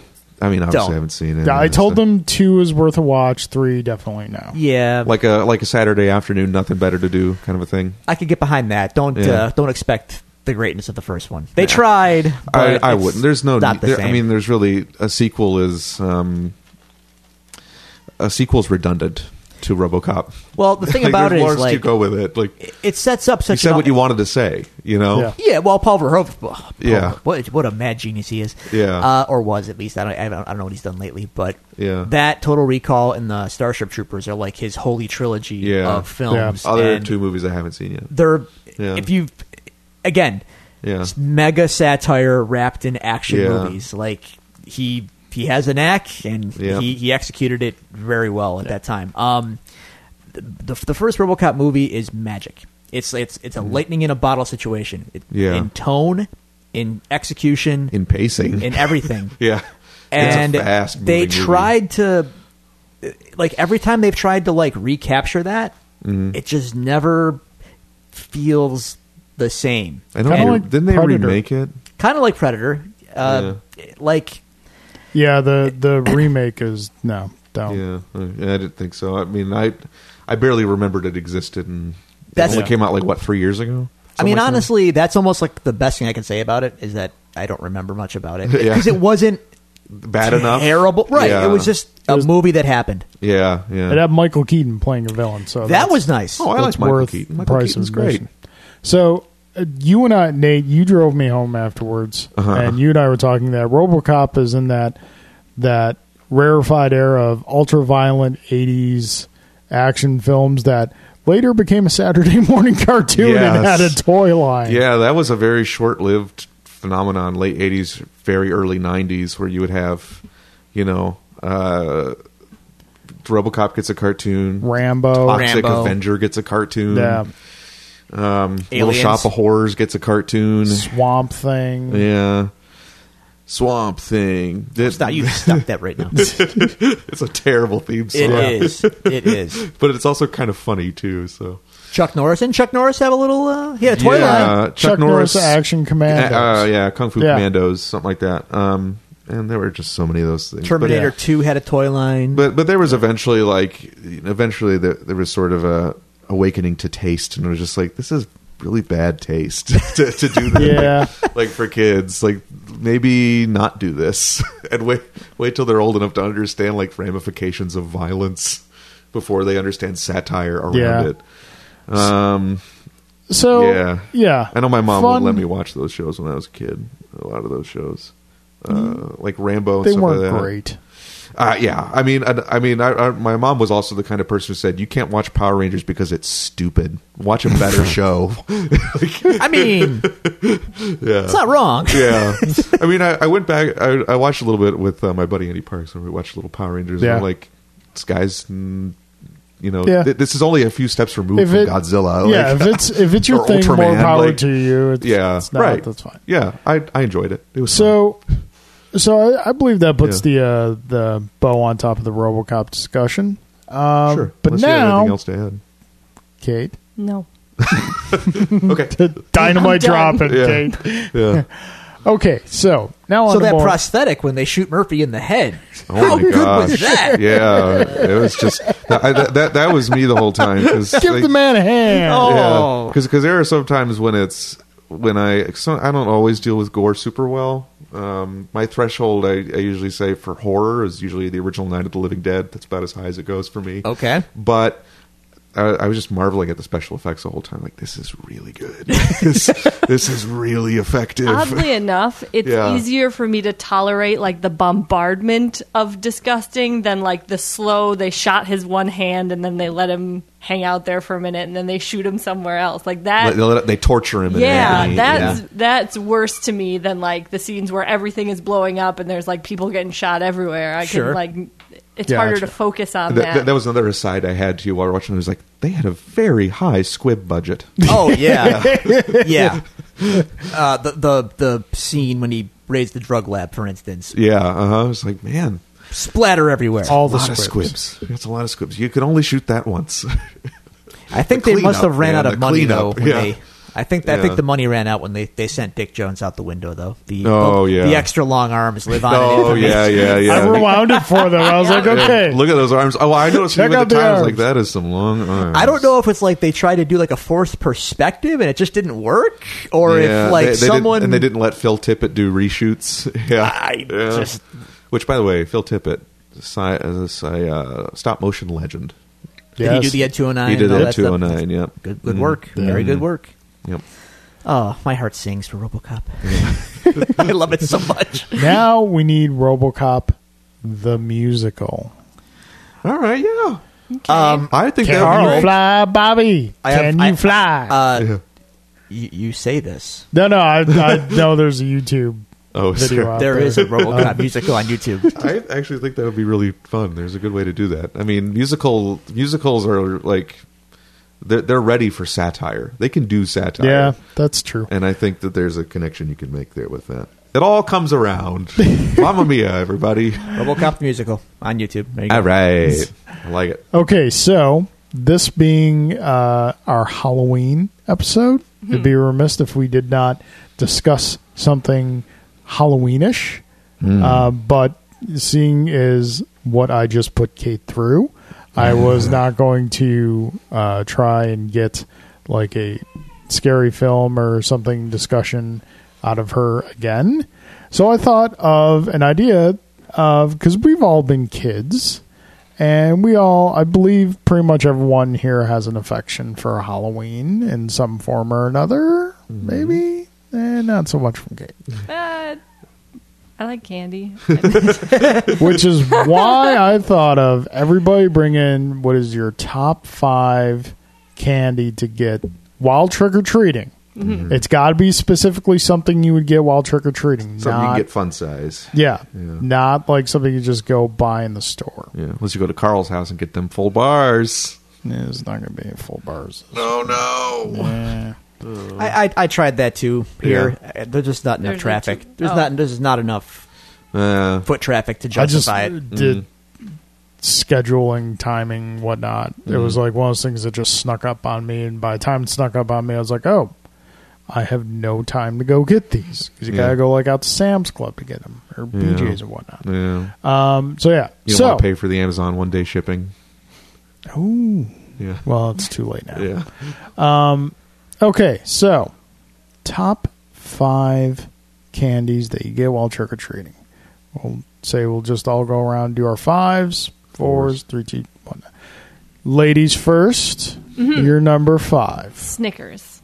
Speaker 4: I mean, obviously,
Speaker 2: Don't.
Speaker 4: I haven't seen it.
Speaker 1: Yeah, I
Speaker 4: It's
Speaker 1: told
Speaker 4: a-
Speaker 1: them two is worth a watch, three definitely no.
Speaker 2: yeah,
Speaker 4: like a like a Saturday afternoon, nothing better to do, kind of a thing.
Speaker 2: I could get behind that. Don't
Speaker 4: Yeah.
Speaker 2: uh, don't expect the greatness of the first one. They tried.
Speaker 4: I,
Speaker 2: But
Speaker 4: I
Speaker 2: it's
Speaker 4: wouldn't. There's no.
Speaker 2: Not the
Speaker 4: there-
Speaker 2: same.
Speaker 4: I mean, there's really a sequel is um, a sequel's redundant to RoboCop.
Speaker 2: well, the thing
Speaker 4: (laughs) Like,
Speaker 2: about
Speaker 4: there's
Speaker 2: it
Speaker 4: more
Speaker 2: is
Speaker 4: to
Speaker 2: like
Speaker 4: go with it. Like
Speaker 2: it sets up
Speaker 4: you
Speaker 2: such.
Speaker 4: said
Speaker 2: an-
Speaker 4: what you wanted to say. You know.
Speaker 1: Yeah.
Speaker 2: Yeah, well, Paul Verhoeven. Paul-
Speaker 4: Yeah.
Speaker 2: what what a mad genius he is.
Speaker 4: Yeah.
Speaker 2: uh, or was at least. I don't, I don't I don't know what he's done lately, but
Speaker 4: Yeah.
Speaker 2: that Total Recall and the Starship Troopers are like his holy trilogy
Speaker 4: Yeah.
Speaker 2: of films.
Speaker 1: Yeah.
Speaker 4: Other
Speaker 2: and
Speaker 4: two movies I haven't seen yet.
Speaker 2: they're
Speaker 4: Yeah.
Speaker 2: if you again,
Speaker 4: Yeah.
Speaker 2: it's mega satire wrapped in action
Speaker 4: Yeah.
Speaker 2: movies. Like he he has a knack, and
Speaker 4: Yeah.
Speaker 2: he he executed it very well at that time. Um, the, the first RoboCop movie is magic. It's it's it's a lightning in a bottle situation. It,
Speaker 4: Mm-hmm. Yeah.
Speaker 2: In tone, in execution,
Speaker 4: In pacing.
Speaker 2: in everything.
Speaker 4: (laughs) yeah.
Speaker 2: and
Speaker 4: it's a fast
Speaker 2: they tried to like every time they've tried to like recapture that,
Speaker 4: Mm-hmm.
Speaker 2: it just never feels the same.
Speaker 4: I don't
Speaker 1: Kinda
Speaker 4: know.
Speaker 1: like
Speaker 4: didn't they
Speaker 1: Predator.
Speaker 4: remake it?
Speaker 2: Kind of like Predator. Uh, Like
Speaker 1: Yeah, the the remake is no,
Speaker 2: Oh.
Speaker 1: don't.
Speaker 4: Yeah. Uh, yeah, I didn't think so. I mean, I I barely remembered it existed, and it
Speaker 2: That's-
Speaker 4: only came out like what three years ago.
Speaker 2: I mean,
Speaker 4: Something like that?
Speaker 2: honestly, that's almost like the best thing I can say about it is that I don't remember much about it
Speaker 4: (laughs) Yeah.
Speaker 2: because it wasn't
Speaker 4: bad enough,
Speaker 2: terrible. Right?
Speaker 4: Yeah.
Speaker 2: It was just a
Speaker 1: was-
Speaker 2: movie that happened.
Speaker 4: yeah, yeah.
Speaker 1: It had Michael Keaton playing a villain, so
Speaker 2: That
Speaker 1: that's-
Speaker 2: was nice.
Speaker 4: oh, I
Speaker 1: that's
Speaker 4: like Michael
Speaker 1: worth
Speaker 4: Keaton.
Speaker 1: the
Speaker 4: Michael
Speaker 1: price of
Speaker 4: Keaton's great.
Speaker 1: admission. So uh, you and I, Nate, you drove me home afterwards,
Speaker 4: Uh-huh.
Speaker 1: and you and I were talking that RoboCop is in that that rarefied era of ultra violent '80s action films that later became a Saturday (laughs) morning cartoon and had
Speaker 4: Yes.
Speaker 1: a toy line.
Speaker 4: Yeah, that was a very short-lived phenomenon, late '80s, very early '90s, where you would have, you know, uh, RoboCop gets a cartoon,
Speaker 1: Rambo.
Speaker 4: Toxic
Speaker 2: Rambo.
Speaker 4: Avenger gets a cartoon, um,
Speaker 1: Yeah,
Speaker 4: Little
Speaker 2: Aliens.
Speaker 4: Shop of Horrors gets a cartoon,
Speaker 1: Swamp Thing.
Speaker 4: yeah, Swamp Thing. That-
Speaker 2: Stop! You stop that right now. It
Speaker 4: (laughs) it's a terrible theme song,
Speaker 2: is. It is.
Speaker 4: (laughs) but it's also kind of funny too. So
Speaker 2: Chuck Norris and Chuck Norris have a little uh, he had a toy
Speaker 4: yeah,
Speaker 2: line.
Speaker 4: Chuck,
Speaker 1: Chuck Norris, Action Commandos.
Speaker 4: Uh, yeah, Kung Fu
Speaker 1: Yeah.
Speaker 4: Commandos, something like that. Um, and there were just so many of those things. But-
Speaker 2: Terminator Two had a toy line.
Speaker 4: but but there was eventually like eventually there, there was sort of a awakening to taste and it was just like this is really bad taste (laughs) to, to do that
Speaker 1: Yeah.
Speaker 4: like, like for kids like maybe not do this (laughs) and wait wait till they're old enough to understand like ramifications of violence before they understand satire around
Speaker 1: Yeah.
Speaker 4: it um
Speaker 1: So
Speaker 4: yeah.
Speaker 1: yeah, yeah.
Speaker 4: I know my mom
Speaker 1: Fun-
Speaker 4: would let me watch those shows when I was a kid. A lot of those shows, uh, like Rambo.
Speaker 1: Mm-hmm.
Speaker 4: And
Speaker 1: They
Speaker 4: stuff
Speaker 1: weren't
Speaker 4: like that.
Speaker 1: great.
Speaker 4: Uh, yeah, I mean, I, I mean, I, I, my mom was also the kind of person who said, "You can't watch Power Rangers because it's stupid. Watch
Speaker 1: (laughs)
Speaker 4: a better show."
Speaker 2: I
Speaker 4: (laughs)
Speaker 2: mean, it's not wrong.
Speaker 4: yeah, (laughs) I mean, I, I went back. I, I watched a little bit with uh, my buddy Andy Parks, and we watched little Power Rangers.
Speaker 1: Yeah.
Speaker 4: And we're like, this guy's, mm, you know,
Speaker 1: Yeah.
Speaker 4: th- this is only a few steps removed
Speaker 1: If
Speaker 4: from
Speaker 1: it-
Speaker 4: Godzilla.
Speaker 1: yeah,
Speaker 4: like- (laughs)
Speaker 1: if it's if it's your
Speaker 4: or
Speaker 1: thing, more
Speaker 4: Ultraman,
Speaker 1: power
Speaker 4: like-
Speaker 1: to you. It's,
Speaker 4: yeah,
Speaker 1: it's not,
Speaker 4: right.
Speaker 1: That's fine.
Speaker 4: Yeah, I I enjoyed it. It was
Speaker 1: So, so I, I believe that puts
Speaker 4: Yeah.
Speaker 1: the uh, the bow on top of the RoboCop discussion. Um,
Speaker 4: fun. sure.
Speaker 1: but
Speaker 4: Unless you had
Speaker 1: now,
Speaker 4: anything else to add?
Speaker 1: Kate, (laughs)
Speaker 3: No.
Speaker 4: Okay.
Speaker 1: dynamite
Speaker 3: I'm done.
Speaker 1: dropping,
Speaker 4: Yeah.
Speaker 1: Kate. (laughs)
Speaker 4: Yeah.
Speaker 1: Okay, so now on
Speaker 2: So
Speaker 1: to
Speaker 2: that
Speaker 1: more-
Speaker 2: prosthetic when they shoot Murphy in the head.
Speaker 4: Oh my
Speaker 2: good
Speaker 4: gosh.
Speaker 2: was that?
Speaker 4: Yeah, it was just I, that, that. That was me the whole time. Cause
Speaker 1: give
Speaker 4: like,
Speaker 1: the man a hand.
Speaker 2: Oh.
Speaker 4: because there are some times when it's when I so I don't always deal with gore super well. Um, my threshold, I, I usually say for horror, is usually the original Night of the Living Dead. That's about as high as it goes for me.
Speaker 2: Okay.
Speaker 4: but. I, I was just marveling at the special effects the whole time. Like, this is really good. this, this is really effective.
Speaker 3: Oddly enough, it's
Speaker 4: Yeah.
Speaker 3: easier for me to tolerate like the bombardment of disgusting than like the slow they shot his one hand and then they let him hang out there for a minute and then they shoot him somewhere else. Like that
Speaker 4: They- they, they torture him. in
Speaker 3: Yeah,
Speaker 4: agony.
Speaker 3: that's
Speaker 4: Yeah.
Speaker 3: that's worse to me than like the scenes where everything is blowing up and there's like people getting shot everywhere. I
Speaker 2: Sure.
Speaker 3: can like it's
Speaker 1: Yeah,
Speaker 3: harder
Speaker 1: that's
Speaker 3: to
Speaker 1: right.
Speaker 3: focus on
Speaker 4: Th-
Speaker 3: that.
Speaker 4: th- that was another aside I had to you while we were watching. It was like they had a very high squib budget. (laughs)
Speaker 2: Oh yeah, yeah. Uh, the the the scene when he raised the drug lab, for instance,
Speaker 4: yeah, uh-huh. I was like, man,
Speaker 2: splatter everywhere.
Speaker 1: All
Speaker 4: a
Speaker 1: the
Speaker 4: lot
Speaker 1: squibs.
Speaker 4: of squibs. That's a lot of squibs. You can only shoot that once. (laughs)
Speaker 2: I think
Speaker 4: The
Speaker 2: they must
Speaker 4: cleanup,
Speaker 2: have ran
Speaker 4: man,
Speaker 2: out of
Speaker 4: the
Speaker 2: money
Speaker 4: cleanup,
Speaker 2: though. When
Speaker 4: yeah.
Speaker 2: they, I think I
Speaker 4: Yeah.
Speaker 2: think the money ran out when they, they sent Dick Jones out the window though. The
Speaker 4: Oh,
Speaker 2: the,
Speaker 4: yeah.
Speaker 2: the extra long arms live on. in
Speaker 4: oh
Speaker 2: infamy.
Speaker 4: yeah, yeah,
Speaker 1: I
Speaker 4: yeah.
Speaker 1: rewound it for them. I was
Speaker 2: (laughs)
Speaker 1: like,
Speaker 4: Yeah,
Speaker 1: okay.
Speaker 4: Look at those arms. Oh, I noticed
Speaker 1: Check
Speaker 4: even at
Speaker 1: out
Speaker 4: the
Speaker 1: the
Speaker 4: time. I was like,
Speaker 1: arms.
Speaker 4: that is some long arms.
Speaker 2: I don't know if it's like they tried to do like a fourth perspective and it just didn't work, or
Speaker 4: Yeah,
Speaker 2: if like
Speaker 4: they- they didn't-
Speaker 2: someone
Speaker 4: and they didn't let Phil Tippett do reshoots. (laughs) Yeah,
Speaker 2: I
Speaker 4: Yeah.
Speaker 2: just-
Speaker 4: Which, by the way, Phil Tippett, sci- is a uh, stop motion legend.
Speaker 2: did he do the Ed two hundred nine?
Speaker 4: He did
Speaker 2: and all
Speaker 4: Ed
Speaker 2: that stuff?
Speaker 4: two hundred nine. Yep.
Speaker 2: Good, good
Speaker 4: Mm.
Speaker 2: work. Very good work.
Speaker 4: Yep.
Speaker 2: Oh, my heart sings for RoboCop. (laughs) I love it so
Speaker 4: (laughs)
Speaker 2: much.
Speaker 1: now we need RoboCop the musical.
Speaker 4: All right. Yeah.
Speaker 2: Um,
Speaker 4: I think
Speaker 1: Can
Speaker 4: that would be
Speaker 1: you
Speaker 4: great.
Speaker 1: fly, Bobby?
Speaker 2: I have-
Speaker 1: Can
Speaker 2: I-
Speaker 1: you fly?
Speaker 2: uh,
Speaker 4: Yeah.
Speaker 2: you, you say this.
Speaker 1: no, no, I, I know there's a YouTube.
Speaker 4: Oh,
Speaker 1: Video
Speaker 4: sorry.
Speaker 1: out
Speaker 2: There
Speaker 4: (laughs)
Speaker 2: is a RoboCop
Speaker 1: Um,
Speaker 2: musical on YouTube.
Speaker 4: I actually think that would be really fun. There's a good way to do that. I mean, musical musicals are like they're they're ready for satire. They can do satire.
Speaker 1: Yeah, that's true.
Speaker 4: and I think that there's a connection you can make there with that. It all
Speaker 1: (laughs)
Speaker 4: comes around. Mamma mia, everybody!
Speaker 2: RoboCop musical on YouTube. There you go.
Speaker 4: All right, I like it.
Speaker 1: Okay, so this being uh, our Halloween episode, it'd be remiss if we did not discuss something Halloweenish. Uh, but seeing is what I just put Kate through, I was not going to uh, try and get like a scary film or something discussion out of her again. So I thought of an idea of because we've all been kids. And we all, I believe, pretty much everyone here has an affection for Halloween in some form or another.
Speaker 4: Mm-hmm.
Speaker 1: Maybe, and not so much from
Speaker 4: (laughs)
Speaker 1: Kate,
Speaker 3: Uh, I like candy.
Speaker 1: which is why I thought of everybody bring in what is your top five candy to get while trick or treating.
Speaker 4: Mm-hmm.
Speaker 1: It's got to be specifically something you would get while trick or treating,
Speaker 4: Something
Speaker 1: not
Speaker 4: you can get fun size.
Speaker 1: yeah,
Speaker 4: Yeah.
Speaker 1: not like something you just go buy in the store.
Speaker 4: Yeah, unless you go to Carl's house and get them full bars.
Speaker 1: It's not going to be full bars. Eh.
Speaker 4: No, no.
Speaker 1: Yeah.
Speaker 2: I, I I tried that too here. Uh, There's just not enough
Speaker 3: There's not
Speaker 2: traffic.
Speaker 3: too-
Speaker 2: there's
Speaker 3: oh.
Speaker 2: not there's not enough
Speaker 4: Uh,
Speaker 2: foot traffic to
Speaker 1: I just
Speaker 2: justify it.
Speaker 1: did
Speaker 4: Mm.
Speaker 1: scheduling, timing, whatnot. It
Speaker 4: Mm.
Speaker 1: was like one of those things that just snuck up on me, and by the time it snuck up on me, I was like, oh, I have no time to go get these 'Cause you
Speaker 4: Yeah.
Speaker 1: gotta go like out to Sam's Club to get them or
Speaker 4: Yeah.
Speaker 1: BJ's and whatnot.
Speaker 4: yeah.
Speaker 1: Um, so yeah,
Speaker 4: You don't
Speaker 1: so
Speaker 4: want to pay for the Amazon one day shipping.
Speaker 1: Ooh.
Speaker 4: Yeah.
Speaker 1: well, it's too late now.
Speaker 4: Yeah.
Speaker 1: Okay, so top five candies that you get while trick or treating. We'll say we'll just all go around do our fives, fours, three, two, one. Ladies 1st
Speaker 3: Mm-hmm.
Speaker 1: Your number five,
Speaker 3: Snickers.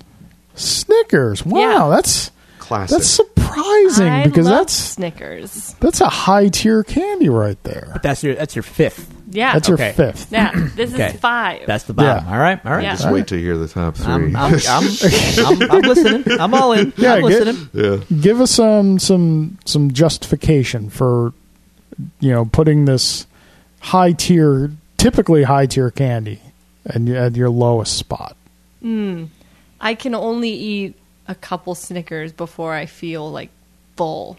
Speaker 1: Snickers. Wow,
Speaker 3: Yeah.
Speaker 1: that's
Speaker 4: Classic.
Speaker 1: that's surprising
Speaker 3: I
Speaker 1: because
Speaker 3: love
Speaker 1: that's
Speaker 3: Snickers.
Speaker 1: that's a high tier candy right there.
Speaker 2: That's your that's your fifth.
Speaker 3: Yeah.
Speaker 1: That's
Speaker 2: okay.
Speaker 1: your fifth.
Speaker 2: (clears throat)
Speaker 3: Yeah. This
Speaker 2: Okay.
Speaker 3: is five.
Speaker 2: That's the bottom.
Speaker 1: Yeah.
Speaker 2: All right. All right.
Speaker 3: Yeah.
Speaker 4: Just wait to hear the top 3
Speaker 2: I'm, I'm, I'm,
Speaker 4: (laughs)
Speaker 2: I'm, I'm listening. I'm all in.
Speaker 1: Yeah,
Speaker 2: I'm
Speaker 1: get-
Speaker 2: listening.
Speaker 4: yeah.
Speaker 1: Give us some some some justification for you know putting this high tier, typically high tier candy, and at your lowest spot.
Speaker 3: I can only eat a couple Snickers before I feel like full.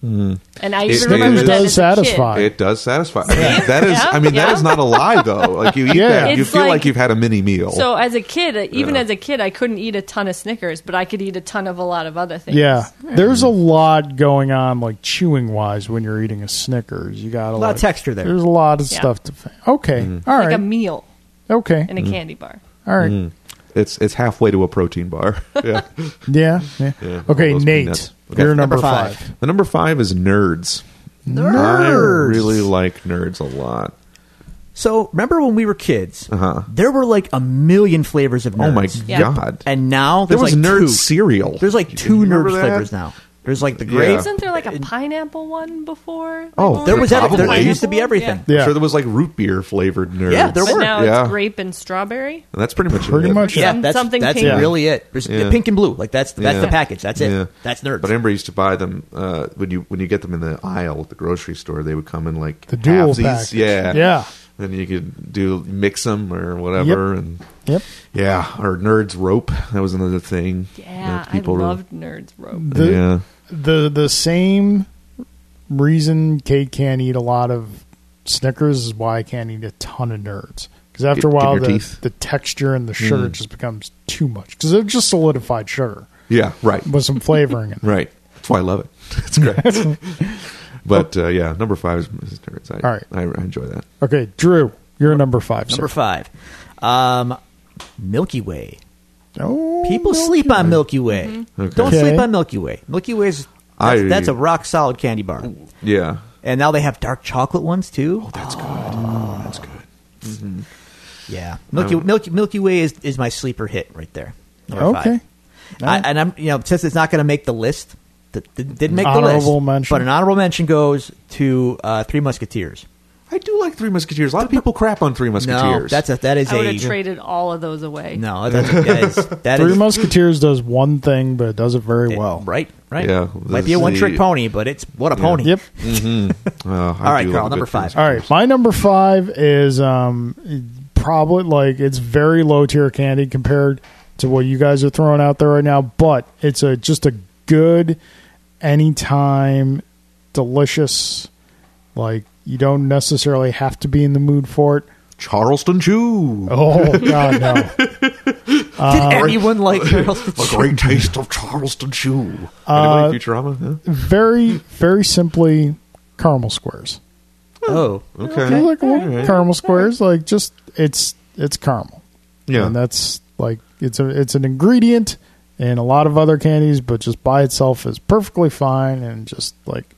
Speaker 2: Hmm.
Speaker 3: And I
Speaker 4: It-
Speaker 3: even remember
Speaker 4: it
Speaker 3: that
Speaker 1: does
Speaker 3: as a kid.
Speaker 1: satisfy.
Speaker 4: It does satisfy. I mean, that is, I mean, that
Speaker 3: Yeah.
Speaker 4: is not a lie though. Like you eat
Speaker 1: Yeah.
Speaker 4: that, you
Speaker 3: It's
Speaker 4: feel like,
Speaker 3: like-
Speaker 4: you've had a mini meal.
Speaker 3: So as a kid, uh, even
Speaker 4: Yeah.
Speaker 3: as a kid, I couldn't eat a ton of Snickers, but I could eat a ton of a lot of other things.
Speaker 1: Yeah, there's a lot going on, like chewing wise, when you're eating a Snickers. You got a,
Speaker 2: lot
Speaker 1: like-
Speaker 2: of texture there.
Speaker 1: There's a lot of
Speaker 3: Yeah.
Speaker 4: Mm.
Speaker 1: stuff to. fa- Okay, all
Speaker 3: like
Speaker 1: right,
Speaker 3: a meal
Speaker 2: Mm-hmm.
Speaker 1: okay,
Speaker 3: and a candy bar.
Speaker 4: Mm.
Speaker 1: all right.
Speaker 4: It's it's halfway to a protein bar. (laughs) Yeah.
Speaker 1: Yeah. yeah.
Speaker 4: Yeah, one of
Speaker 1: okay,
Speaker 4: those
Speaker 1: Nate,
Speaker 4: peanuts. Okay.
Speaker 1: you're number,
Speaker 2: Number
Speaker 1: five.
Speaker 2: five.
Speaker 4: the number five is nerds. I
Speaker 2: Nerds.
Speaker 4: really like nerds a lot.
Speaker 2: So remember when we were kids?
Speaker 4: Uh-huh.
Speaker 2: There were like a million flavors of nerds.
Speaker 4: Oh my
Speaker 3: Yeah.
Speaker 4: god!
Speaker 2: And now
Speaker 4: there
Speaker 2: there's
Speaker 4: was
Speaker 2: like
Speaker 4: nerd
Speaker 2: two.
Speaker 4: cereal.
Speaker 2: There's like
Speaker 4: You
Speaker 2: two
Speaker 4: remember
Speaker 2: nerd
Speaker 4: that?
Speaker 2: flavors now. There's like the
Speaker 4: Yeah.
Speaker 2: grapes.
Speaker 3: Isn't there like
Speaker 4: Uh,
Speaker 3: a pineapple one before?
Speaker 4: Oh,
Speaker 3: Like,
Speaker 2: There
Speaker 3: only
Speaker 2: was
Speaker 3: like
Speaker 2: every, there, there
Speaker 4: Probably.
Speaker 2: used to be
Speaker 3: pineapple one?
Speaker 2: everything.
Speaker 3: Yeah.
Speaker 1: Yeah.
Speaker 4: I'm sure there was like root beer flavored nerds.
Speaker 2: Yeah, there
Speaker 3: But
Speaker 2: were.
Speaker 3: now
Speaker 4: yeah.
Speaker 3: it's grape and strawberry.
Speaker 4: And that's pretty much
Speaker 1: Pretty
Speaker 4: it.
Speaker 1: much.
Speaker 2: Yeah,
Speaker 3: Some-
Speaker 2: that's
Speaker 3: something
Speaker 2: that's
Speaker 3: pink.
Speaker 2: really it. There's
Speaker 4: Yeah.
Speaker 2: The pink and blue, like that's that's the
Speaker 4: Yeah.
Speaker 2: package. That's it.
Speaker 4: Yeah.
Speaker 2: That's nerds.
Speaker 4: But I remember I used to buy them uh, when you when you get them in the aisle at the grocery store. They would come in like
Speaker 1: The dual
Speaker 4: halfsies.
Speaker 1: package.
Speaker 4: Yeah,
Speaker 1: Yeah.
Speaker 4: Then you could do mix them or whatever, and
Speaker 1: Yep.
Speaker 4: yeah, or nerds rope. That was another thing.
Speaker 3: Yeah,
Speaker 4: that
Speaker 3: I
Speaker 4: really-
Speaker 3: loved Nerds
Speaker 2: Mm.
Speaker 3: Rope.
Speaker 1: The-
Speaker 4: yeah,
Speaker 1: the the same reason Kate can't eat a lot of Snickers is why I can't eat a ton of Nerds. Because after a
Speaker 4: Get- get
Speaker 1: while,
Speaker 4: your
Speaker 1: the,
Speaker 4: teeth. Mm.
Speaker 1: the texture and the sugar just becomes too much. Because they're just solidified sugar
Speaker 4: yeah, right,
Speaker 1: with some flavoring in it.
Speaker 4: (laughs) right. That's why I love it. (laughs)
Speaker 1: (laughs)
Speaker 4: It's great. but uh, yeah, number five is, is nerds. I,
Speaker 1: All right.
Speaker 4: I, I enjoy that.
Speaker 1: Okay, Drew, you're number five.
Speaker 2: Number
Speaker 1: sir.
Speaker 2: five, um, Milky Way.
Speaker 1: Oh,
Speaker 2: People
Speaker 1: no.
Speaker 2: sleep on Milky Way.
Speaker 4: Mm-hmm. Okay.
Speaker 2: Don't
Speaker 1: Okay.
Speaker 2: sleep on Milky Way. Milky Way's that's,
Speaker 4: I-
Speaker 2: that's a rock solid candy bar.
Speaker 4: Yeah,
Speaker 2: And now they have dark chocolate ones too.
Speaker 4: that's good. Oh, that's good.
Speaker 2: Yeah, Milky Milky Milky Way is, is my sleeper hit right there. Number
Speaker 1: Okay.
Speaker 2: five. I, and I'm you know since it's not going to make the list, th- th- didn't make the
Speaker 1: Honorable
Speaker 2: list,
Speaker 1: mention.
Speaker 2: but an honorable mention goes to uh, Three Musketeers.
Speaker 4: I do like Three Musketeers. A lot of people crap on Three
Speaker 2: No,
Speaker 4: Musketeers.
Speaker 2: that's a that is
Speaker 3: I would
Speaker 2: a
Speaker 3: have traded all of those away.
Speaker 2: no. That's, that
Speaker 1: (laughs)
Speaker 2: is that
Speaker 1: Three
Speaker 2: is-
Speaker 1: Musketeers does one thing, but it does it very
Speaker 2: it-
Speaker 1: well.
Speaker 2: Right, right.
Speaker 4: Yeah,
Speaker 2: might be a
Speaker 4: this-
Speaker 2: one trick
Speaker 4: the-
Speaker 2: pony, but it's what a pony.
Speaker 1: Yep.
Speaker 4: Uh, I
Speaker 2: All right,
Speaker 4: do love
Speaker 2: Carl,
Speaker 4: a good
Speaker 2: number
Speaker 4: Three
Speaker 2: five.
Speaker 1: All right, my number five is um probably like it's very low tier candy compared to what you guys are throwing out there right now, but it's a just a good anytime delicious like you don't necessarily have to be in the mood for it.
Speaker 4: Charleston Chew.
Speaker 1: (laughs) Oh god no. uh,
Speaker 2: Did
Speaker 1: (laughs)
Speaker 2: anyone like Charles?
Speaker 4: A great taste of Charleston Chew.
Speaker 1: Uh,
Speaker 4: Anybody Futurama? Yeah.
Speaker 1: Very very simply caramel squares.
Speaker 2: oh,
Speaker 4: Okay.
Speaker 1: They're like little
Speaker 4: Alright.
Speaker 1: caramel squares like just it's it's caramel.
Speaker 4: Yeah.
Speaker 1: and that's like it's a it's an ingredient in a lot of other candies, but just by itself is perfectly fine and just like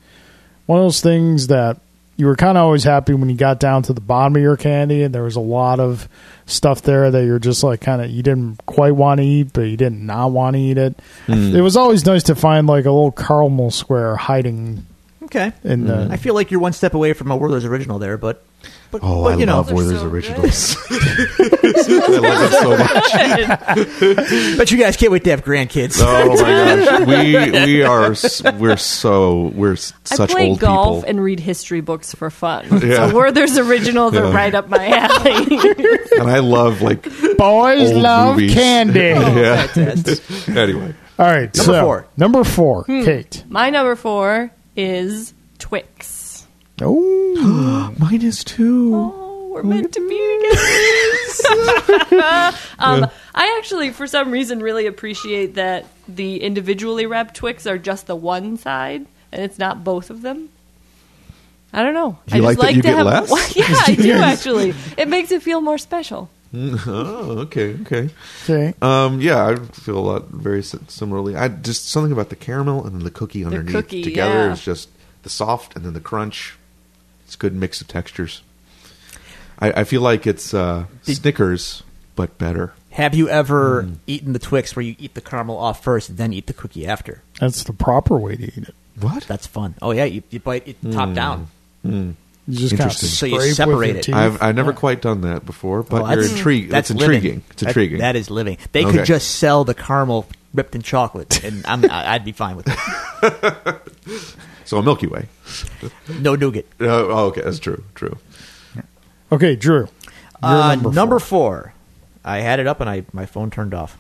Speaker 1: one of those things that you were kind of always happy when you got down to the bottom of your candy and there was a lot of stuff there that you're just like kind of you didn't quite want to eat but you didn't not want to eat it.
Speaker 4: Hmm.
Speaker 1: It was always nice to find like a little caramel square hiding
Speaker 2: okay.
Speaker 1: in the
Speaker 2: I feel like you're one step away from a Werther's original there, but but,
Speaker 4: oh,
Speaker 2: but
Speaker 4: I
Speaker 2: you know,
Speaker 4: love
Speaker 3: they're
Speaker 4: Werther's
Speaker 3: so
Speaker 4: originals. I love them so much.
Speaker 2: but you guys can't wait to have grandkids.
Speaker 4: (laughs) Oh
Speaker 3: (laughs)
Speaker 4: my gosh, we we are s- we're so we're s-
Speaker 3: I
Speaker 4: such
Speaker 3: play
Speaker 4: old
Speaker 3: golf
Speaker 4: people.
Speaker 3: and read history books
Speaker 4: (laughs)
Speaker 3: for fun.
Speaker 4: Yeah.
Speaker 3: So Werther's originals are
Speaker 4: Yeah.
Speaker 3: right up my alley. (laughs)
Speaker 4: (laughs) and I love like
Speaker 1: boys
Speaker 4: Hmm. Old
Speaker 1: love
Speaker 4: movies.
Speaker 1: candy. All
Speaker 4: (laughs)
Speaker 3: Oh,
Speaker 4: yeah.
Speaker 2: Fantastic.
Speaker 4: (laughs) Anyway, (gasps)
Speaker 1: right,
Speaker 2: Number
Speaker 1: so
Speaker 2: four.
Speaker 1: number 4, Kate.
Speaker 3: my number four is Twix.
Speaker 1: Oh.
Speaker 4: mine is too.
Speaker 3: Oh, we're meant to be together. (laughs) um, I actually, for some reason, really appreciate that the individually wrapped Twix are just the one side, and it's not both of them. I don't know. I
Speaker 4: You
Speaker 3: just
Speaker 4: like that you
Speaker 3: to
Speaker 4: get
Speaker 3: have.
Speaker 4: less?
Speaker 3: (laughs) yeah,
Speaker 4: (laughs)
Speaker 3: I do actually. It makes it feel more special.
Speaker 4: (laughs) Oh, okay, okay.
Speaker 1: Okay.
Speaker 4: Um, yeah, I feel a lot very si- similarly. I just something about the caramel and the cookie underneath
Speaker 3: cookie,
Speaker 4: together
Speaker 3: yeah.
Speaker 4: is just the soft and then the crunch. It's a good mix of textures. I, I feel like it's uh, Snickers, but better.
Speaker 2: Have you ever
Speaker 4: Mm.
Speaker 2: eaten the Twix where you eat the caramel off first and then eat the cookie after?
Speaker 1: That's the proper way to eat it.
Speaker 4: What?
Speaker 2: That's fun. Oh yeah, you, you bite it top
Speaker 4: Mm.
Speaker 2: down.
Speaker 1: You just kind of
Speaker 4: Interesting.
Speaker 2: So you separate it.
Speaker 4: I've I've never quite done that before, but
Speaker 2: Oh,
Speaker 4: you're
Speaker 2: that's-
Speaker 4: intrigued. That's
Speaker 2: living.
Speaker 4: intriguing. It's
Speaker 2: That-
Speaker 4: intriguing.
Speaker 2: that is living. They
Speaker 4: Okay.
Speaker 2: could just sell the caramel ripped in chocolate, and
Speaker 4: (laughs)
Speaker 2: I'm, I- I'd be fine with it.
Speaker 4: so a Milky Way.
Speaker 2: No nougat.
Speaker 4: Uh, oh, okay, that's true. True.
Speaker 1: Okay, Drew. you're
Speaker 2: Uh,
Speaker 1: number, four.
Speaker 2: I had it up and I my phone turned off.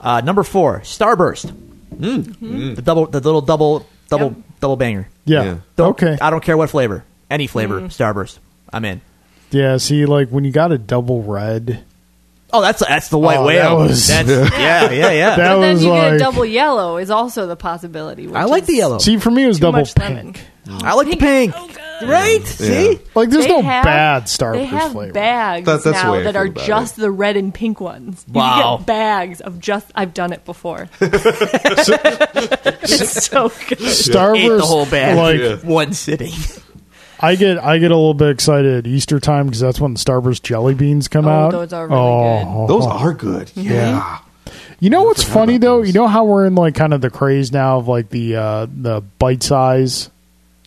Speaker 2: Uh, number four, Starburst.
Speaker 4: Mm.
Speaker 2: Mm-hmm. The double, the little double, double,
Speaker 3: Yep.
Speaker 2: double banger.
Speaker 1: Yeah.
Speaker 4: Yeah.
Speaker 2: Don't-
Speaker 1: Okay.
Speaker 2: I don't care what flavor, any flavor, Starburst. I'm in.
Speaker 1: yeah. See, like when you got a double red,
Speaker 2: Oh, that's that's the white
Speaker 1: Oh, that
Speaker 2: whale.
Speaker 1: was- (laughs)
Speaker 2: that's, yeah, yeah, yeah.
Speaker 1: That
Speaker 3: but then
Speaker 1: was
Speaker 3: you get
Speaker 1: like-
Speaker 3: a double yellow is also the possibility. Which
Speaker 2: I like the
Speaker 3: is
Speaker 2: yellow.
Speaker 1: see, for me it was double
Speaker 3: much
Speaker 1: pink.
Speaker 3: lemon.
Speaker 2: I like the pink. (laughs)
Speaker 3: so good. Right? See?
Speaker 4: Yeah.
Speaker 1: Like, there's
Speaker 3: Oh, They
Speaker 1: no
Speaker 3: have-
Speaker 1: bad Star
Speaker 3: They
Speaker 1: Wars
Speaker 3: have
Speaker 1: flavor.
Speaker 3: bags
Speaker 4: That- that's the way
Speaker 3: now
Speaker 4: I
Speaker 3: that
Speaker 4: feel
Speaker 3: are
Speaker 4: about
Speaker 3: just the red and pink ones. You can
Speaker 2: Wow.
Speaker 3: get bags of just. I've done it before. it's so good.
Speaker 1: Star
Speaker 2: Ate
Speaker 1: Wars,
Speaker 2: the whole bag
Speaker 1: like
Speaker 4: Yeah.
Speaker 2: one
Speaker 1: (laughs)
Speaker 2: sitting.
Speaker 1: I get, I get a little bit excited Easter time because that's when Starburst jelly beans come
Speaker 3: Oh,
Speaker 1: out.
Speaker 3: those are really
Speaker 1: Oh.
Speaker 4: Those are good. Yeah.
Speaker 1: You know what's
Speaker 4: forgot
Speaker 1: funny
Speaker 4: about
Speaker 1: though?
Speaker 4: those.
Speaker 1: You know how we're in like kind of the craze now of like the uh the bite size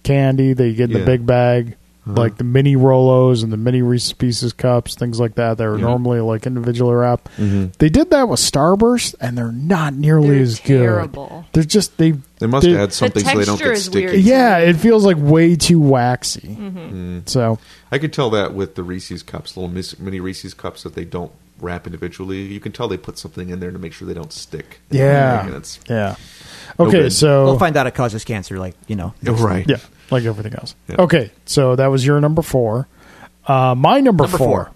Speaker 1: candy that you get in
Speaker 4: Yeah. Uh-huh.
Speaker 1: the big bag, like the mini Rolos and the mini Reese's Pieces cups, things like that. That are
Speaker 4: Yeah. Mm-hmm.
Speaker 1: normally like individually wrapped. They did that with Starburst, and they're not nearly
Speaker 3: They're
Speaker 1: as
Speaker 3: terrible.
Speaker 1: good. They're just they
Speaker 4: They must
Speaker 1: they-
Speaker 4: add something so they don't
Speaker 3: texture
Speaker 4: get
Speaker 3: is
Speaker 4: sticky.
Speaker 3: weird.
Speaker 1: Yeah, it feels like way too waxy.
Speaker 3: Mm-hmm.
Speaker 4: Mm.
Speaker 1: So
Speaker 4: I could tell that with the Reese's cups, little mis- mini Reese's cups that they don't wrap individually. You can tell they put something in there to make sure they don't stick. in the bag, and
Speaker 1: yeah,
Speaker 4: it's-
Speaker 1: yeah.
Speaker 4: no
Speaker 1: Okay,
Speaker 4: good.
Speaker 1: so
Speaker 2: We'll find out it causes cancer, like, you know.
Speaker 4: Yeah, right.
Speaker 1: Yeah, like everything else.
Speaker 4: Yeah.
Speaker 1: Okay, so that was your number four. Uh, my number,
Speaker 2: Number
Speaker 1: four,
Speaker 2: four.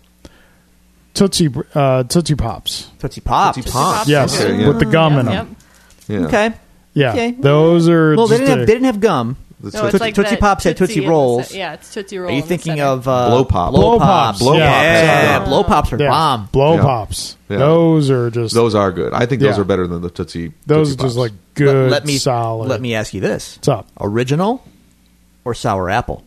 Speaker 1: Tootsie uh, Tootsie Pops.
Speaker 2: Tootsie Pop.
Speaker 4: Tootsie Pops.
Speaker 1: Yes,
Speaker 4: Okay, yeah.
Speaker 1: with the gum in
Speaker 3: Yep,
Speaker 1: them.
Speaker 3: yep.
Speaker 4: Yeah.
Speaker 2: Okay.
Speaker 1: Yeah,
Speaker 2: Okay.
Speaker 1: those are.
Speaker 2: Well, they
Speaker 1: just
Speaker 2: didn't, have,
Speaker 1: a-
Speaker 2: they didn't have gum.
Speaker 4: The
Speaker 3: No,
Speaker 4: Tootsie-
Speaker 3: it's like
Speaker 2: Tootsie
Speaker 3: that
Speaker 2: Pops had Tootsie
Speaker 3: in the
Speaker 2: Rolls.
Speaker 3: se- yeah, it's Tootsie Rolls.
Speaker 2: Are you
Speaker 3: in the
Speaker 2: thinking
Speaker 3: center.
Speaker 2: of uh,
Speaker 4: Blow Pop.
Speaker 2: Blow
Speaker 1: Blow
Speaker 2: Pops.
Speaker 1: Pops, Blow
Speaker 4: yeah. Pops,
Speaker 2: Yeah,
Speaker 4: yeah.
Speaker 2: blow pops are
Speaker 1: yeah,
Speaker 2: bomb.
Speaker 1: blow
Speaker 4: Yeah.
Speaker 1: pops.
Speaker 4: Yeah.
Speaker 1: Those are just those.
Speaker 4: those are good. I think those
Speaker 1: Yeah.
Speaker 4: are better than the Tootsie.
Speaker 1: Those
Speaker 4: Tootsie
Speaker 1: are just
Speaker 4: Pops.
Speaker 1: like
Speaker 2: Let-
Speaker 1: good,
Speaker 2: let me
Speaker 1: solid.
Speaker 2: let me ask you this:
Speaker 1: What's up?
Speaker 2: original or sour apple?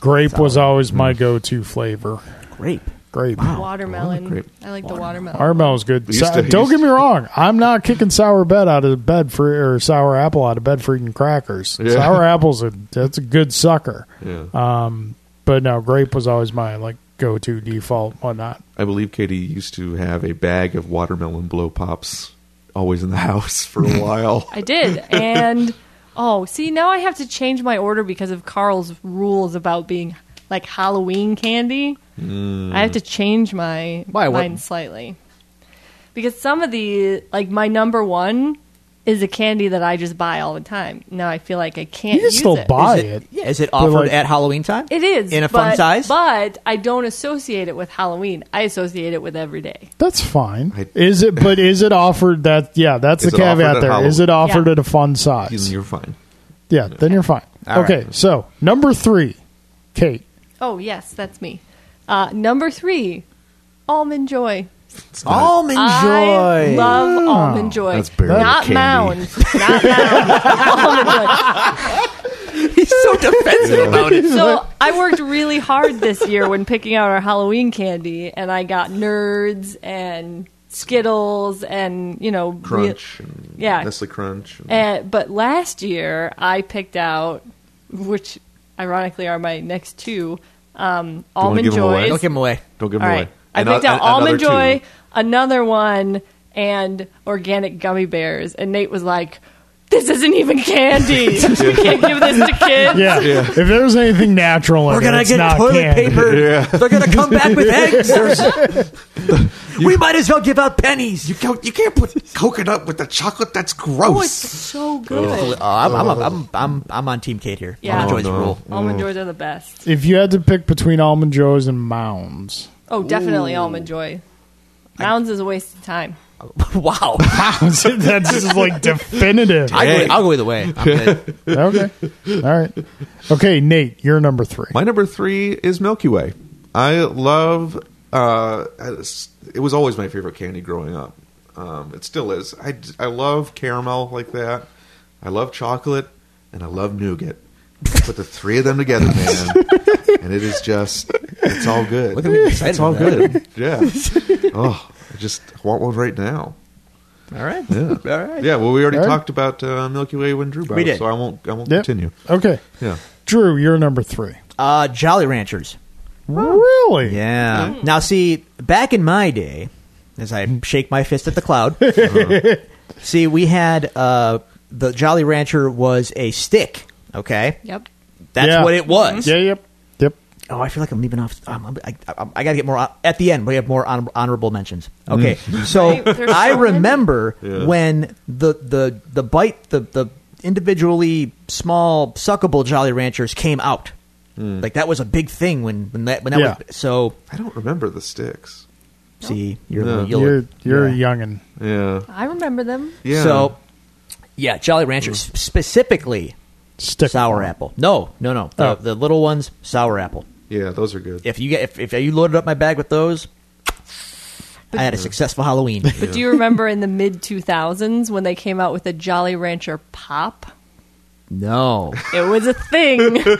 Speaker 1: Grape was always my
Speaker 4: Mm.
Speaker 1: go-to flavor.
Speaker 2: Grape.
Speaker 1: Grape.
Speaker 4: Oh, great.
Speaker 3: watermelon. I like the watermelon.
Speaker 1: Watermelon's good.
Speaker 4: We used
Speaker 1: So-
Speaker 4: to-
Speaker 1: don't
Speaker 4: used
Speaker 1: get me wrong. I'm not kicking sour bed out of bed for or sour apple out of bed for eating crackers.
Speaker 4: Yeah. (laughs)
Speaker 1: Sour apples a that's a good sucker.
Speaker 4: Yeah.
Speaker 1: But no, grape was always my like go to default whatnot.
Speaker 4: I believe Katie used to have a bag of watermelon blow pops always in the (laughs) house for a
Speaker 3: (laughs)
Speaker 4: while.
Speaker 2: (laughs)
Speaker 3: I did, and oh, see, now I have to change my order because of Carl's rules about being like Halloween candy. I have to change my
Speaker 2: Mm. Why, what-
Speaker 3: mine slightly because some of the like my number one is a candy that I just buy all the time. Now I feel like I can't.
Speaker 1: You can
Speaker 3: use
Speaker 1: still
Speaker 3: it.
Speaker 1: buy
Speaker 2: is
Speaker 1: it.
Speaker 2: Yeah, is it offered
Speaker 1: like-
Speaker 2: at Halloween time?
Speaker 3: It is
Speaker 2: in a fun
Speaker 3: but,
Speaker 2: size.
Speaker 3: but I don't associate it with Halloween. I associate it with every day.
Speaker 1: That's fine.
Speaker 4: I-
Speaker 1: is it? But is it offered? That yeah, that's
Speaker 4: Is
Speaker 1: the
Speaker 4: it offered
Speaker 1: caveat
Speaker 4: at
Speaker 1: there. Is it offered
Speaker 3: Yeah.
Speaker 1: at a fun size?
Speaker 4: You're fine.
Speaker 1: yeah, then you're fine.
Speaker 2: All
Speaker 1: okay,
Speaker 2: right.
Speaker 1: so number three, Kate.
Speaker 3: Oh yes, that's me. Uh, number three, almond joy.
Speaker 2: Almond
Speaker 3: I
Speaker 2: joy.
Speaker 3: love almond joy.
Speaker 4: That's barely
Speaker 3: not
Speaker 4: candy. (laughs)
Speaker 3: mound. Not mound. almond
Speaker 2: He's so defensive about it.
Speaker 3: joy. So I worked really hard this year when picking out our Halloween candy, and I got nerds and Skittles and you know re-
Speaker 4: Crunch. And
Speaker 3: Yeah.
Speaker 4: Nestle Crunch. and-
Speaker 3: And, but last year I picked out, which ironically are my next two, um, almond
Speaker 4: give 'em away?
Speaker 3: joys.
Speaker 2: Don't give him away.
Speaker 4: don't give
Speaker 3: All
Speaker 4: them away.
Speaker 3: right. I
Speaker 4: And
Speaker 3: picked
Speaker 4: o-
Speaker 3: out
Speaker 4: and
Speaker 3: Almond
Speaker 4: another
Speaker 3: Joy,
Speaker 4: two.
Speaker 3: another one, and organic gummy bears. And Nate was like, this isn't even
Speaker 4: (laughs)
Speaker 3: candy. (laughs) we can't give this to kids.
Speaker 1: Yeah, if there's anything natural, in
Speaker 2: We're
Speaker 1: it,
Speaker 2: gonna
Speaker 1: it's
Speaker 2: get
Speaker 1: not
Speaker 2: toilet
Speaker 1: candy.
Speaker 2: paper. They're gonna come back
Speaker 4: (laughs)
Speaker 2: with eggs. There's- we might as well give out pennies.
Speaker 5: You can't, you can't put coconut with the chocolate. That's
Speaker 3: Oh,
Speaker 5: gross.
Speaker 3: it's so good.
Speaker 2: Oh, I'm, I'm, I'm, I'm, I'm on Team Kate here.
Speaker 3: Yeah.
Speaker 2: Almond joy's
Speaker 4: Oh, no.
Speaker 2: rule. (laughs)
Speaker 3: Almond Joys are the best.
Speaker 1: If you had to pick between almond joys and mounds, (laughs)
Speaker 3: Oh, definitely Almond Joy. Mounds is a waste of time.
Speaker 2: wow.
Speaker 1: that's just like definitive.
Speaker 2: I go, I'll go either way. I'm good.
Speaker 1: Okay, all right. Okay, Nate, you're number three.
Speaker 4: My number three is Milky Way. I love. Uh, it was always my favorite candy growing up. Um, it still is. I, I love caramel like that. I love chocolate, and I love nougat. Put the three of them together, man,
Speaker 1: (laughs)
Speaker 4: and it is just it's all good.
Speaker 2: Look at me excited
Speaker 4: it's all
Speaker 2: about
Speaker 4: good. Yeah. Oh, I just want one right now.
Speaker 2: All right.
Speaker 4: Yeah.
Speaker 2: All right.
Speaker 4: Yeah. Well, we already
Speaker 1: All right.
Speaker 4: talked about uh, Milky Way when Drew brought
Speaker 2: We
Speaker 4: it,
Speaker 2: did.
Speaker 4: so I won't. I won't
Speaker 1: Yep.
Speaker 4: continue.
Speaker 1: Okay,
Speaker 4: Yeah.
Speaker 1: Drew, you're number three.
Speaker 2: Uh, Jolly Ranchers.
Speaker 1: Really?
Speaker 2: Yeah. Now, see, back in my day, as I shake my fist at the cloud,
Speaker 4: (laughs) Uh-huh.
Speaker 2: see, we had uh, the Jolly Rancher was a stick. Okay,
Speaker 3: Yep.
Speaker 2: that's
Speaker 1: Yeah.
Speaker 2: what it was.
Speaker 1: Yeah. Yep. Yep.
Speaker 2: Oh, I feel like I'm leaving off. Um, I, I, I got to get more on- at the end. We have more honor- honorable mentions.
Speaker 1: Mm.
Speaker 2: Okay,
Speaker 1: (laughs)
Speaker 2: so
Speaker 3: Right, there's
Speaker 2: I
Speaker 3: so many.
Speaker 2: remember
Speaker 4: Yeah.
Speaker 2: when the the the bite the the individually small suckable Jolly Ranchers came out. Like that was a big thing when when that when that
Speaker 1: Hmm. Yeah.
Speaker 2: was so.
Speaker 4: I don't remember the sticks.
Speaker 2: See, you're
Speaker 4: No.
Speaker 2: you'll-
Speaker 1: you're you're
Speaker 2: yeah.
Speaker 1: a youngin.
Speaker 4: Yeah.
Speaker 3: I remember them.
Speaker 4: Yeah.
Speaker 1: Mm.
Speaker 2: So, yeah, Jolly Ranchers specifically
Speaker 1: Stick
Speaker 2: sour apple. No, no, no. The,
Speaker 1: Oh.
Speaker 2: the little ones, sour apple.
Speaker 4: Yeah, those are good.
Speaker 2: If you get if, if you loaded up my bag with those, I had a successful Halloween.
Speaker 3: But do you remember in the mid 2000s when they came out with a Jolly Rancher Pop?
Speaker 2: (laughs) no,
Speaker 3: It was a thing (laughs) in
Speaker 2: Oh.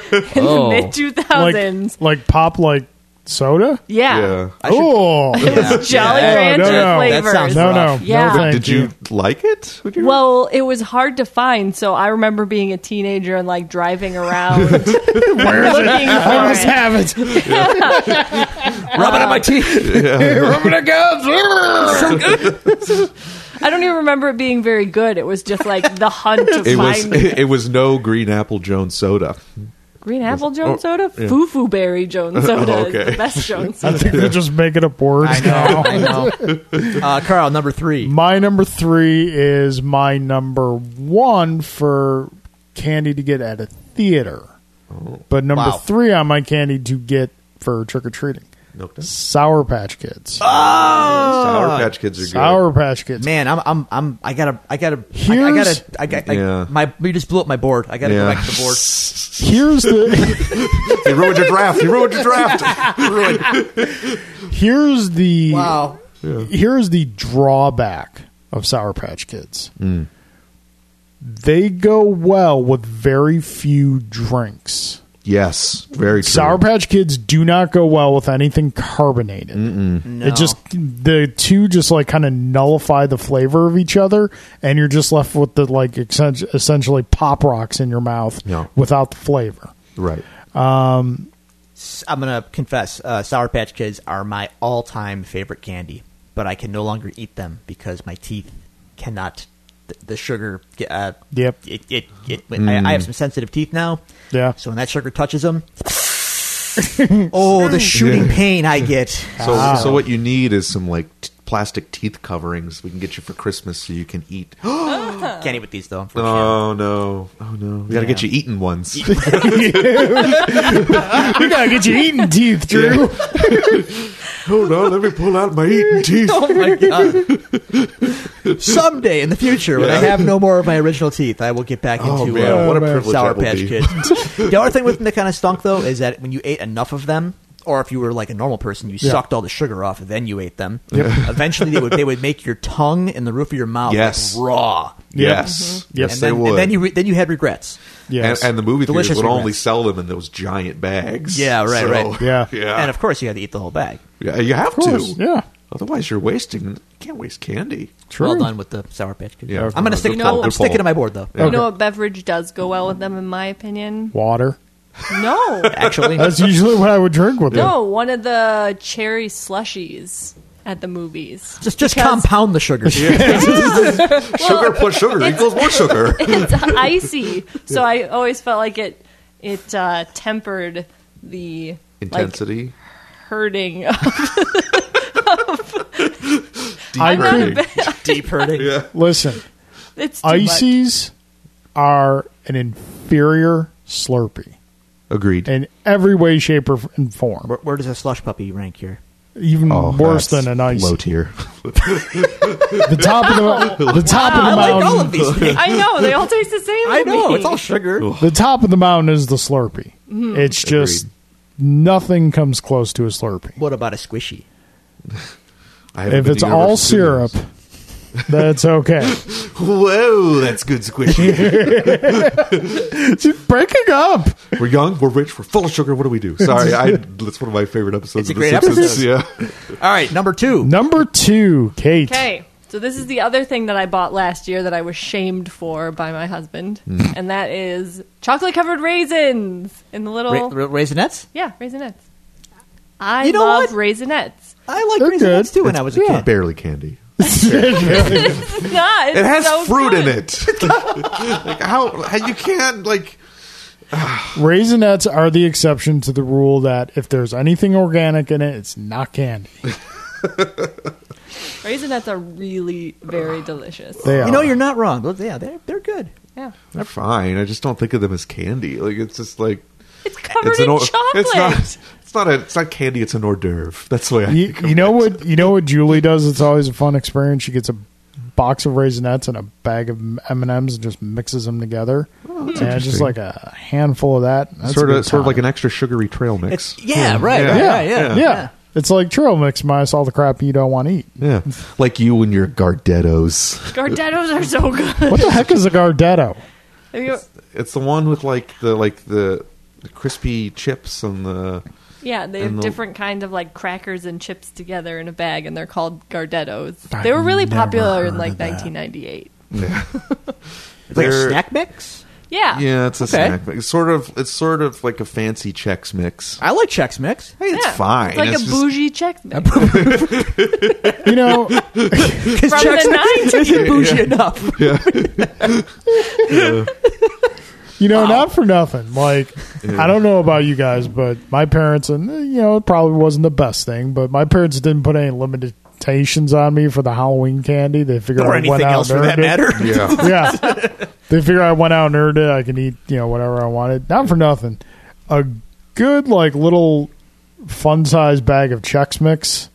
Speaker 3: the mid 2000s.
Speaker 1: Like, like pop like soda?
Speaker 3: yeah.
Speaker 4: Yeah.
Speaker 2: I should-
Speaker 1: Oh.
Speaker 2: (laughs) Yeah.
Speaker 3: Jolly
Speaker 2: Yeah.
Speaker 3: Rancher
Speaker 1: No, no, no.
Speaker 3: flavors.
Speaker 2: That
Speaker 1: (laughs)
Speaker 2: sounds
Speaker 1: No, no.
Speaker 2: rough.
Speaker 3: Yeah.
Speaker 1: No, thank
Speaker 4: Did you like it? Would you-
Speaker 3: Well, it was hard to find, so I remember being a teenager and like driving
Speaker 4: (laughs)
Speaker 3: around looking for
Speaker 1: I must
Speaker 3: it.
Speaker 1: have it.
Speaker 2: (laughs) rub it on my teeth.
Speaker 3: I don't even remember it being very good. It was just like the hunt to
Speaker 4: It was (laughs)
Speaker 3: find
Speaker 4: it, was no green apple Jones soda.
Speaker 3: green apple Jones
Speaker 4: oh,
Speaker 3: soda,
Speaker 4: yeah.
Speaker 3: fufu berry Jones
Speaker 4: (laughs)
Speaker 3: soda,
Speaker 4: Oh,
Speaker 3: is
Speaker 4: okay.
Speaker 3: the best
Speaker 4: (laughs)
Speaker 3: Jones
Speaker 1: I
Speaker 3: soda.
Speaker 1: think they're just making up words
Speaker 2: (laughs) I
Speaker 1: now.
Speaker 2: know. (laughs) I know. Uh, Carl, number three.
Speaker 1: My number three is my number one for candy to get at a theater. But number
Speaker 2: Oh. Wow.
Speaker 1: three on my candy to get for trick or treating
Speaker 4: Milk Duds?
Speaker 1: Sour Patch Kids.
Speaker 4: Sour Patch Kids are good.
Speaker 1: Sour Patch Kids.
Speaker 2: Man, I'm, I'm, I'm, I gotta, I gotta, I, I
Speaker 1: Here's-
Speaker 2: gotta, I gotta, I,
Speaker 4: Yeah.
Speaker 2: my, you just blew up my board. I gotta go
Speaker 4: Yeah.
Speaker 2: back to the board.
Speaker 1: Here's the
Speaker 4: you ruined your draft. You ruined your
Speaker 3: (laughs)
Speaker 4: draft.
Speaker 1: here's the
Speaker 2: Wow.
Speaker 1: here's the drawback of Sour Patch Kids. They go well with very few drinks.
Speaker 4: yes, very true.
Speaker 1: Sour Patch Kids do not go well with anything carbonated.
Speaker 2: No.
Speaker 1: It just the two just like kind of nullify the flavor of each other, and you're just left with the like essen- essentially pop rocks in your mouth
Speaker 4: Yeah.
Speaker 1: without the flavor.
Speaker 4: right.
Speaker 2: I'm gonna confess, uh, Sour Patch Kids are my all-time favorite candy, but I can no longer eat them because my teeth cannot. The, the sugar. Uh,
Speaker 1: Yep.
Speaker 2: It. It. it I, I have some sensitive teeth now.
Speaker 1: Yeah.
Speaker 2: So when that sugar touches them, (laughs) oh, the shooting pain I get.
Speaker 4: So, so what you need is some like t- plastic teeth coverings we can get you for Christmas so you can (gasps) eat. oh
Speaker 2: Can't eat with these though. Unfortunately.
Speaker 4: no! Oh no! We got to get you eating (laughs) ones.
Speaker 1: We gotta get you eating teeth, Drew.
Speaker 4: Hold on, let me pull out my
Speaker 3: (laughs)
Speaker 4: eating teeth.
Speaker 2: Oh my god! Someday in the future, when I have no more of my original teeth, I will get back into
Speaker 4: Oh, man,
Speaker 2: uh,
Speaker 4: what a
Speaker 1: man.
Speaker 4: privilege
Speaker 2: Sour
Speaker 4: that will
Speaker 2: Patch
Speaker 4: be.
Speaker 2: Kids. the other thing with them that kind of stunk though is that when you ate enough of them, or if you were like a normal person, you
Speaker 1: Yeah.
Speaker 2: sucked all the sugar off, and then you ate them. Eventually, they would they would make your tongue and the roof of your mouth like,
Speaker 4: Yes.
Speaker 2: raw.
Speaker 4: Yes,
Speaker 3: Mm-hmm.
Speaker 4: yes,
Speaker 2: and
Speaker 4: they
Speaker 2: then,
Speaker 4: would.
Speaker 2: And then you re- then you had regrets.
Speaker 1: Yes.
Speaker 4: and, and the movie
Speaker 2: Delicious
Speaker 4: theaters would only
Speaker 2: regrets.
Speaker 4: sell them in those giant bags.
Speaker 2: Yeah, right,
Speaker 4: So-
Speaker 1: (laughs)
Speaker 2: right.
Speaker 1: Yeah.
Speaker 4: yeah.
Speaker 2: And of course, you had to eat the whole bag.
Speaker 4: yeah, you have
Speaker 1: Of
Speaker 4: to.
Speaker 1: course, yeah.
Speaker 4: Otherwise, you're wasting. You can't waste candy. (laughs)
Speaker 1: True.
Speaker 2: Well done with the Sour Patch Kids.
Speaker 4: Yeah.
Speaker 2: I'm gonna stick.
Speaker 4: Good
Speaker 3: call,
Speaker 2: I'm
Speaker 3: good
Speaker 2: sticking
Speaker 4: call.
Speaker 2: to my board though.
Speaker 3: You know what beverage does go well with them, in my opinion?
Speaker 1: Water.
Speaker 4: (laughs)
Speaker 3: No.
Speaker 2: Actually,
Speaker 1: That's usually what I would drink with
Speaker 3: No, one of the cherry slushies at the movies.
Speaker 2: just just
Speaker 3: Because (laughs)
Speaker 2: compound the sugar.
Speaker 4: Sugar plus sugar equals more sugar. (laughs)
Speaker 3: It's icy, so I always felt like it it uh, tempered the
Speaker 4: Intensity.
Speaker 3: like, hurting. (laughs)
Speaker 4: Deep
Speaker 1: I'm not a
Speaker 4: hurting.
Speaker 2: (laughs) Deep hurting.
Speaker 1: it. Listen,
Speaker 3: it's too much.
Speaker 1: ices are an inferior Slurpee
Speaker 4: (laughs) Agreed.
Speaker 1: in every way, shape, or and form.
Speaker 2: Where, where does a slush puppy rank here?
Speaker 1: Even
Speaker 4: Oh,
Speaker 1: worse
Speaker 4: that's
Speaker 1: than an ice.
Speaker 4: Low tier.
Speaker 1: The top of the
Speaker 4: (laughs)
Speaker 1: the top of the mountain.
Speaker 2: these.
Speaker 3: I know they all taste the
Speaker 2: (laughs)
Speaker 3: same.
Speaker 2: I
Speaker 3: to
Speaker 2: know
Speaker 3: me.
Speaker 2: it's all sugar.
Speaker 1: The top of the mountain is the Slurpee.
Speaker 3: Mm-hmm.
Speaker 1: It's just
Speaker 4: Agreed.
Speaker 1: nothing comes close to a Slurpee.
Speaker 2: What about a squishy?
Speaker 4: I haven't
Speaker 1: If
Speaker 4: been to
Speaker 1: it's all
Speaker 4: Universal Studios.
Speaker 1: syrup, that's
Speaker 4: (laughs)
Speaker 1: okay.
Speaker 4: Whoa, that's good squishy.
Speaker 1: (laughs) It's breaking up.
Speaker 4: we're young, we're rich, we're full of sugar. What do we do? Sorry, I, (laughs) that's one of my favorite episodes
Speaker 2: It's a
Speaker 4: of The
Speaker 2: great
Speaker 4: Simpsons. Yeah.
Speaker 2: All right, number two.
Speaker 1: Number two, Kate.
Speaker 3: Okay, so this is the other thing that I bought last year that I was shamed for by my husband, and that is chocolate covered raisins in the
Speaker 2: Ra-
Speaker 3: little
Speaker 2: ra- raisinets.
Speaker 3: yeah raisinets. I
Speaker 2: You know what?
Speaker 3: love raisinets. (laughs)
Speaker 2: I like
Speaker 1: They're
Speaker 2: raisinets
Speaker 1: good.
Speaker 2: too when I
Speaker 1: (laughs)
Speaker 2: was a
Speaker 4: It's
Speaker 2: kid.
Speaker 4: barely candy.
Speaker 3: It's not. It's
Speaker 4: It has
Speaker 3: so
Speaker 4: fruit
Speaker 3: good.
Speaker 4: in it. (laughs) like how, how you can't like
Speaker 1: Raisinets are the exception to the rule that if there's anything organic in it, it's not candy.
Speaker 3: Raisinets are really very delicious.
Speaker 1: They are.
Speaker 2: You know, you're not wrong. Those- Yeah, they're they're good.
Speaker 3: Yeah.
Speaker 4: they're fine. I just don't think of them as candy. Like it's just like
Speaker 3: It's covered
Speaker 4: it's
Speaker 3: in
Speaker 4: o-
Speaker 3: chocolate. (laughs)
Speaker 4: It's not. It's not a. It's not candy. It's an hors d'oeuvre. That's the way I
Speaker 1: you,
Speaker 4: think.
Speaker 1: you know what you know what Julie does. It's always a fun experience. She gets a box of raisinets and a bag of M and M's and just mixes them together. and just
Speaker 4: interesting.
Speaker 1: like a handful of that. That's
Speaker 4: sort
Speaker 1: a good
Speaker 4: of sort of
Speaker 1: time.
Speaker 4: like an extra sugary trail mix.
Speaker 2: It's, yeah, right,
Speaker 4: Yeah.
Speaker 2: right,
Speaker 1: yeah,
Speaker 2: right,
Speaker 1: yeah,
Speaker 2: yeah,
Speaker 1: It's like trail mix minus all the crap you don't want to eat.
Speaker 4: yeah, like you and your Gardettos.
Speaker 3: Gardettos are so good. (laughs)
Speaker 1: What the heck is a Gardetto?
Speaker 3: Have you-
Speaker 4: It's the one with like the like the, the crispy chips and the
Speaker 3: yeah, they have
Speaker 4: And the-
Speaker 3: different kinds of like crackers and chips together in a bag, and they're called Gardettos.
Speaker 1: I've
Speaker 3: they were really
Speaker 1: never
Speaker 3: popular
Speaker 1: heard
Speaker 3: in like
Speaker 1: of that.
Speaker 3: 1998.
Speaker 2: (laughs) It's like a
Speaker 4: They're-
Speaker 2: snack mix.
Speaker 3: Yeah,
Speaker 4: yeah, it's a
Speaker 2: Okay.
Speaker 4: snack. It's sort of it's sort of like a fancy Chex mix.
Speaker 2: I like Chex Mix.
Speaker 4: Hey, it's
Speaker 3: Yeah.
Speaker 4: fine.
Speaker 3: like
Speaker 4: It's
Speaker 3: a
Speaker 4: just-
Speaker 3: bougie check mix.
Speaker 1: You know,
Speaker 2: Because
Speaker 3: From
Speaker 2: Chex
Speaker 3: the
Speaker 2: Mix isn't bougie enough.
Speaker 4: uh,
Speaker 2: (laughs)
Speaker 1: you know, not for nothing. Like, I don't know about you guys, but my parents, and eh, you know, it probably wasn't the best thing, but my parents didn't put any limitations on me for the Halloween candy. They figured
Speaker 2: or
Speaker 1: I went
Speaker 2: anything
Speaker 1: out
Speaker 2: else
Speaker 1: and
Speaker 2: for that
Speaker 1: earned it.
Speaker 2: matter.
Speaker 4: Yeah,
Speaker 1: (laughs) yeah.
Speaker 2: (laughs)
Speaker 1: They figure I went out and earned it. I can eat, you know, whatever I wanted. Not for nothing. A good, like, little fun size bag of Chex Mix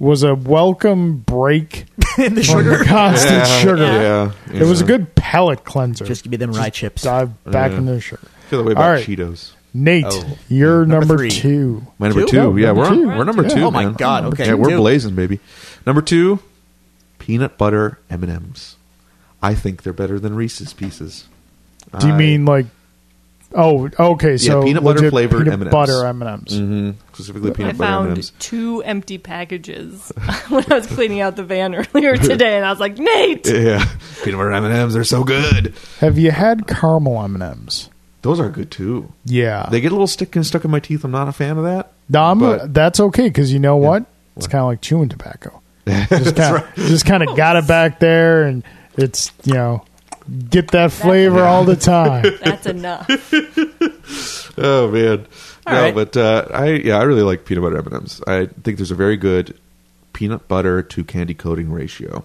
Speaker 1: was a welcome break
Speaker 2: (laughs) In the
Speaker 1: from
Speaker 2: sugar.
Speaker 1: the constant
Speaker 4: Yeah,
Speaker 1: sugar.
Speaker 4: Yeah,
Speaker 1: It was a good palate cleanser.
Speaker 2: (laughs) Just give me them rye chips.
Speaker 1: dive back
Speaker 4: Yeah.
Speaker 1: into the sugar.
Speaker 4: Feel the way about
Speaker 1: All right.
Speaker 4: Cheetos.
Speaker 1: Nate,
Speaker 2: Oh.
Speaker 1: you're number,
Speaker 2: Number three.
Speaker 1: two.
Speaker 4: My number
Speaker 2: Two?
Speaker 4: two.
Speaker 1: No,
Speaker 4: yeah,
Speaker 1: number
Speaker 4: we're
Speaker 1: two.
Speaker 4: we we're number
Speaker 1: Yeah.
Speaker 4: two.
Speaker 2: Oh my
Speaker 4: man.
Speaker 2: God,
Speaker 4: Number
Speaker 2: okay,
Speaker 4: two. yeah, we're
Speaker 2: two.
Speaker 4: blazing, baby. Number two, peanut butter M and M's. I think they're better than Reese's Pieces.
Speaker 1: Do you
Speaker 4: I-
Speaker 1: mean like? Oh, okay. So
Speaker 4: peanut butter
Speaker 1: legit
Speaker 4: flavored
Speaker 1: peanut
Speaker 4: M&Ms.
Speaker 1: butter M and M's.
Speaker 4: Mhm, specifically
Speaker 3: I
Speaker 4: peanut butter
Speaker 3: found
Speaker 4: M and M's?
Speaker 3: two empty packages (laughs) when I was cleaning out the van (laughs) earlier today, and I was like,
Speaker 4: (laughs)
Speaker 3: Nate,
Speaker 4: Yeah, peanut butter M and M's. They're so good.
Speaker 1: Have you had caramel M and M's?
Speaker 4: Those are good too.
Speaker 1: Yeah,
Speaker 4: They get a little stick stuck in my teeth. I'm not a fan of that.
Speaker 1: No, I'm,
Speaker 4: But-
Speaker 1: that's okay because you know what? It's kind of like chewing
Speaker 4: (laughs)
Speaker 1: tobacco. Just kind of just kind of got it back there, and it's you know get that flavor all
Speaker 4: (laughs)
Speaker 1: the time.
Speaker 3: that's enough.
Speaker 4: Oh man,
Speaker 2: All
Speaker 4: no,
Speaker 2: right.
Speaker 4: but uh, I yeah, I really like peanut butter M and M's. I think there's a very good peanut butter to candy coating ratio,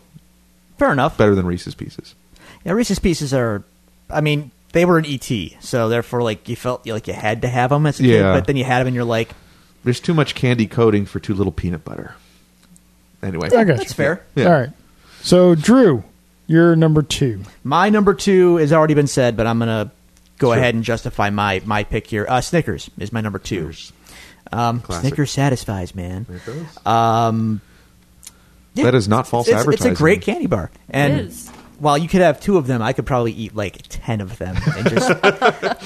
Speaker 2: Fair enough.
Speaker 4: better than Reese's Pieces.
Speaker 2: Yeah, Reese's Pieces are. I mean, they were an ET, so therefore, like you felt like you had to have them as a
Speaker 4: Yeah.
Speaker 2: kid, but then you had them and you're like,
Speaker 4: There's too much candy coating for too little peanut butter. Anyway,
Speaker 1: I got
Speaker 2: that's
Speaker 1: you.
Speaker 2: fair.
Speaker 4: Yeah.
Speaker 1: All right. So Drew, you're number two.
Speaker 2: My number two has already been said, but I'm gonna go ahead and justify my my pick here. Uh, Snickers is my number two.
Speaker 4: Snickers.
Speaker 2: Um,
Speaker 4: Classic.
Speaker 2: Snickers satisfies, man. Yeah,
Speaker 4: Uh, That is not
Speaker 2: it's-
Speaker 4: false
Speaker 2: it's,
Speaker 4: advertising.
Speaker 2: It's a great candy bar, and
Speaker 3: is.
Speaker 2: while you could have two of them, I could probably eat like ten of them. And
Speaker 4: (laughs)
Speaker 2: just,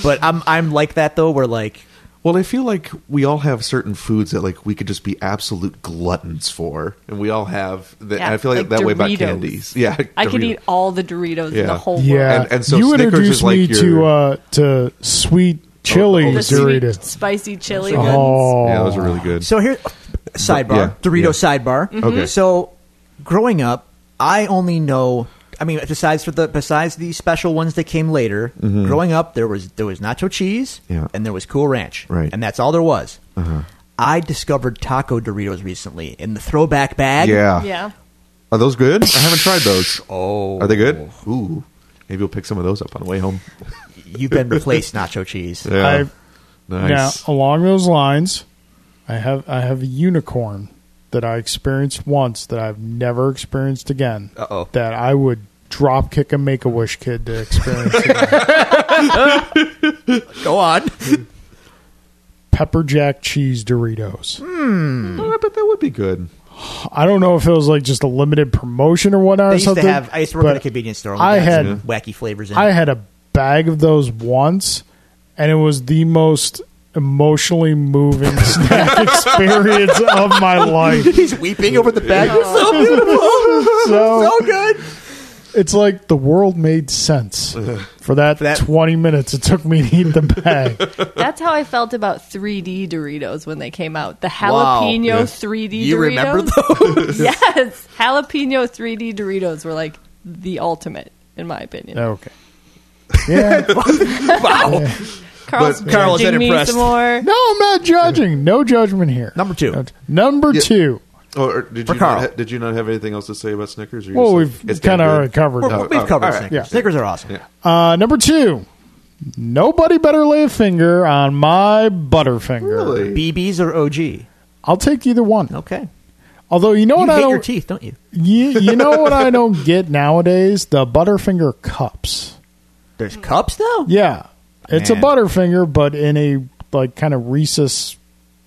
Speaker 2: but I'm I'm like that though, where like
Speaker 4: Well, I feel like we all have certain foods that like we could just be absolute gluttons for, and we all have. That,
Speaker 3: Yeah,
Speaker 4: and I feel like,
Speaker 3: like
Speaker 4: that way about
Speaker 3: Doritos.
Speaker 4: candies. Yeah,
Speaker 3: I could
Speaker 4: Dorito-
Speaker 3: eat all the Doritos in
Speaker 4: Yeah.
Speaker 3: the whole
Speaker 1: Yeah,
Speaker 3: world.
Speaker 4: And- and so
Speaker 1: you
Speaker 4: Snickers
Speaker 1: introduced
Speaker 4: is like
Speaker 1: me to
Speaker 4: your-
Speaker 1: uh, to sweet chili
Speaker 4: oh,
Speaker 3: The sweet,
Speaker 1: Doritos.
Speaker 3: spicy chili
Speaker 2: Those are
Speaker 3: ones.
Speaker 2: good.
Speaker 1: Oh,
Speaker 4: Yeah, those are really good.
Speaker 2: So here, sidebar,
Speaker 4: yeah,
Speaker 2: Dorito
Speaker 4: yeah.
Speaker 2: sidebar.
Speaker 4: Okay.
Speaker 2: So growing up, I only know. I mean, besides for the besides the special ones that came later. Growing up, there was there was nacho cheese,
Speaker 4: Mm-hmm. Yeah.
Speaker 2: and there was Cool Ranch,
Speaker 4: Right. Uh-huh.
Speaker 2: and that's all there was. I discovered taco Doritos recently in the throwback bag.
Speaker 1: Oh.
Speaker 4: yeah,
Speaker 3: Yeah.
Speaker 4: Are those good? I haven't tried those.
Speaker 2: Oh.
Speaker 4: Are they good? Ooh. Maybe we'll pick some of those up on the way home. (laughs)
Speaker 2: you've been replaced nacho cheese.
Speaker 4: Yeah.
Speaker 1: I-
Speaker 4: nice.
Speaker 1: Now, along those lines, I have I have a unicorn that I experienced once that I've never experienced again.
Speaker 2: Uh-oh.
Speaker 1: That I would drop kick a make a wish kid to experience
Speaker 4: (laughs)
Speaker 1: again.
Speaker 2: Go on.
Speaker 1: pepper jack cheese Doritos.
Speaker 4: Oh, I bet that would be good.
Speaker 1: I don't know if it was like just a limited promotion or whatnot
Speaker 2: I
Speaker 1: or
Speaker 2: used
Speaker 1: something.
Speaker 2: to have. I used to work at
Speaker 1: but
Speaker 2: a convenience store.
Speaker 1: I
Speaker 2: We got
Speaker 1: had-
Speaker 2: some wacky flavors. in
Speaker 1: I
Speaker 2: it.
Speaker 1: had a bag of those once, and it was the most emotionally moving (laughs) snack experience of my life.
Speaker 2: (laughs) He's weeping over
Speaker 1: (laughs)
Speaker 2: the bag. It's so beautiful.
Speaker 1: So
Speaker 2: so good.
Speaker 1: It's like the world made sense for that,
Speaker 2: that-
Speaker 1: 20 minutes it took me to eat the bag.
Speaker 3: That's how I felt about 3D Doritos when they came out. The
Speaker 2: Wow.
Speaker 3: jalapeno
Speaker 4: Yeah.
Speaker 3: 3D Doritos.
Speaker 2: You
Speaker 3: (laughs)
Speaker 2: remember
Speaker 3: those? yes. Jalapeno 3D Doritos were like the ultimate, in my opinion.
Speaker 1: Okay. Yeah.
Speaker 2: Wow.
Speaker 3: Carl's
Speaker 4: But-
Speaker 2: Carl's
Speaker 3: judging me
Speaker 2: unimpressed.
Speaker 3: some more.
Speaker 1: No, I'm not judging. No judgment here.
Speaker 2: Number two.
Speaker 1: No- Number
Speaker 4: Yeah.
Speaker 1: two.
Speaker 4: Oh, or did
Speaker 2: For
Speaker 4: you
Speaker 2: Carl.
Speaker 4: not ha- did you not have anything else to say about Snickers? Or you
Speaker 1: Well,
Speaker 4: just
Speaker 1: we've
Speaker 4: like, it's
Speaker 1: kind of
Speaker 4: damn good?
Speaker 1: already covered
Speaker 2: We're-
Speaker 1: that.
Speaker 2: we've covered
Speaker 4: oh, all right.
Speaker 2: Snickers.
Speaker 1: Yeah.
Speaker 2: Snickers are awesome.
Speaker 4: Yeah.
Speaker 1: Uh, number two. Nobody better lay a finger on my Butterfinger.
Speaker 4: Really?
Speaker 2: BBs or OG?
Speaker 1: I'll take either one.
Speaker 2: Okay.
Speaker 1: Although you know
Speaker 2: You
Speaker 1: what I
Speaker 2: hate
Speaker 1: don't
Speaker 2: your teeth, don't you?
Speaker 1: You, you know what
Speaker 2: (laughs)
Speaker 1: I don't get nowadays? The Butterfinger cups.
Speaker 2: There's cups now.
Speaker 1: Yeah. It's
Speaker 2: Man.
Speaker 1: a Butterfinger, but in a like kind of Reese's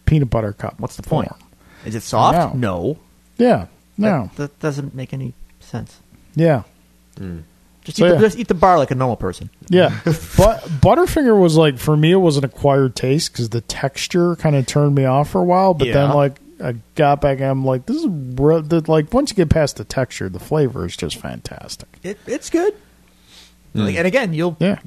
Speaker 1: peanut butter cup.
Speaker 2: What's the point?
Speaker 1: form.
Speaker 2: Is it soft? No.
Speaker 1: Yeah. No.
Speaker 2: That, that doesn't make any sense.
Speaker 1: yeah.
Speaker 2: Just,
Speaker 1: So,
Speaker 2: eat the,
Speaker 1: yeah.
Speaker 2: just eat the bar like a normal person.
Speaker 1: Yeah.
Speaker 2: (laughs)
Speaker 1: but Butterfinger was like for me it was an acquired taste cuz the texture kind of turned me off for a while, but
Speaker 2: Yeah.
Speaker 1: then like I got back and I'm like this is re- the, like once you get past the texture, the flavor is just fantastic.
Speaker 2: It, it's good.
Speaker 4: Mm.
Speaker 2: Like, and again, you'll
Speaker 1: Yeah.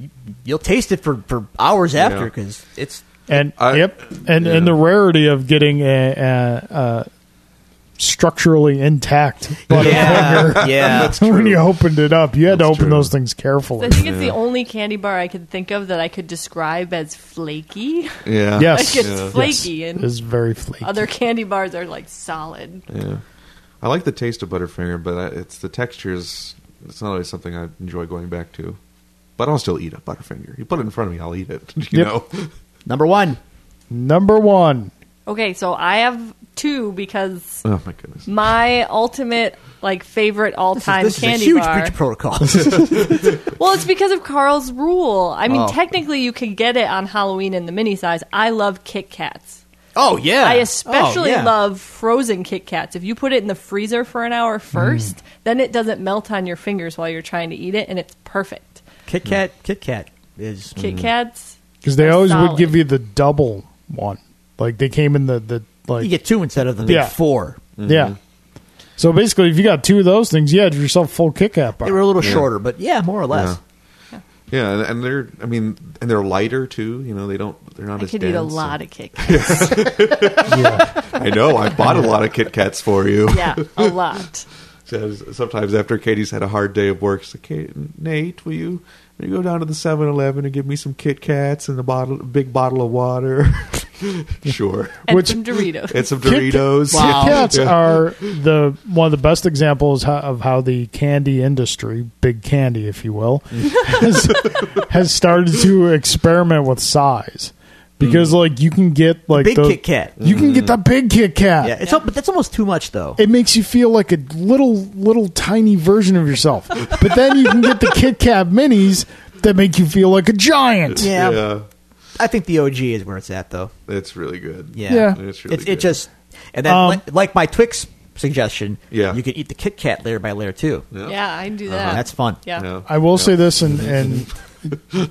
Speaker 2: you'll taste it for, for hours after
Speaker 4: Yeah.
Speaker 2: because it's
Speaker 1: and
Speaker 4: I-
Speaker 1: yep, and and the rarity of getting a, a, a structurally intact
Speaker 3: (laughs)
Speaker 1: butterfinger
Speaker 2: yeah (laughs) yeah.
Speaker 1: when you opened it up, you had to
Speaker 4: That's
Speaker 1: open
Speaker 4: true.
Speaker 1: those things
Speaker 3: So I
Speaker 1: carefully.
Speaker 3: think it's the only candy bar I could think of that I could describe as flaky. (laughs)
Speaker 4: Yeah.
Speaker 1: Yes,
Speaker 3: Like it's
Speaker 1: Yes.
Speaker 3: flaky and-
Speaker 1: it's very flaky.
Speaker 3: Other candy bars are like solid.
Speaker 4: Yeah. I like the taste of Butterfinger, but I, it's the textures. It's not always something I enjoy going back to. But I'll still eat a Butterfinger. You put it in front of me, I'll eat it. (laughs) You
Speaker 1: Yep.
Speaker 4: know.
Speaker 2: number one.
Speaker 1: Number one,
Speaker 3: Okay, so I have two because
Speaker 4: Oh my goodness.
Speaker 3: my ultimate like favorite all
Speaker 2: This,
Speaker 3: time
Speaker 2: is, this is
Speaker 3: candy
Speaker 2: a huge
Speaker 3: bar.
Speaker 2: breach of
Speaker 4: (laughs)
Speaker 2: protocol.
Speaker 3: Well, it's because of Carl's rule. I mean,
Speaker 2: Oh.
Speaker 3: technically, you could get it on Halloween in the mini size. I love Kit Kats.
Speaker 2: oh yeah,
Speaker 3: I especially
Speaker 2: Oh, yeah.
Speaker 3: love frozen Kit Kats. If you put it in the freezer for an
Speaker 2: Mm.
Speaker 3: hour first, then it doesn't melt on your fingers while you're trying to eat it, and it's perfect.
Speaker 2: Kit Kat. Kit Kat is
Speaker 3: Kit Kats.
Speaker 1: because they
Speaker 3: are
Speaker 1: always would
Speaker 3: solid.
Speaker 1: give you the double one, like they came in the the like
Speaker 2: you get two instead of the big
Speaker 1: Yeah.
Speaker 2: four.
Speaker 1: yeah.
Speaker 4: Mm-hmm.
Speaker 1: So basically, if you got two of those things, you had yourself a full Kit Kat bar.
Speaker 2: They were a little shorter, but yeah, more or less.
Speaker 4: Yeah, and, and they're I mean and they're lighter too, you know, they don't they're not
Speaker 3: I
Speaker 4: as
Speaker 3: could
Speaker 4: dense.
Speaker 3: eat a lot of
Speaker 2: (laughs)
Speaker 3: Kit Kats.
Speaker 4: (laughs) I know, I bought a lot of Kit Kats for you.
Speaker 3: yeah, a lot.
Speaker 4: Says sometimes after Katie's had a hard day of work, she's like, "Hey, Nate, will you, will you go down to the 7-Eleven and give me some Kit Kats and a bottle, a big bottle of water?"
Speaker 1: (laughs)
Speaker 4: sure.
Speaker 3: And
Speaker 1: Which-
Speaker 3: some Doritos.
Speaker 4: And some
Speaker 1: Kit-
Speaker 4: Doritos.
Speaker 2: Wow.
Speaker 1: Kit Kats are the one of the best examples ho- of how the candy industry, big candy, if you
Speaker 2: (laughs)
Speaker 1: will, has, has started to experiment with size because, like, you can get like
Speaker 2: Mm. Big
Speaker 1: the-
Speaker 2: Kit Kat. Mm.
Speaker 1: You can get the big Kit Kat.
Speaker 2: Yeah, it's al- but that's almost too much though.
Speaker 1: It makes you feel like a little, little tiny version of yourself. But then you can get the Kit Kat minis that make you feel like a giant.
Speaker 2: Yeah.
Speaker 4: yeah.
Speaker 2: I think the OG is where it's at though.
Speaker 4: It's really good.
Speaker 2: Yeah,
Speaker 1: Yeah.
Speaker 4: It's really
Speaker 2: It's- it
Speaker 4: good.
Speaker 2: just and then
Speaker 1: Um,
Speaker 2: like, like my Twix suggestion.
Speaker 4: Yeah.
Speaker 2: you can eat the Kit Kat layer by layer too.
Speaker 3: Yeah, I do that.
Speaker 2: Uh-huh. That's fun.
Speaker 3: Yeah.
Speaker 4: Yeah.
Speaker 1: I will
Speaker 4: Yeah.
Speaker 1: say this, and, and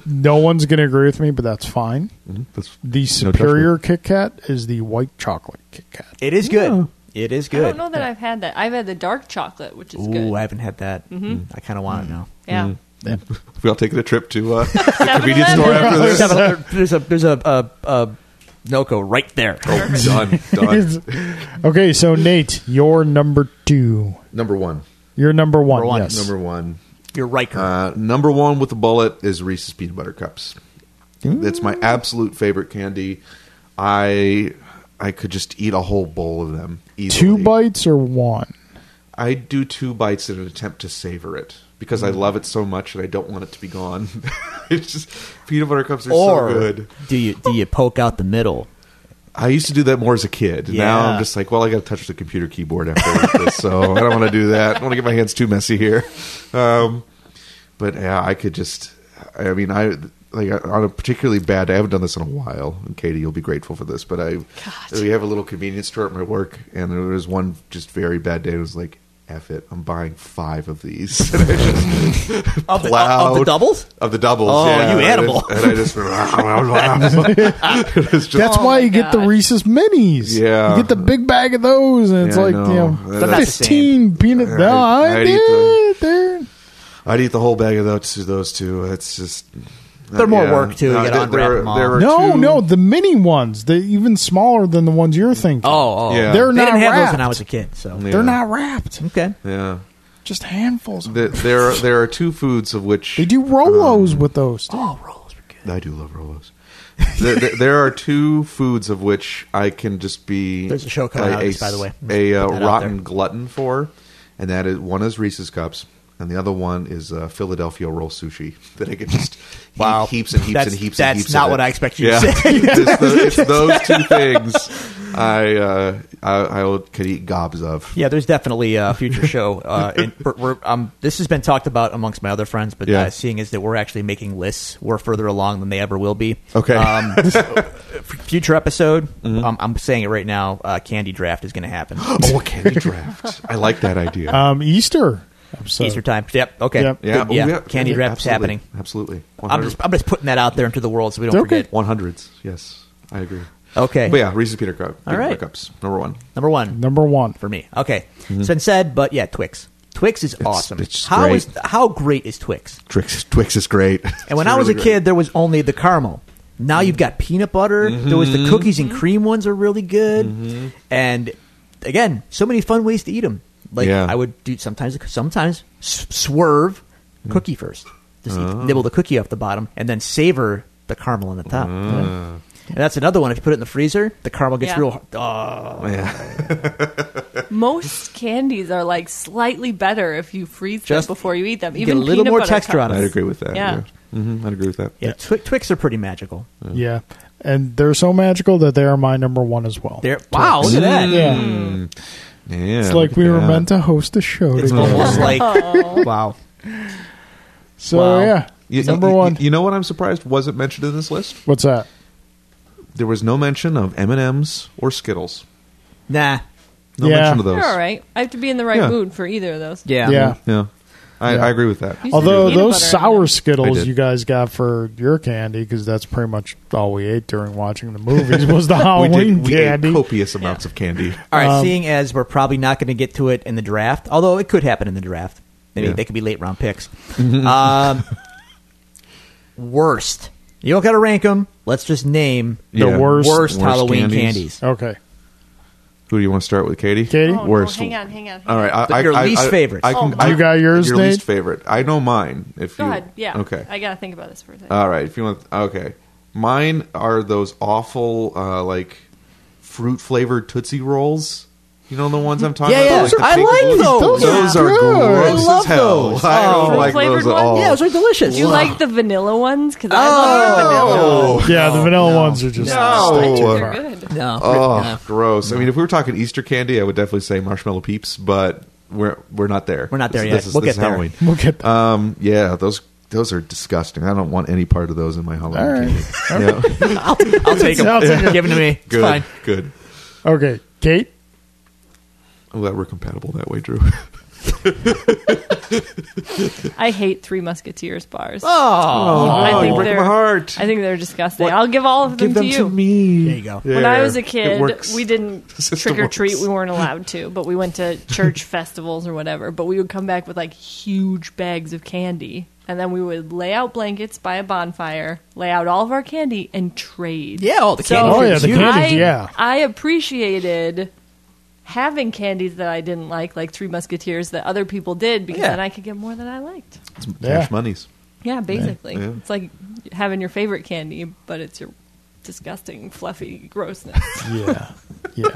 Speaker 1: no one's going to agree with me, but that's fine.
Speaker 4: That's-
Speaker 1: The
Speaker 4: judgment.
Speaker 1: superior Kit Kat is the white chocolate Kit Kat.
Speaker 2: It is good. It is good.
Speaker 3: I don't know that I've had that. I've had the dark chocolate, which is
Speaker 2: Ooh,
Speaker 3: good. Mm-hmm.
Speaker 2: I haven't had that. Mm, I kind of
Speaker 4: Mm.
Speaker 2: want it now.
Speaker 3: yeah.
Speaker 1: (laughs)
Speaker 4: we all taking a trip to uh, the
Speaker 3: 7-Eleven.
Speaker 4: convenience store after this.
Speaker 2: There's a there's a, there's a, uh uh Noco right there.
Speaker 4: Oh, done,
Speaker 1: (laughs)
Speaker 4: done.
Speaker 1: okay, so Nate, you're number two.
Speaker 4: Number one.
Speaker 1: You're number one.
Speaker 2: one,
Speaker 1: yes.
Speaker 4: Number one.
Speaker 2: You're Riker.
Speaker 4: Uh, number one with a bullet is Reese's Peanut Butter Cups. That's my absolute favorite candy. I I could just eat a whole bowl of them. Easily.
Speaker 1: two bites or one.
Speaker 4: I do two bites in an attempt to savor it because I love it so much and I don't want it to be gone. (laughs) it's just peanut butter cups are
Speaker 2: or
Speaker 4: so good.
Speaker 2: do you do you poke out the middle?
Speaker 4: I used to do that more as a kid. Now
Speaker 2: Yeah.
Speaker 4: I'm just like, well, I got to touch the computer keyboard after I eat this, so I don't want to do that. I don't want to get my hands too messy here. Um, but yeah, I could just. I mean, I like on a particularly bad day. I haven't done this in a while, and Katie, you'll be grateful for this. But I, we have a little convenience store at my work, and there was one just very bad day. It was like, "F it, I'm buying five of these." (laughs) And I just
Speaker 2: Of the,
Speaker 4: plowed
Speaker 2: of the doubles?
Speaker 4: Of the doubles.
Speaker 2: Oh,
Speaker 4: yeah.
Speaker 2: you
Speaker 4: And I-
Speaker 2: animal.
Speaker 4: And
Speaker 2: (laughs)
Speaker 4: I just. (laughs) It was just-
Speaker 1: That's why
Speaker 3: my
Speaker 1: you get the
Speaker 3: God.
Speaker 1: Reese's minis.
Speaker 4: Yeah.
Speaker 1: You get the big bag of those, and it's
Speaker 4: Yeah, I
Speaker 1: like you
Speaker 4: know.
Speaker 1: know,
Speaker 4: They're not
Speaker 2: the
Speaker 1: fifteen peanut.
Speaker 4: I'd-
Speaker 1: No, I,
Speaker 4: I'd eat
Speaker 1: did. They're-
Speaker 4: I'd eat the whole bag of those two. Those two. It's just uh,
Speaker 2: They're more work, too. You gotta
Speaker 4: there-
Speaker 2: unwrap
Speaker 4: there,
Speaker 2: them all.
Speaker 4: there were
Speaker 1: No,
Speaker 4: two-
Speaker 1: no, the mini ones. They're even smaller than the ones you're thinking.
Speaker 2: Oh, oh.
Speaker 4: Yeah.
Speaker 1: they're
Speaker 2: They
Speaker 1: not
Speaker 2: didn't have
Speaker 1: wrapped.
Speaker 2: those when I was a kid. So
Speaker 4: Yeah.
Speaker 1: They're not wrapped.
Speaker 2: okay.
Speaker 4: Yeah,
Speaker 1: Just handfuls. Of them.
Speaker 4: There- there are- there are two foods of which
Speaker 1: They do
Speaker 4: Um,
Speaker 1: Rolos with those. too.
Speaker 2: Oh, rolls were good.
Speaker 4: I do love Rolos. there, there- there are two foods of which I can just be.
Speaker 2: There's a show coming out of this, by the way.
Speaker 4: A uh,
Speaker 2: Put that out
Speaker 4: rotten
Speaker 2: there.
Speaker 4: glutton for, and that is one is Reese's cups, and the other one is uh, Philadelphia roll sushi. (laughs) That I can just
Speaker 2: Wow.
Speaker 4: eat heaps and heaps
Speaker 2: That's-
Speaker 4: and heaps.
Speaker 2: that's
Speaker 4: and heaps
Speaker 2: not (laughs)
Speaker 4: of (laughs)
Speaker 2: what
Speaker 4: it.
Speaker 2: I expected you to
Speaker 4: Yeah.
Speaker 2: say.
Speaker 4: it's, the- it's those two things I, uh, I I would- could eat gobs of.
Speaker 2: Yeah, there's definitely a
Speaker 4: (laughs)
Speaker 2: future show. Uh, and we're, we're, um, this has been talked about amongst my other friends, but
Speaker 4: Yeah.
Speaker 2: uh, seeing as that we're actually making lists, we're further along than they ever will be.
Speaker 4: Okay.
Speaker 2: Um, f- future episode,
Speaker 4: Mm-hmm.
Speaker 2: um, I'm saying it right now. Uh, candy draft is going to
Speaker 4: (gasps)
Speaker 2: happen.
Speaker 4: Oh, a candy draft! I like that idea.
Speaker 2: Uh,
Speaker 1: Um, Easter episode.
Speaker 2: Easter time. Yep. Okay.
Speaker 1: Yep.
Speaker 4: yeah,
Speaker 2: Good, yeah. Candy draft is
Speaker 4: absolutely,
Speaker 2: happening.
Speaker 4: Absolutely,
Speaker 2: I'm just, I'm just putting that out there into the world so we don't
Speaker 1: Okay.
Speaker 2: forget.
Speaker 4: one hundreds. Yes, I agree.
Speaker 2: Okay.
Speaker 4: but yeah, Reese's Peter Cup.
Speaker 2: All right.
Speaker 4: Peter cups number one.
Speaker 2: Number one.
Speaker 1: Number one.
Speaker 2: for me. Okay, it's been said, but yeah, Twix. Twix is awesome.
Speaker 4: Mm-hmm. it's just
Speaker 2: How
Speaker 4: great.
Speaker 2: is how great is Twix?
Speaker 4: Twix, Twix is (laughs) great.
Speaker 2: And when I was a kid, there was only the caramel. Now you've got peanut butter. There was the cookies and cream ones are really good. And again, so many fun ways to eat them. Like
Speaker 4: Yeah.
Speaker 2: I would do sometimes sometimes s- swerve cookie first. Just eat- nibble the cookie off the bottom and then savor the caramel on the top. And that's another one. If you put it in the freezer, the caramel gets
Speaker 3: Yeah.
Speaker 2: real. Oh,
Speaker 4: (laughs)
Speaker 3: Most candies are like slightly better if you freeze
Speaker 2: Just-
Speaker 3: them before you eat them.
Speaker 2: you get
Speaker 3: Even
Speaker 2: a little
Speaker 3: peanut
Speaker 2: more
Speaker 3: butter
Speaker 2: texture out of
Speaker 4: I'd
Speaker 3: cups.
Speaker 2: it.
Speaker 4: agree with that. Yeah,
Speaker 3: Yeah.
Speaker 4: hmm I'd agree with that.
Speaker 2: yeah. Twi- Twix are pretty magical.
Speaker 1: Yeah. And they're so magical that they are my number one as well.
Speaker 2: There, wow, Oh, look at that.
Speaker 1: Yeah.
Speaker 4: Yeah,
Speaker 1: It's
Speaker 4: Mm. look
Speaker 1: like
Speaker 4: at
Speaker 1: we were
Speaker 4: that.
Speaker 1: meant to host a show
Speaker 2: It's
Speaker 1: together. (laughs)
Speaker 2: almost like (laughs) wow.
Speaker 1: so
Speaker 2: wow.
Speaker 1: yeah.
Speaker 4: You-
Speaker 1: number
Speaker 4: you-
Speaker 1: one.
Speaker 4: You know what? I'm surprised wasn't mentioned in this list.
Speaker 1: What's that?
Speaker 4: There was no mention of M and M's or Skittles.
Speaker 2: Nah.
Speaker 4: No
Speaker 1: Yeah.
Speaker 4: mention of those.
Speaker 3: You're all right. I have to be in the right
Speaker 4: Yeah.
Speaker 3: mood for either of those.
Speaker 2: Yeah.
Speaker 1: Yeah.
Speaker 4: Yeah, I, I agree with that.
Speaker 3: You should
Speaker 1: Although
Speaker 3: do peanut
Speaker 1: those
Speaker 3: butter
Speaker 1: sour
Speaker 3: M&Ms.
Speaker 4: I
Speaker 1: Skittles
Speaker 4: did.
Speaker 1: you guys got for your candy, because that's pretty much all we ate during watching the movies was the Halloween
Speaker 4: (laughs) we
Speaker 1: candy.
Speaker 4: ate copious amounts of candy.
Speaker 2: All right. seeing as we're probably not going to get to it in the draft, although it could happen in the draft. I mean,
Speaker 4: Yeah. Mm-hmm.
Speaker 2: they could be late round picks. um, worst. You don't got to rank them. Let's just name
Speaker 1: The
Speaker 4: Yeah.
Speaker 1: worst.
Speaker 2: worst,
Speaker 4: Worst
Speaker 2: Halloween
Speaker 4: candies.
Speaker 2: candies.
Speaker 1: Okay.
Speaker 4: Who do you want to start with, Katie?
Speaker 1: Katie?
Speaker 3: Oh,
Speaker 4: worst.
Speaker 3: No, hang on, hang on.
Speaker 4: All right, I,
Speaker 2: The-
Speaker 4: I,
Speaker 2: your
Speaker 4: I-
Speaker 2: least
Speaker 4: I-
Speaker 2: favorites.
Speaker 4: I can,
Speaker 3: Oh,
Speaker 4: I-
Speaker 1: You got yours,
Speaker 4: Your least
Speaker 1: Nate?
Speaker 4: favorite. I know mine. If
Speaker 3: Go
Speaker 4: you,
Speaker 3: ahead. Yeah.
Speaker 4: Okay. Uh,
Speaker 3: I gotta think about this for a second.
Speaker 4: All right. If you want. Okay. Mine are those awful, uh, like fruit flavored Tootsie Rolls. You know the ones I'm talking
Speaker 2: Yeah, yeah.
Speaker 4: about. the
Speaker 2: I
Speaker 4: pink
Speaker 2: like
Speaker 4: ones?
Speaker 2: those.
Speaker 4: Those are
Speaker 1: Yeah.
Speaker 4: gross
Speaker 2: I love
Speaker 4: as hell.
Speaker 2: those.
Speaker 4: I
Speaker 2: Oh.
Speaker 4: don't like
Speaker 3: Fruit-flavored
Speaker 4: those at
Speaker 3: ones?
Speaker 4: all.
Speaker 2: Yeah, those are delicious.
Speaker 3: Do you like the vanilla ones? Because I love the vanilla.
Speaker 4: Oh,
Speaker 1: Yeah, the vanilla ones are just
Speaker 4: No.
Speaker 1: straight too
Speaker 4: Oh.
Speaker 1: far.
Speaker 3: They're good.
Speaker 2: No.
Speaker 4: Oh,
Speaker 2: no.
Speaker 4: gross! I mean, if we were talking Easter candy, I would definitely say marshmallow peeps, but we're we're not there.
Speaker 2: We're not there
Speaker 4: This-
Speaker 2: yet.
Speaker 4: This is,
Speaker 2: We'll
Speaker 4: this
Speaker 2: get there.
Speaker 4: is Halloween.
Speaker 1: We'll get that.
Speaker 4: Um, yeah, those those are disgusting. I don't want any part of those in my Halloween candy. Yeah.
Speaker 2: I'll, I'll take
Speaker 4: (laughs)
Speaker 2: them.
Speaker 1: Sounds like a-
Speaker 2: Give them to me. It's
Speaker 4: good,
Speaker 2: fine.
Speaker 4: good.
Speaker 1: okay. Kate?
Speaker 4: I'm glad we're compatible that way, Drew.
Speaker 2: Oh,
Speaker 3: I hate Three Musketeers bars.
Speaker 2: Oh,
Speaker 3: I
Speaker 4: Oh,
Speaker 3: think
Speaker 4: you break
Speaker 3: they're-
Speaker 4: my heart.
Speaker 3: I think they're disgusting. I'll give all of them,
Speaker 4: Give them
Speaker 3: to
Speaker 4: to,
Speaker 3: you.
Speaker 4: me.
Speaker 2: There you go.
Speaker 3: When I was
Speaker 4: There.
Speaker 3: a
Speaker 4: It
Speaker 3: kid,
Speaker 4: works. (laughs)
Speaker 3: we didn't
Speaker 4: system
Speaker 3: trick or treat.
Speaker 4: works.
Speaker 3: We weren't allowed to, but we
Speaker 4: (laughs)
Speaker 3: went to church festivals or whatever. But we would come back with like huge bags of candy, and then we would lay out blankets by a bonfire, lay out all of our candy, and trade.
Speaker 2: Yeah, all the
Speaker 3: So-
Speaker 2: candy.
Speaker 1: Oh, yeah,
Speaker 2: is
Speaker 1: the
Speaker 2: huge.
Speaker 1: candy.
Speaker 3: I,
Speaker 1: yeah.
Speaker 3: I appreciated having candies that I didn't like, like Three Musketeers, that other people did, because
Speaker 2: Yeah.
Speaker 3: then I could get more than I liked.
Speaker 4: It's cash
Speaker 1: Yeah.
Speaker 4: monies.
Speaker 3: Yeah, basically,
Speaker 4: Yeah.
Speaker 3: it's like having your favorite candy, but it's your disgusting, fluffy grossness.
Speaker 1: Yeah. Yeah.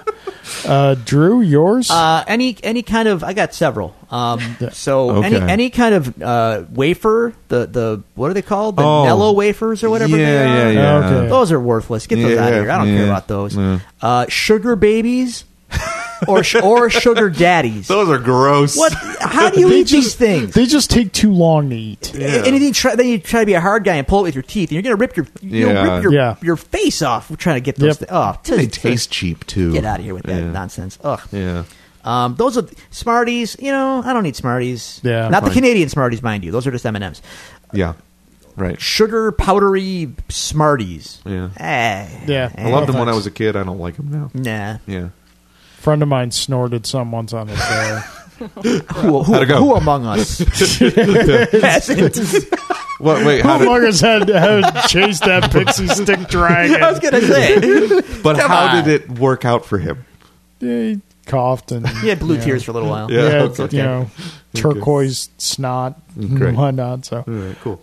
Speaker 1: Uh, Drew, yours?
Speaker 2: Uh, any any kind of I got several.
Speaker 4: (laughs)
Speaker 2: Um, so
Speaker 4: Okay.
Speaker 2: any any kind of uh, wafer, the the what are they called? The
Speaker 4: Oh.
Speaker 2: Nello wafers or whatever.
Speaker 4: Yeah,
Speaker 2: they are.
Speaker 4: yeah, yeah.
Speaker 1: Okay.
Speaker 2: Those are worthless. Get those out
Speaker 4: Yeah,
Speaker 2: of here. I don't
Speaker 4: yeah.
Speaker 2: care about those.
Speaker 4: Yeah.
Speaker 2: Uh, sugar babies, or sh-
Speaker 4: (laughs)
Speaker 2: or sugar daddies.
Speaker 4: Those are gross.
Speaker 2: what? How do you
Speaker 1: They
Speaker 2: eat these
Speaker 1: just-
Speaker 2: things?
Speaker 1: They just take too long to eat.
Speaker 4: Yeah.
Speaker 2: Anything try, then you try to be a hard guy and pull it with your teeth, and you're gonna rip your
Speaker 4: Yeah.
Speaker 2: you'll rip your,
Speaker 1: Yeah.
Speaker 2: your face off trying to get those.
Speaker 1: Yep.
Speaker 2: Thi- oh,
Speaker 4: They
Speaker 2: just-
Speaker 4: taste cheap too.
Speaker 2: Get out of here with that
Speaker 4: Yeah.
Speaker 2: nonsense. Ugh.
Speaker 4: Yeah.
Speaker 2: Um, those are Smarties. You know, I don't need Smarties.
Speaker 1: Yeah,
Speaker 2: not the
Speaker 4: fine.
Speaker 2: Canadian Smarties, mind you. Those are just M and M's.
Speaker 4: Yeah. Right.
Speaker 2: Sugar powdery Smarties.
Speaker 4: Yeah.
Speaker 2: Eh,
Speaker 1: Yeah.
Speaker 4: I loved
Speaker 1: No
Speaker 4: them when I
Speaker 1: thanks.
Speaker 4: was a kid. I don't like them now.
Speaker 2: Nah.
Speaker 4: Yeah.
Speaker 1: friend of mine snorted some once on his day.
Speaker 2: Who, who,
Speaker 4: How'd it go?
Speaker 2: who among us hasn't?
Speaker 4: What? Wait. (laughs) How
Speaker 1: How
Speaker 4: did?
Speaker 1: long has had, had chased
Speaker 4: (laughs)
Speaker 1: that pixie stick dragon?
Speaker 2: I was gonna say.
Speaker 4: But
Speaker 2: Come
Speaker 4: how
Speaker 2: on.
Speaker 4: did it work out for him?
Speaker 1: Yeah, he coughed and
Speaker 2: He had blue tears for a little while.
Speaker 4: Yeah.
Speaker 1: yeah,
Speaker 4: okay.
Speaker 1: you know, turquoise snot
Speaker 4: Great. Mm.
Speaker 1: and whatnot. So,
Speaker 4: All right, cool.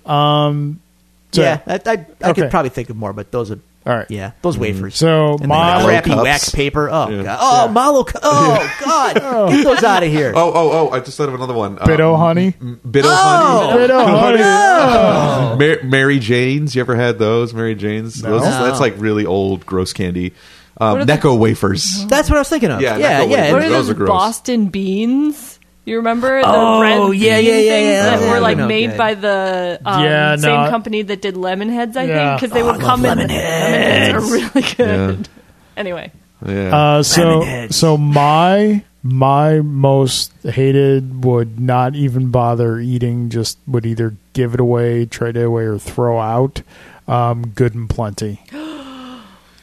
Speaker 1: so
Speaker 2: Yeah, I, I, I
Speaker 1: Okay.
Speaker 2: could probably think of more, but those are
Speaker 1: All right.
Speaker 2: Yeah, those wafers.
Speaker 1: So
Speaker 2: and
Speaker 1: my-
Speaker 2: the crappy
Speaker 4: Mallow
Speaker 2: wax
Speaker 4: cups.
Speaker 2: paper. Oh,
Speaker 4: Mm-hmm. Yeah.
Speaker 2: God. oh, Mallow cu- Oh, God, get those out of here.
Speaker 4: Oh, oh, oh! I just thought of another one.
Speaker 1: Bitto
Speaker 2: (laughs)
Speaker 4: um,
Speaker 1: honey,
Speaker 4: Bitto
Speaker 2: Oh!
Speaker 4: honey.
Speaker 1: Bitto honey.
Speaker 4: Mar- Mary Jane's. You ever had those? Mary Jane's. Those,
Speaker 1: No.
Speaker 4: That's like really old, gross candy. Um,
Speaker 3: What are they-
Speaker 4: Necco wafers.
Speaker 2: That's what I was thinking of.
Speaker 4: Yeah,
Speaker 2: Yeah, yeah.
Speaker 4: not the
Speaker 2: and-
Speaker 3: What are
Speaker 4: Those
Speaker 3: those,
Speaker 4: are gross.
Speaker 3: Boston beans? You remember the
Speaker 2: Oh,
Speaker 3: red
Speaker 2: yeah, yeah,
Speaker 3: bean
Speaker 2: yeah,
Speaker 3: things
Speaker 2: yeah,
Speaker 3: that
Speaker 2: yeah,
Speaker 3: were
Speaker 2: yeah.
Speaker 3: like
Speaker 2: No,
Speaker 3: made
Speaker 2: good.
Speaker 3: by the um,
Speaker 1: Yeah,
Speaker 3: same
Speaker 1: no.
Speaker 3: company that did lemon heads, I
Speaker 1: Yeah.
Speaker 3: think, because they would
Speaker 2: Oh, I
Speaker 3: come
Speaker 2: love
Speaker 3: in.
Speaker 2: Lemon
Speaker 3: (laughs) Lemon heads are really good. Anyway,
Speaker 4: Yeah.
Speaker 1: Uh, so
Speaker 2: Lemonheads.
Speaker 1: so my my most hated would not even bother eating. Just would either give it away, trade it away, or throw out. Um, good and
Speaker 2: (gasps)
Speaker 1: plenty,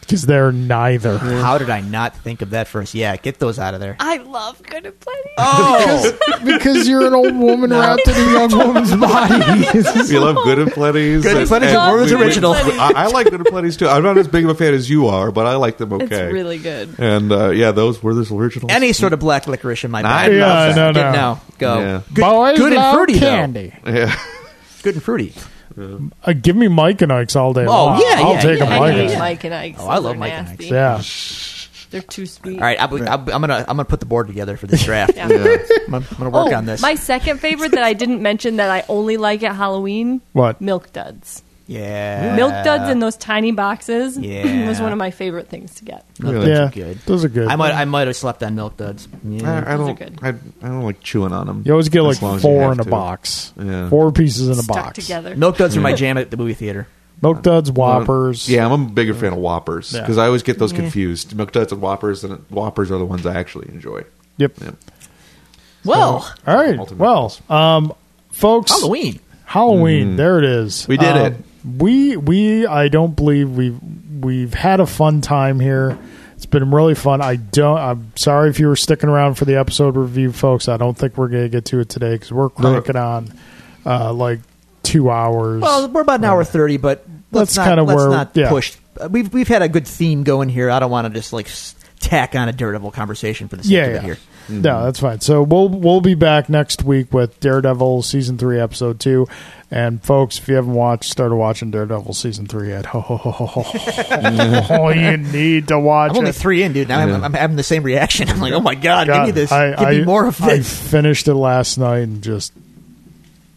Speaker 1: because they're neither.
Speaker 2: How did I not think of that first? Yeah, get those out of there.
Speaker 3: I love good and plenty. Oh!
Speaker 2: (laughs)
Speaker 1: because you're an old woman wrapped in a young woman's body.
Speaker 4: you love Good and Plenty's.
Speaker 2: Good and Plenty's
Speaker 3: are
Speaker 4: we- we-
Speaker 2: original.
Speaker 4: I, I like Good and Plenty's too. I'm not as big of a fan as you are, but I like them okay.
Speaker 3: It's really good.
Speaker 4: and uh, yeah, those were those original.
Speaker 2: Any sort of black licorice in my bag.
Speaker 4: I Yeah,
Speaker 1: love that. no,
Speaker 2: Get
Speaker 1: no.
Speaker 2: now. Go.
Speaker 4: Yeah.
Speaker 2: Good,
Speaker 1: Boys
Speaker 2: (laughs) good and
Speaker 1: love
Speaker 2: fruity, though.
Speaker 1: candy.
Speaker 4: Yeah.
Speaker 2: Good and fruity.
Speaker 1: Uh, give me Mike and Ike's all day.
Speaker 2: Oh,
Speaker 1: long.
Speaker 2: yeah,
Speaker 1: I'll
Speaker 2: yeah,
Speaker 1: take
Speaker 2: yeah,
Speaker 1: a
Speaker 2: yeah,
Speaker 1: Mike.
Speaker 3: I
Speaker 1: and
Speaker 3: hate
Speaker 1: Ike's.
Speaker 3: Mike and Ike's.
Speaker 2: Oh, I
Speaker 3: Those
Speaker 2: love
Speaker 3: are
Speaker 2: Mike and
Speaker 3: nasty.
Speaker 1: Yeah.
Speaker 3: They're too sweet.
Speaker 2: All right, I, I, I'm gonna I'm gonna put the board together
Speaker 1: (laughs)
Speaker 2: for this draft.
Speaker 3: Yeah.
Speaker 2: I'm, gonna- I'm gonna work
Speaker 3: oh,
Speaker 2: on this.
Speaker 3: my second favorite that I didn't mention that I only like at Halloween.
Speaker 1: What?
Speaker 3: Milk duds.
Speaker 2: yeah,
Speaker 3: Milk duds in those tiny boxes
Speaker 2: Yeah.
Speaker 3: (laughs) was one of my favorite things to get.
Speaker 4: Really?
Speaker 1: yeah,
Speaker 2: good.
Speaker 1: those are good.
Speaker 2: I might I might have slept on milk duds. Yeah.
Speaker 4: Mm-hmm. I, I
Speaker 3: Those are
Speaker 4: don't.
Speaker 3: good.
Speaker 4: I, I don't like chewing on them.
Speaker 1: you always get like
Speaker 4: as long as you
Speaker 1: four
Speaker 4: have
Speaker 1: in a
Speaker 4: to.
Speaker 1: box,
Speaker 4: Yeah.
Speaker 1: four pieces in a
Speaker 3: Stuck
Speaker 1: box.
Speaker 3: together.
Speaker 2: Milk duds are my jam at the movie theater.
Speaker 1: Milk duds, whoppers.
Speaker 4: Um, Yeah, I'm a bigger fan of Whoppers
Speaker 1: Yeah.
Speaker 4: because I always get those confused. Milk Duds and Whoppers, and Whoppers are the ones I actually enjoy.
Speaker 1: Yep.
Speaker 4: Yeah.
Speaker 2: Well,
Speaker 1: All right.
Speaker 4: Ultimate
Speaker 1: well, um, folks,
Speaker 2: Halloween.
Speaker 1: Halloween, There it is.
Speaker 4: Hmm. We did
Speaker 1: Um,
Speaker 4: it.
Speaker 1: We we I don't believe we've we've had a fun time here. It's been really fun. I don't. I'm sorry if you were sticking around for the episode review, folks. I don't think we're gonna get to it today because we're cranking on uh, like two hours.
Speaker 2: Well, we're about an hour thirty, but let's
Speaker 1: That's
Speaker 2: not
Speaker 1: kinda
Speaker 2: let's
Speaker 1: where-
Speaker 2: not
Speaker 1: yeah.
Speaker 2: push. uh, We've we've had a good theme going here. I don't want to just like s- tack on a Daredevil conversation for the sake of
Speaker 1: yeah,
Speaker 2: it
Speaker 1: yeah.
Speaker 2: here. Mm-hmm.
Speaker 1: No, that's fine. So we'll we'll be back next week with Daredevil season three, episode two. And folks, if you haven't watched, started watching Daredevil season three yet, (laughs)
Speaker 2: (laughs)
Speaker 1: Oh, you need to watch
Speaker 2: I'm only
Speaker 1: it.
Speaker 2: three in, dude. Now I'm, I'm having the same reaction. (laughs) I'm like, oh my god, give me this,
Speaker 1: I,
Speaker 2: give me
Speaker 1: I-
Speaker 2: more of
Speaker 1: I
Speaker 2: this.
Speaker 1: finished it last night and just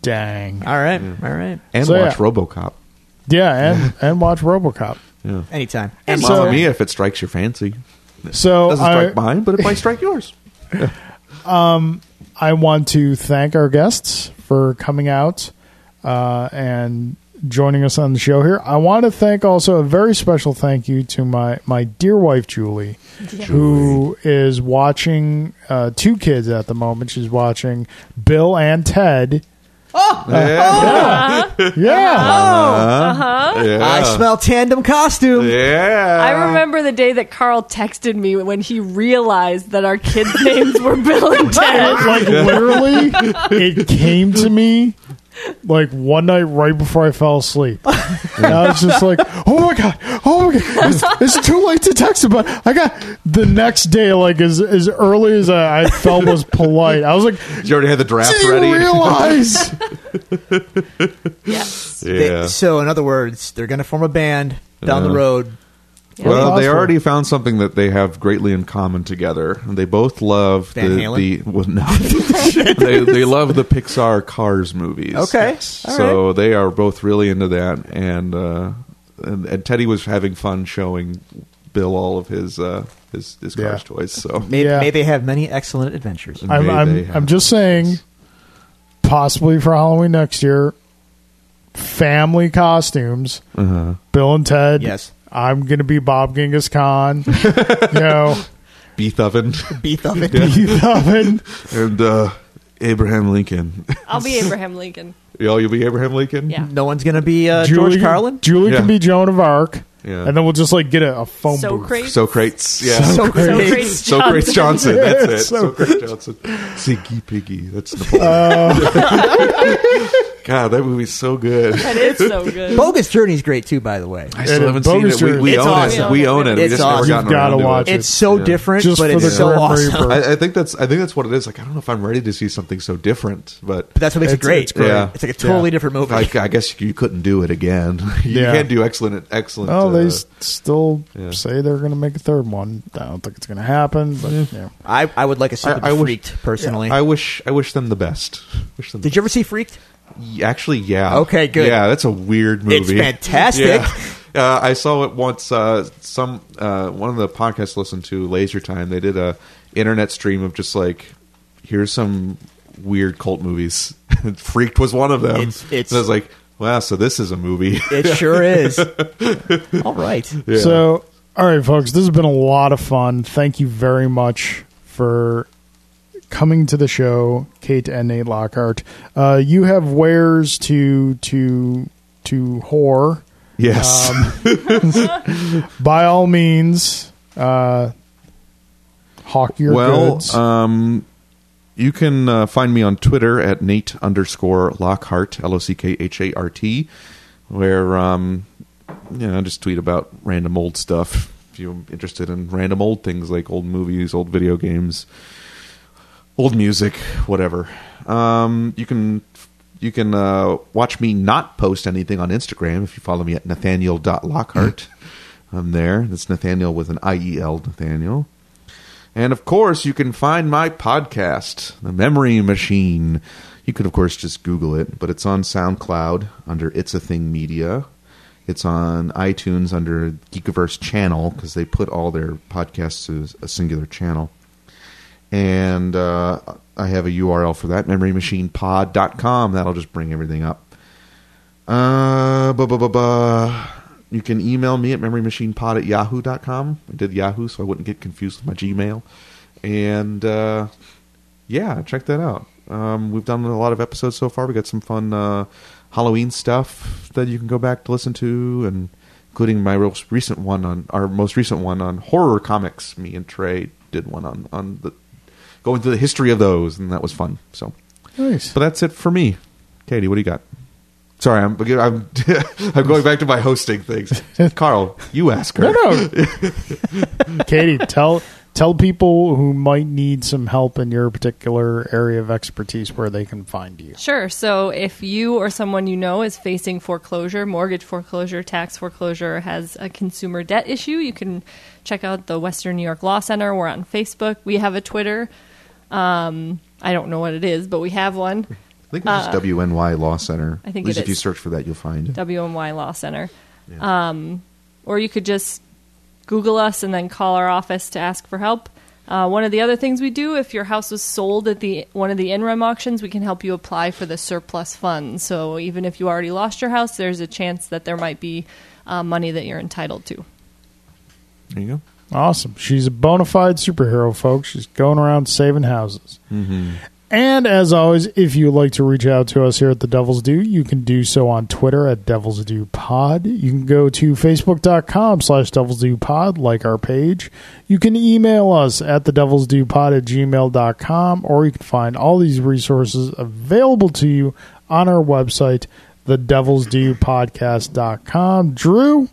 Speaker 1: dang.
Speaker 2: all right, all right.
Speaker 4: And
Speaker 1: So,
Speaker 4: watch
Speaker 1: yeah.
Speaker 4: RoboCop.
Speaker 1: Yeah, and and watch RoboCop.
Speaker 2: Anytime.
Speaker 4: And
Speaker 2: Anytime.
Speaker 4: Mamma Mia, if it strikes your fancy,
Speaker 1: So
Speaker 4: doesn't
Speaker 1: Oh, I-
Speaker 4: strike mine, but it might
Speaker 1: (laughs)
Speaker 4: strike yours.
Speaker 1: I want to thank our guests for coming out uh, and joining us on the show here. I want to thank also a very special thank you to my my dear wife Julie, who is watching uh, two kids at the moment. She's watching Bill and Ted. Oh.
Speaker 4: Yeah,
Speaker 1: Yeah,
Speaker 4: yeah,
Speaker 2: I smell tandem costume.
Speaker 4: yeah.
Speaker 3: I
Speaker 1: uh,
Speaker 3: remember the day that Carl texted me when he realized that our kids' (laughs) names were Bill and Ted.
Speaker 1: (laughs) like literally, it came to me like one night right before I fell asleep. And I was just like, "Oh my god, oh my god, it's, it's too late to text him." But I got the next day, like as as early as I, I felt was polite. I was like,
Speaker 4: You already had the draft
Speaker 1: "Didn't
Speaker 4: ready.
Speaker 1: even realize."
Speaker 3: Yes.
Speaker 4: (laughs) yeah.
Speaker 2: They- so, in other words, they're going to form a band down the
Speaker 4: Yeah.
Speaker 2: road.
Speaker 4: well, they
Speaker 1: Awesome.
Speaker 4: already found something that they have greatly in common together. They both love
Speaker 2: Van
Speaker 4: the,
Speaker 2: Halen?
Speaker 4: the well, no. (laughs) they they love the Pixar Cars movies.
Speaker 2: Okay. All
Speaker 4: so they are both really into that, and, uh, and and Teddy was having fun showing Bill all of his uh, his his
Speaker 1: Yeah.
Speaker 4: Cars toys. So
Speaker 2: May,
Speaker 1: Yeah.
Speaker 2: may they have many excellent adventures.
Speaker 1: I'm
Speaker 4: May they
Speaker 1: I'm,
Speaker 4: have
Speaker 1: I'm just saying, possibly for Halloween next year, family costumes.
Speaker 4: Uh-huh.
Speaker 1: Bill and Ted.
Speaker 2: Yes.
Speaker 1: I'm gonna be Bob Genghis Khan. (laughs) you know,
Speaker 4: Beef oven
Speaker 2: Beef up
Speaker 1: (laughs)
Speaker 2: it.
Speaker 1: Keith Oven.
Speaker 4: and uh, Abraham Lincoln. (laughs)
Speaker 3: I'll be Abraham Lincoln.
Speaker 4: Y'all, you'll be Abraham Lincoln.
Speaker 3: Yeah.
Speaker 2: No one's going to be uh, George Carlin.
Speaker 1: Julie
Speaker 4: Yeah.
Speaker 1: can be Joan of Arc.
Speaker 4: Yeah.
Speaker 1: And then we'll just like get a, a phone
Speaker 3: So
Speaker 1: booth.
Speaker 3: crates.
Speaker 4: Socrates. Yeah.
Speaker 2: So
Speaker 3: So
Speaker 2: great.
Speaker 3: crates
Speaker 4: So great
Speaker 1: (laughs)
Speaker 4: Johnson.
Speaker 3: Johnson.
Speaker 4: That's it.
Speaker 1: So
Speaker 4: So great Johnson. Ziggy Piggy. That's the
Speaker 1: Oh.
Speaker 4: God, that movie's so good.
Speaker 3: That is
Speaker 1: (laughs)
Speaker 3: so good.
Speaker 2: Bogus Journey's great too, by the way.
Speaker 4: I
Speaker 1: It is
Speaker 4: still haven't seen
Speaker 1: bogus
Speaker 4: it. We, we
Speaker 2: It's
Speaker 4: own
Speaker 2: awesome.
Speaker 4: it. We own it. we
Speaker 2: It's
Speaker 4: just
Speaker 2: awesome.
Speaker 4: never gotten
Speaker 1: You've gotta
Speaker 4: around
Speaker 1: watch
Speaker 4: to
Speaker 1: it.
Speaker 4: it.
Speaker 2: It's so
Speaker 4: Yeah.
Speaker 2: different,
Speaker 1: Just
Speaker 2: but
Speaker 1: for
Speaker 2: it's
Speaker 1: the
Speaker 2: so
Speaker 1: Grim
Speaker 2: awesome.
Speaker 1: Reaper.
Speaker 4: I, I think that's. I think that's what it is. Like I don't know if I'm ready to see something so different, but
Speaker 2: But that's what makes
Speaker 1: It's-
Speaker 2: it great.
Speaker 1: it's
Speaker 4: great. Yeah.
Speaker 2: It's like a totally different movie.
Speaker 4: I, I guess you couldn't do it again. (laughs) You
Speaker 1: Yeah.
Speaker 4: can't do excellent. Excellent.
Speaker 1: Oh, they
Speaker 4: uh,
Speaker 1: s- still
Speaker 4: yeah.
Speaker 1: say they're going to make a third one. I don't think it's going to happen. But yeah.
Speaker 2: I, I would like a sequel
Speaker 4: I- I
Speaker 2: to
Speaker 4: wish-
Speaker 2: Freaked personally.
Speaker 4: I wish. I wish them the best. Wish them.
Speaker 2: Did you ever see Freaked?
Speaker 4: Actually, yeah.
Speaker 2: Okay, good.
Speaker 4: Yeah, that's a weird movie.
Speaker 2: It's fantastic.
Speaker 4: (laughs) Yeah. Uh, I saw it once. Uh, some uh, one of the podcasts I listened to, Laser Time, they did a internet stream of just like, here's some weird cult movies. (laughs) Freaked was one of them.
Speaker 2: It's- it's-
Speaker 4: and I was like, wow, so this is a movie.
Speaker 2: It sure is. All right.
Speaker 4: (laughs) Yeah.
Speaker 1: So, all right, folks, this has been a lot of fun. Thank you very much for coming to the show, Kate and Nate Lockhart. Uh, you have wares to to to whore.
Speaker 4: yes.
Speaker 1: By all means, uh, hawk your
Speaker 4: well,
Speaker 1: goods.
Speaker 4: um, you can uh, find me on Twitter at Nate underscore Lockhart, L O C K H A R T, where um, you know, I just tweet about random old stuff. If you're interested in random old things like old movies, old video games, old music, whatever. Um, you can you can uh, watch me not post anything on Instagram if you follow me at nathaniel.lockhart.
Speaker 1: Hmm.
Speaker 4: I'm there. That's Nathaniel with an I E L Nathaniel. And of course, you can find my podcast, The Memory Machine. You could, of course, just Google it, but it's on SoundCloud under It's a Thing Media. It's on iTunes under Geekiverse channel because they put all their podcasts to a singular channel. And uh, I have a URL for that, memorymachinepod.com. That'll just bring everything up. Uh, buh, buh, buh, buh. You can email me at memorymachinepod at yahoo.com. I did Yahoo so I wouldn't get confused with my Gmail. And uh, yeah, check that out. Um, we've done a lot of episodes so far. We got some fun uh, Halloween stuff that you can go back to listen to, and including my most recent one on our most recent one on horror comics. Me and Trey did one on on the going through the history of those, and that was fun. So,
Speaker 1: nice.
Speaker 4: but that's it for me. Katie, what do you got? Sorry, I'm (laughs) I'm, I'm going back to my
Speaker 1: (laughs)
Speaker 4: hosting things. Carl, you ask her.
Speaker 1: No, no. (laughs) Katie, tell tell people who might need some help in your particular area of expertise where they can find you.
Speaker 3: Sure. So if you or someone you know is facing foreclosure, mortgage foreclosure, tax foreclosure, or has a consumer debt issue, you can check out the Western New York Law Center. We're on Facebook. We have a Twitter. Um, I don't know what it is, but we have one.
Speaker 4: I think it's just WNY Law Center.
Speaker 3: Uh, I think
Speaker 4: At least
Speaker 3: it
Speaker 4: if you
Speaker 3: is.
Speaker 4: search for that, you'll find it.
Speaker 3: WMY Law Center. Um, or you could just Google us and then call our office to ask for help. Uh, one of the other things we do, if your house was sold at the one of the NREM auctions, we can help you apply for the surplus fund. So even if you already lost your house, there's a chance that there might be uh, money that you're entitled to.
Speaker 4: There you go.
Speaker 1: Awesome. She's a bona fide superhero, folks. She's going around saving houses. And as always, if you'd like to reach out to us here at the Devils Do, you can do so on Twitter at Devils Do Pod. You can go to Facebook.com slash Devils Do Pod, like our page. You can email us at the Devils Do Pod at gmail.com, or you can find all these resources available to you on our website, the Devils Do Podcast.com. Drew,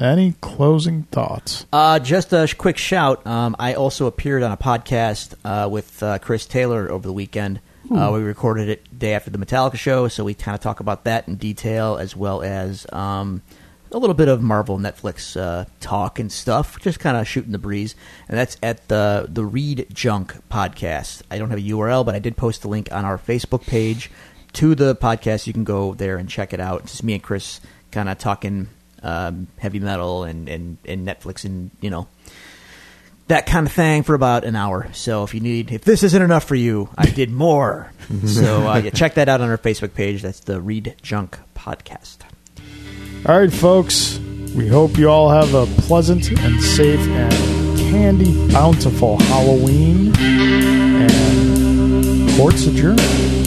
Speaker 1: any closing thoughts?
Speaker 2: Uh, just a sh- quick shout. Um, I also appeared on a podcast uh, with uh, Chris Taylor over the weekend. Uh, we recorded it day after the Metallica show, so we kind of talk about that in detail, as well as um, a little bit of Marvel Netflix uh, talk and stuff. Just kind of shooting the breeze, and that's at the the Read Junk podcast. I don't have a URL, but I did post the link on our Facebook page to the podcast. You can go there and check it out. It's just me and Chris kind of talking um, heavy metal and, and, and Netflix and you know that kind of thing for about an hour. So if you need, if this isn't enough for you, I did more. so uh, yeah, check that out on our Facebook page. That's the Read Junk Podcast.
Speaker 1: All right, folks. We hope you all have a pleasant and safe and candy bountiful Halloween. And court's adjourned.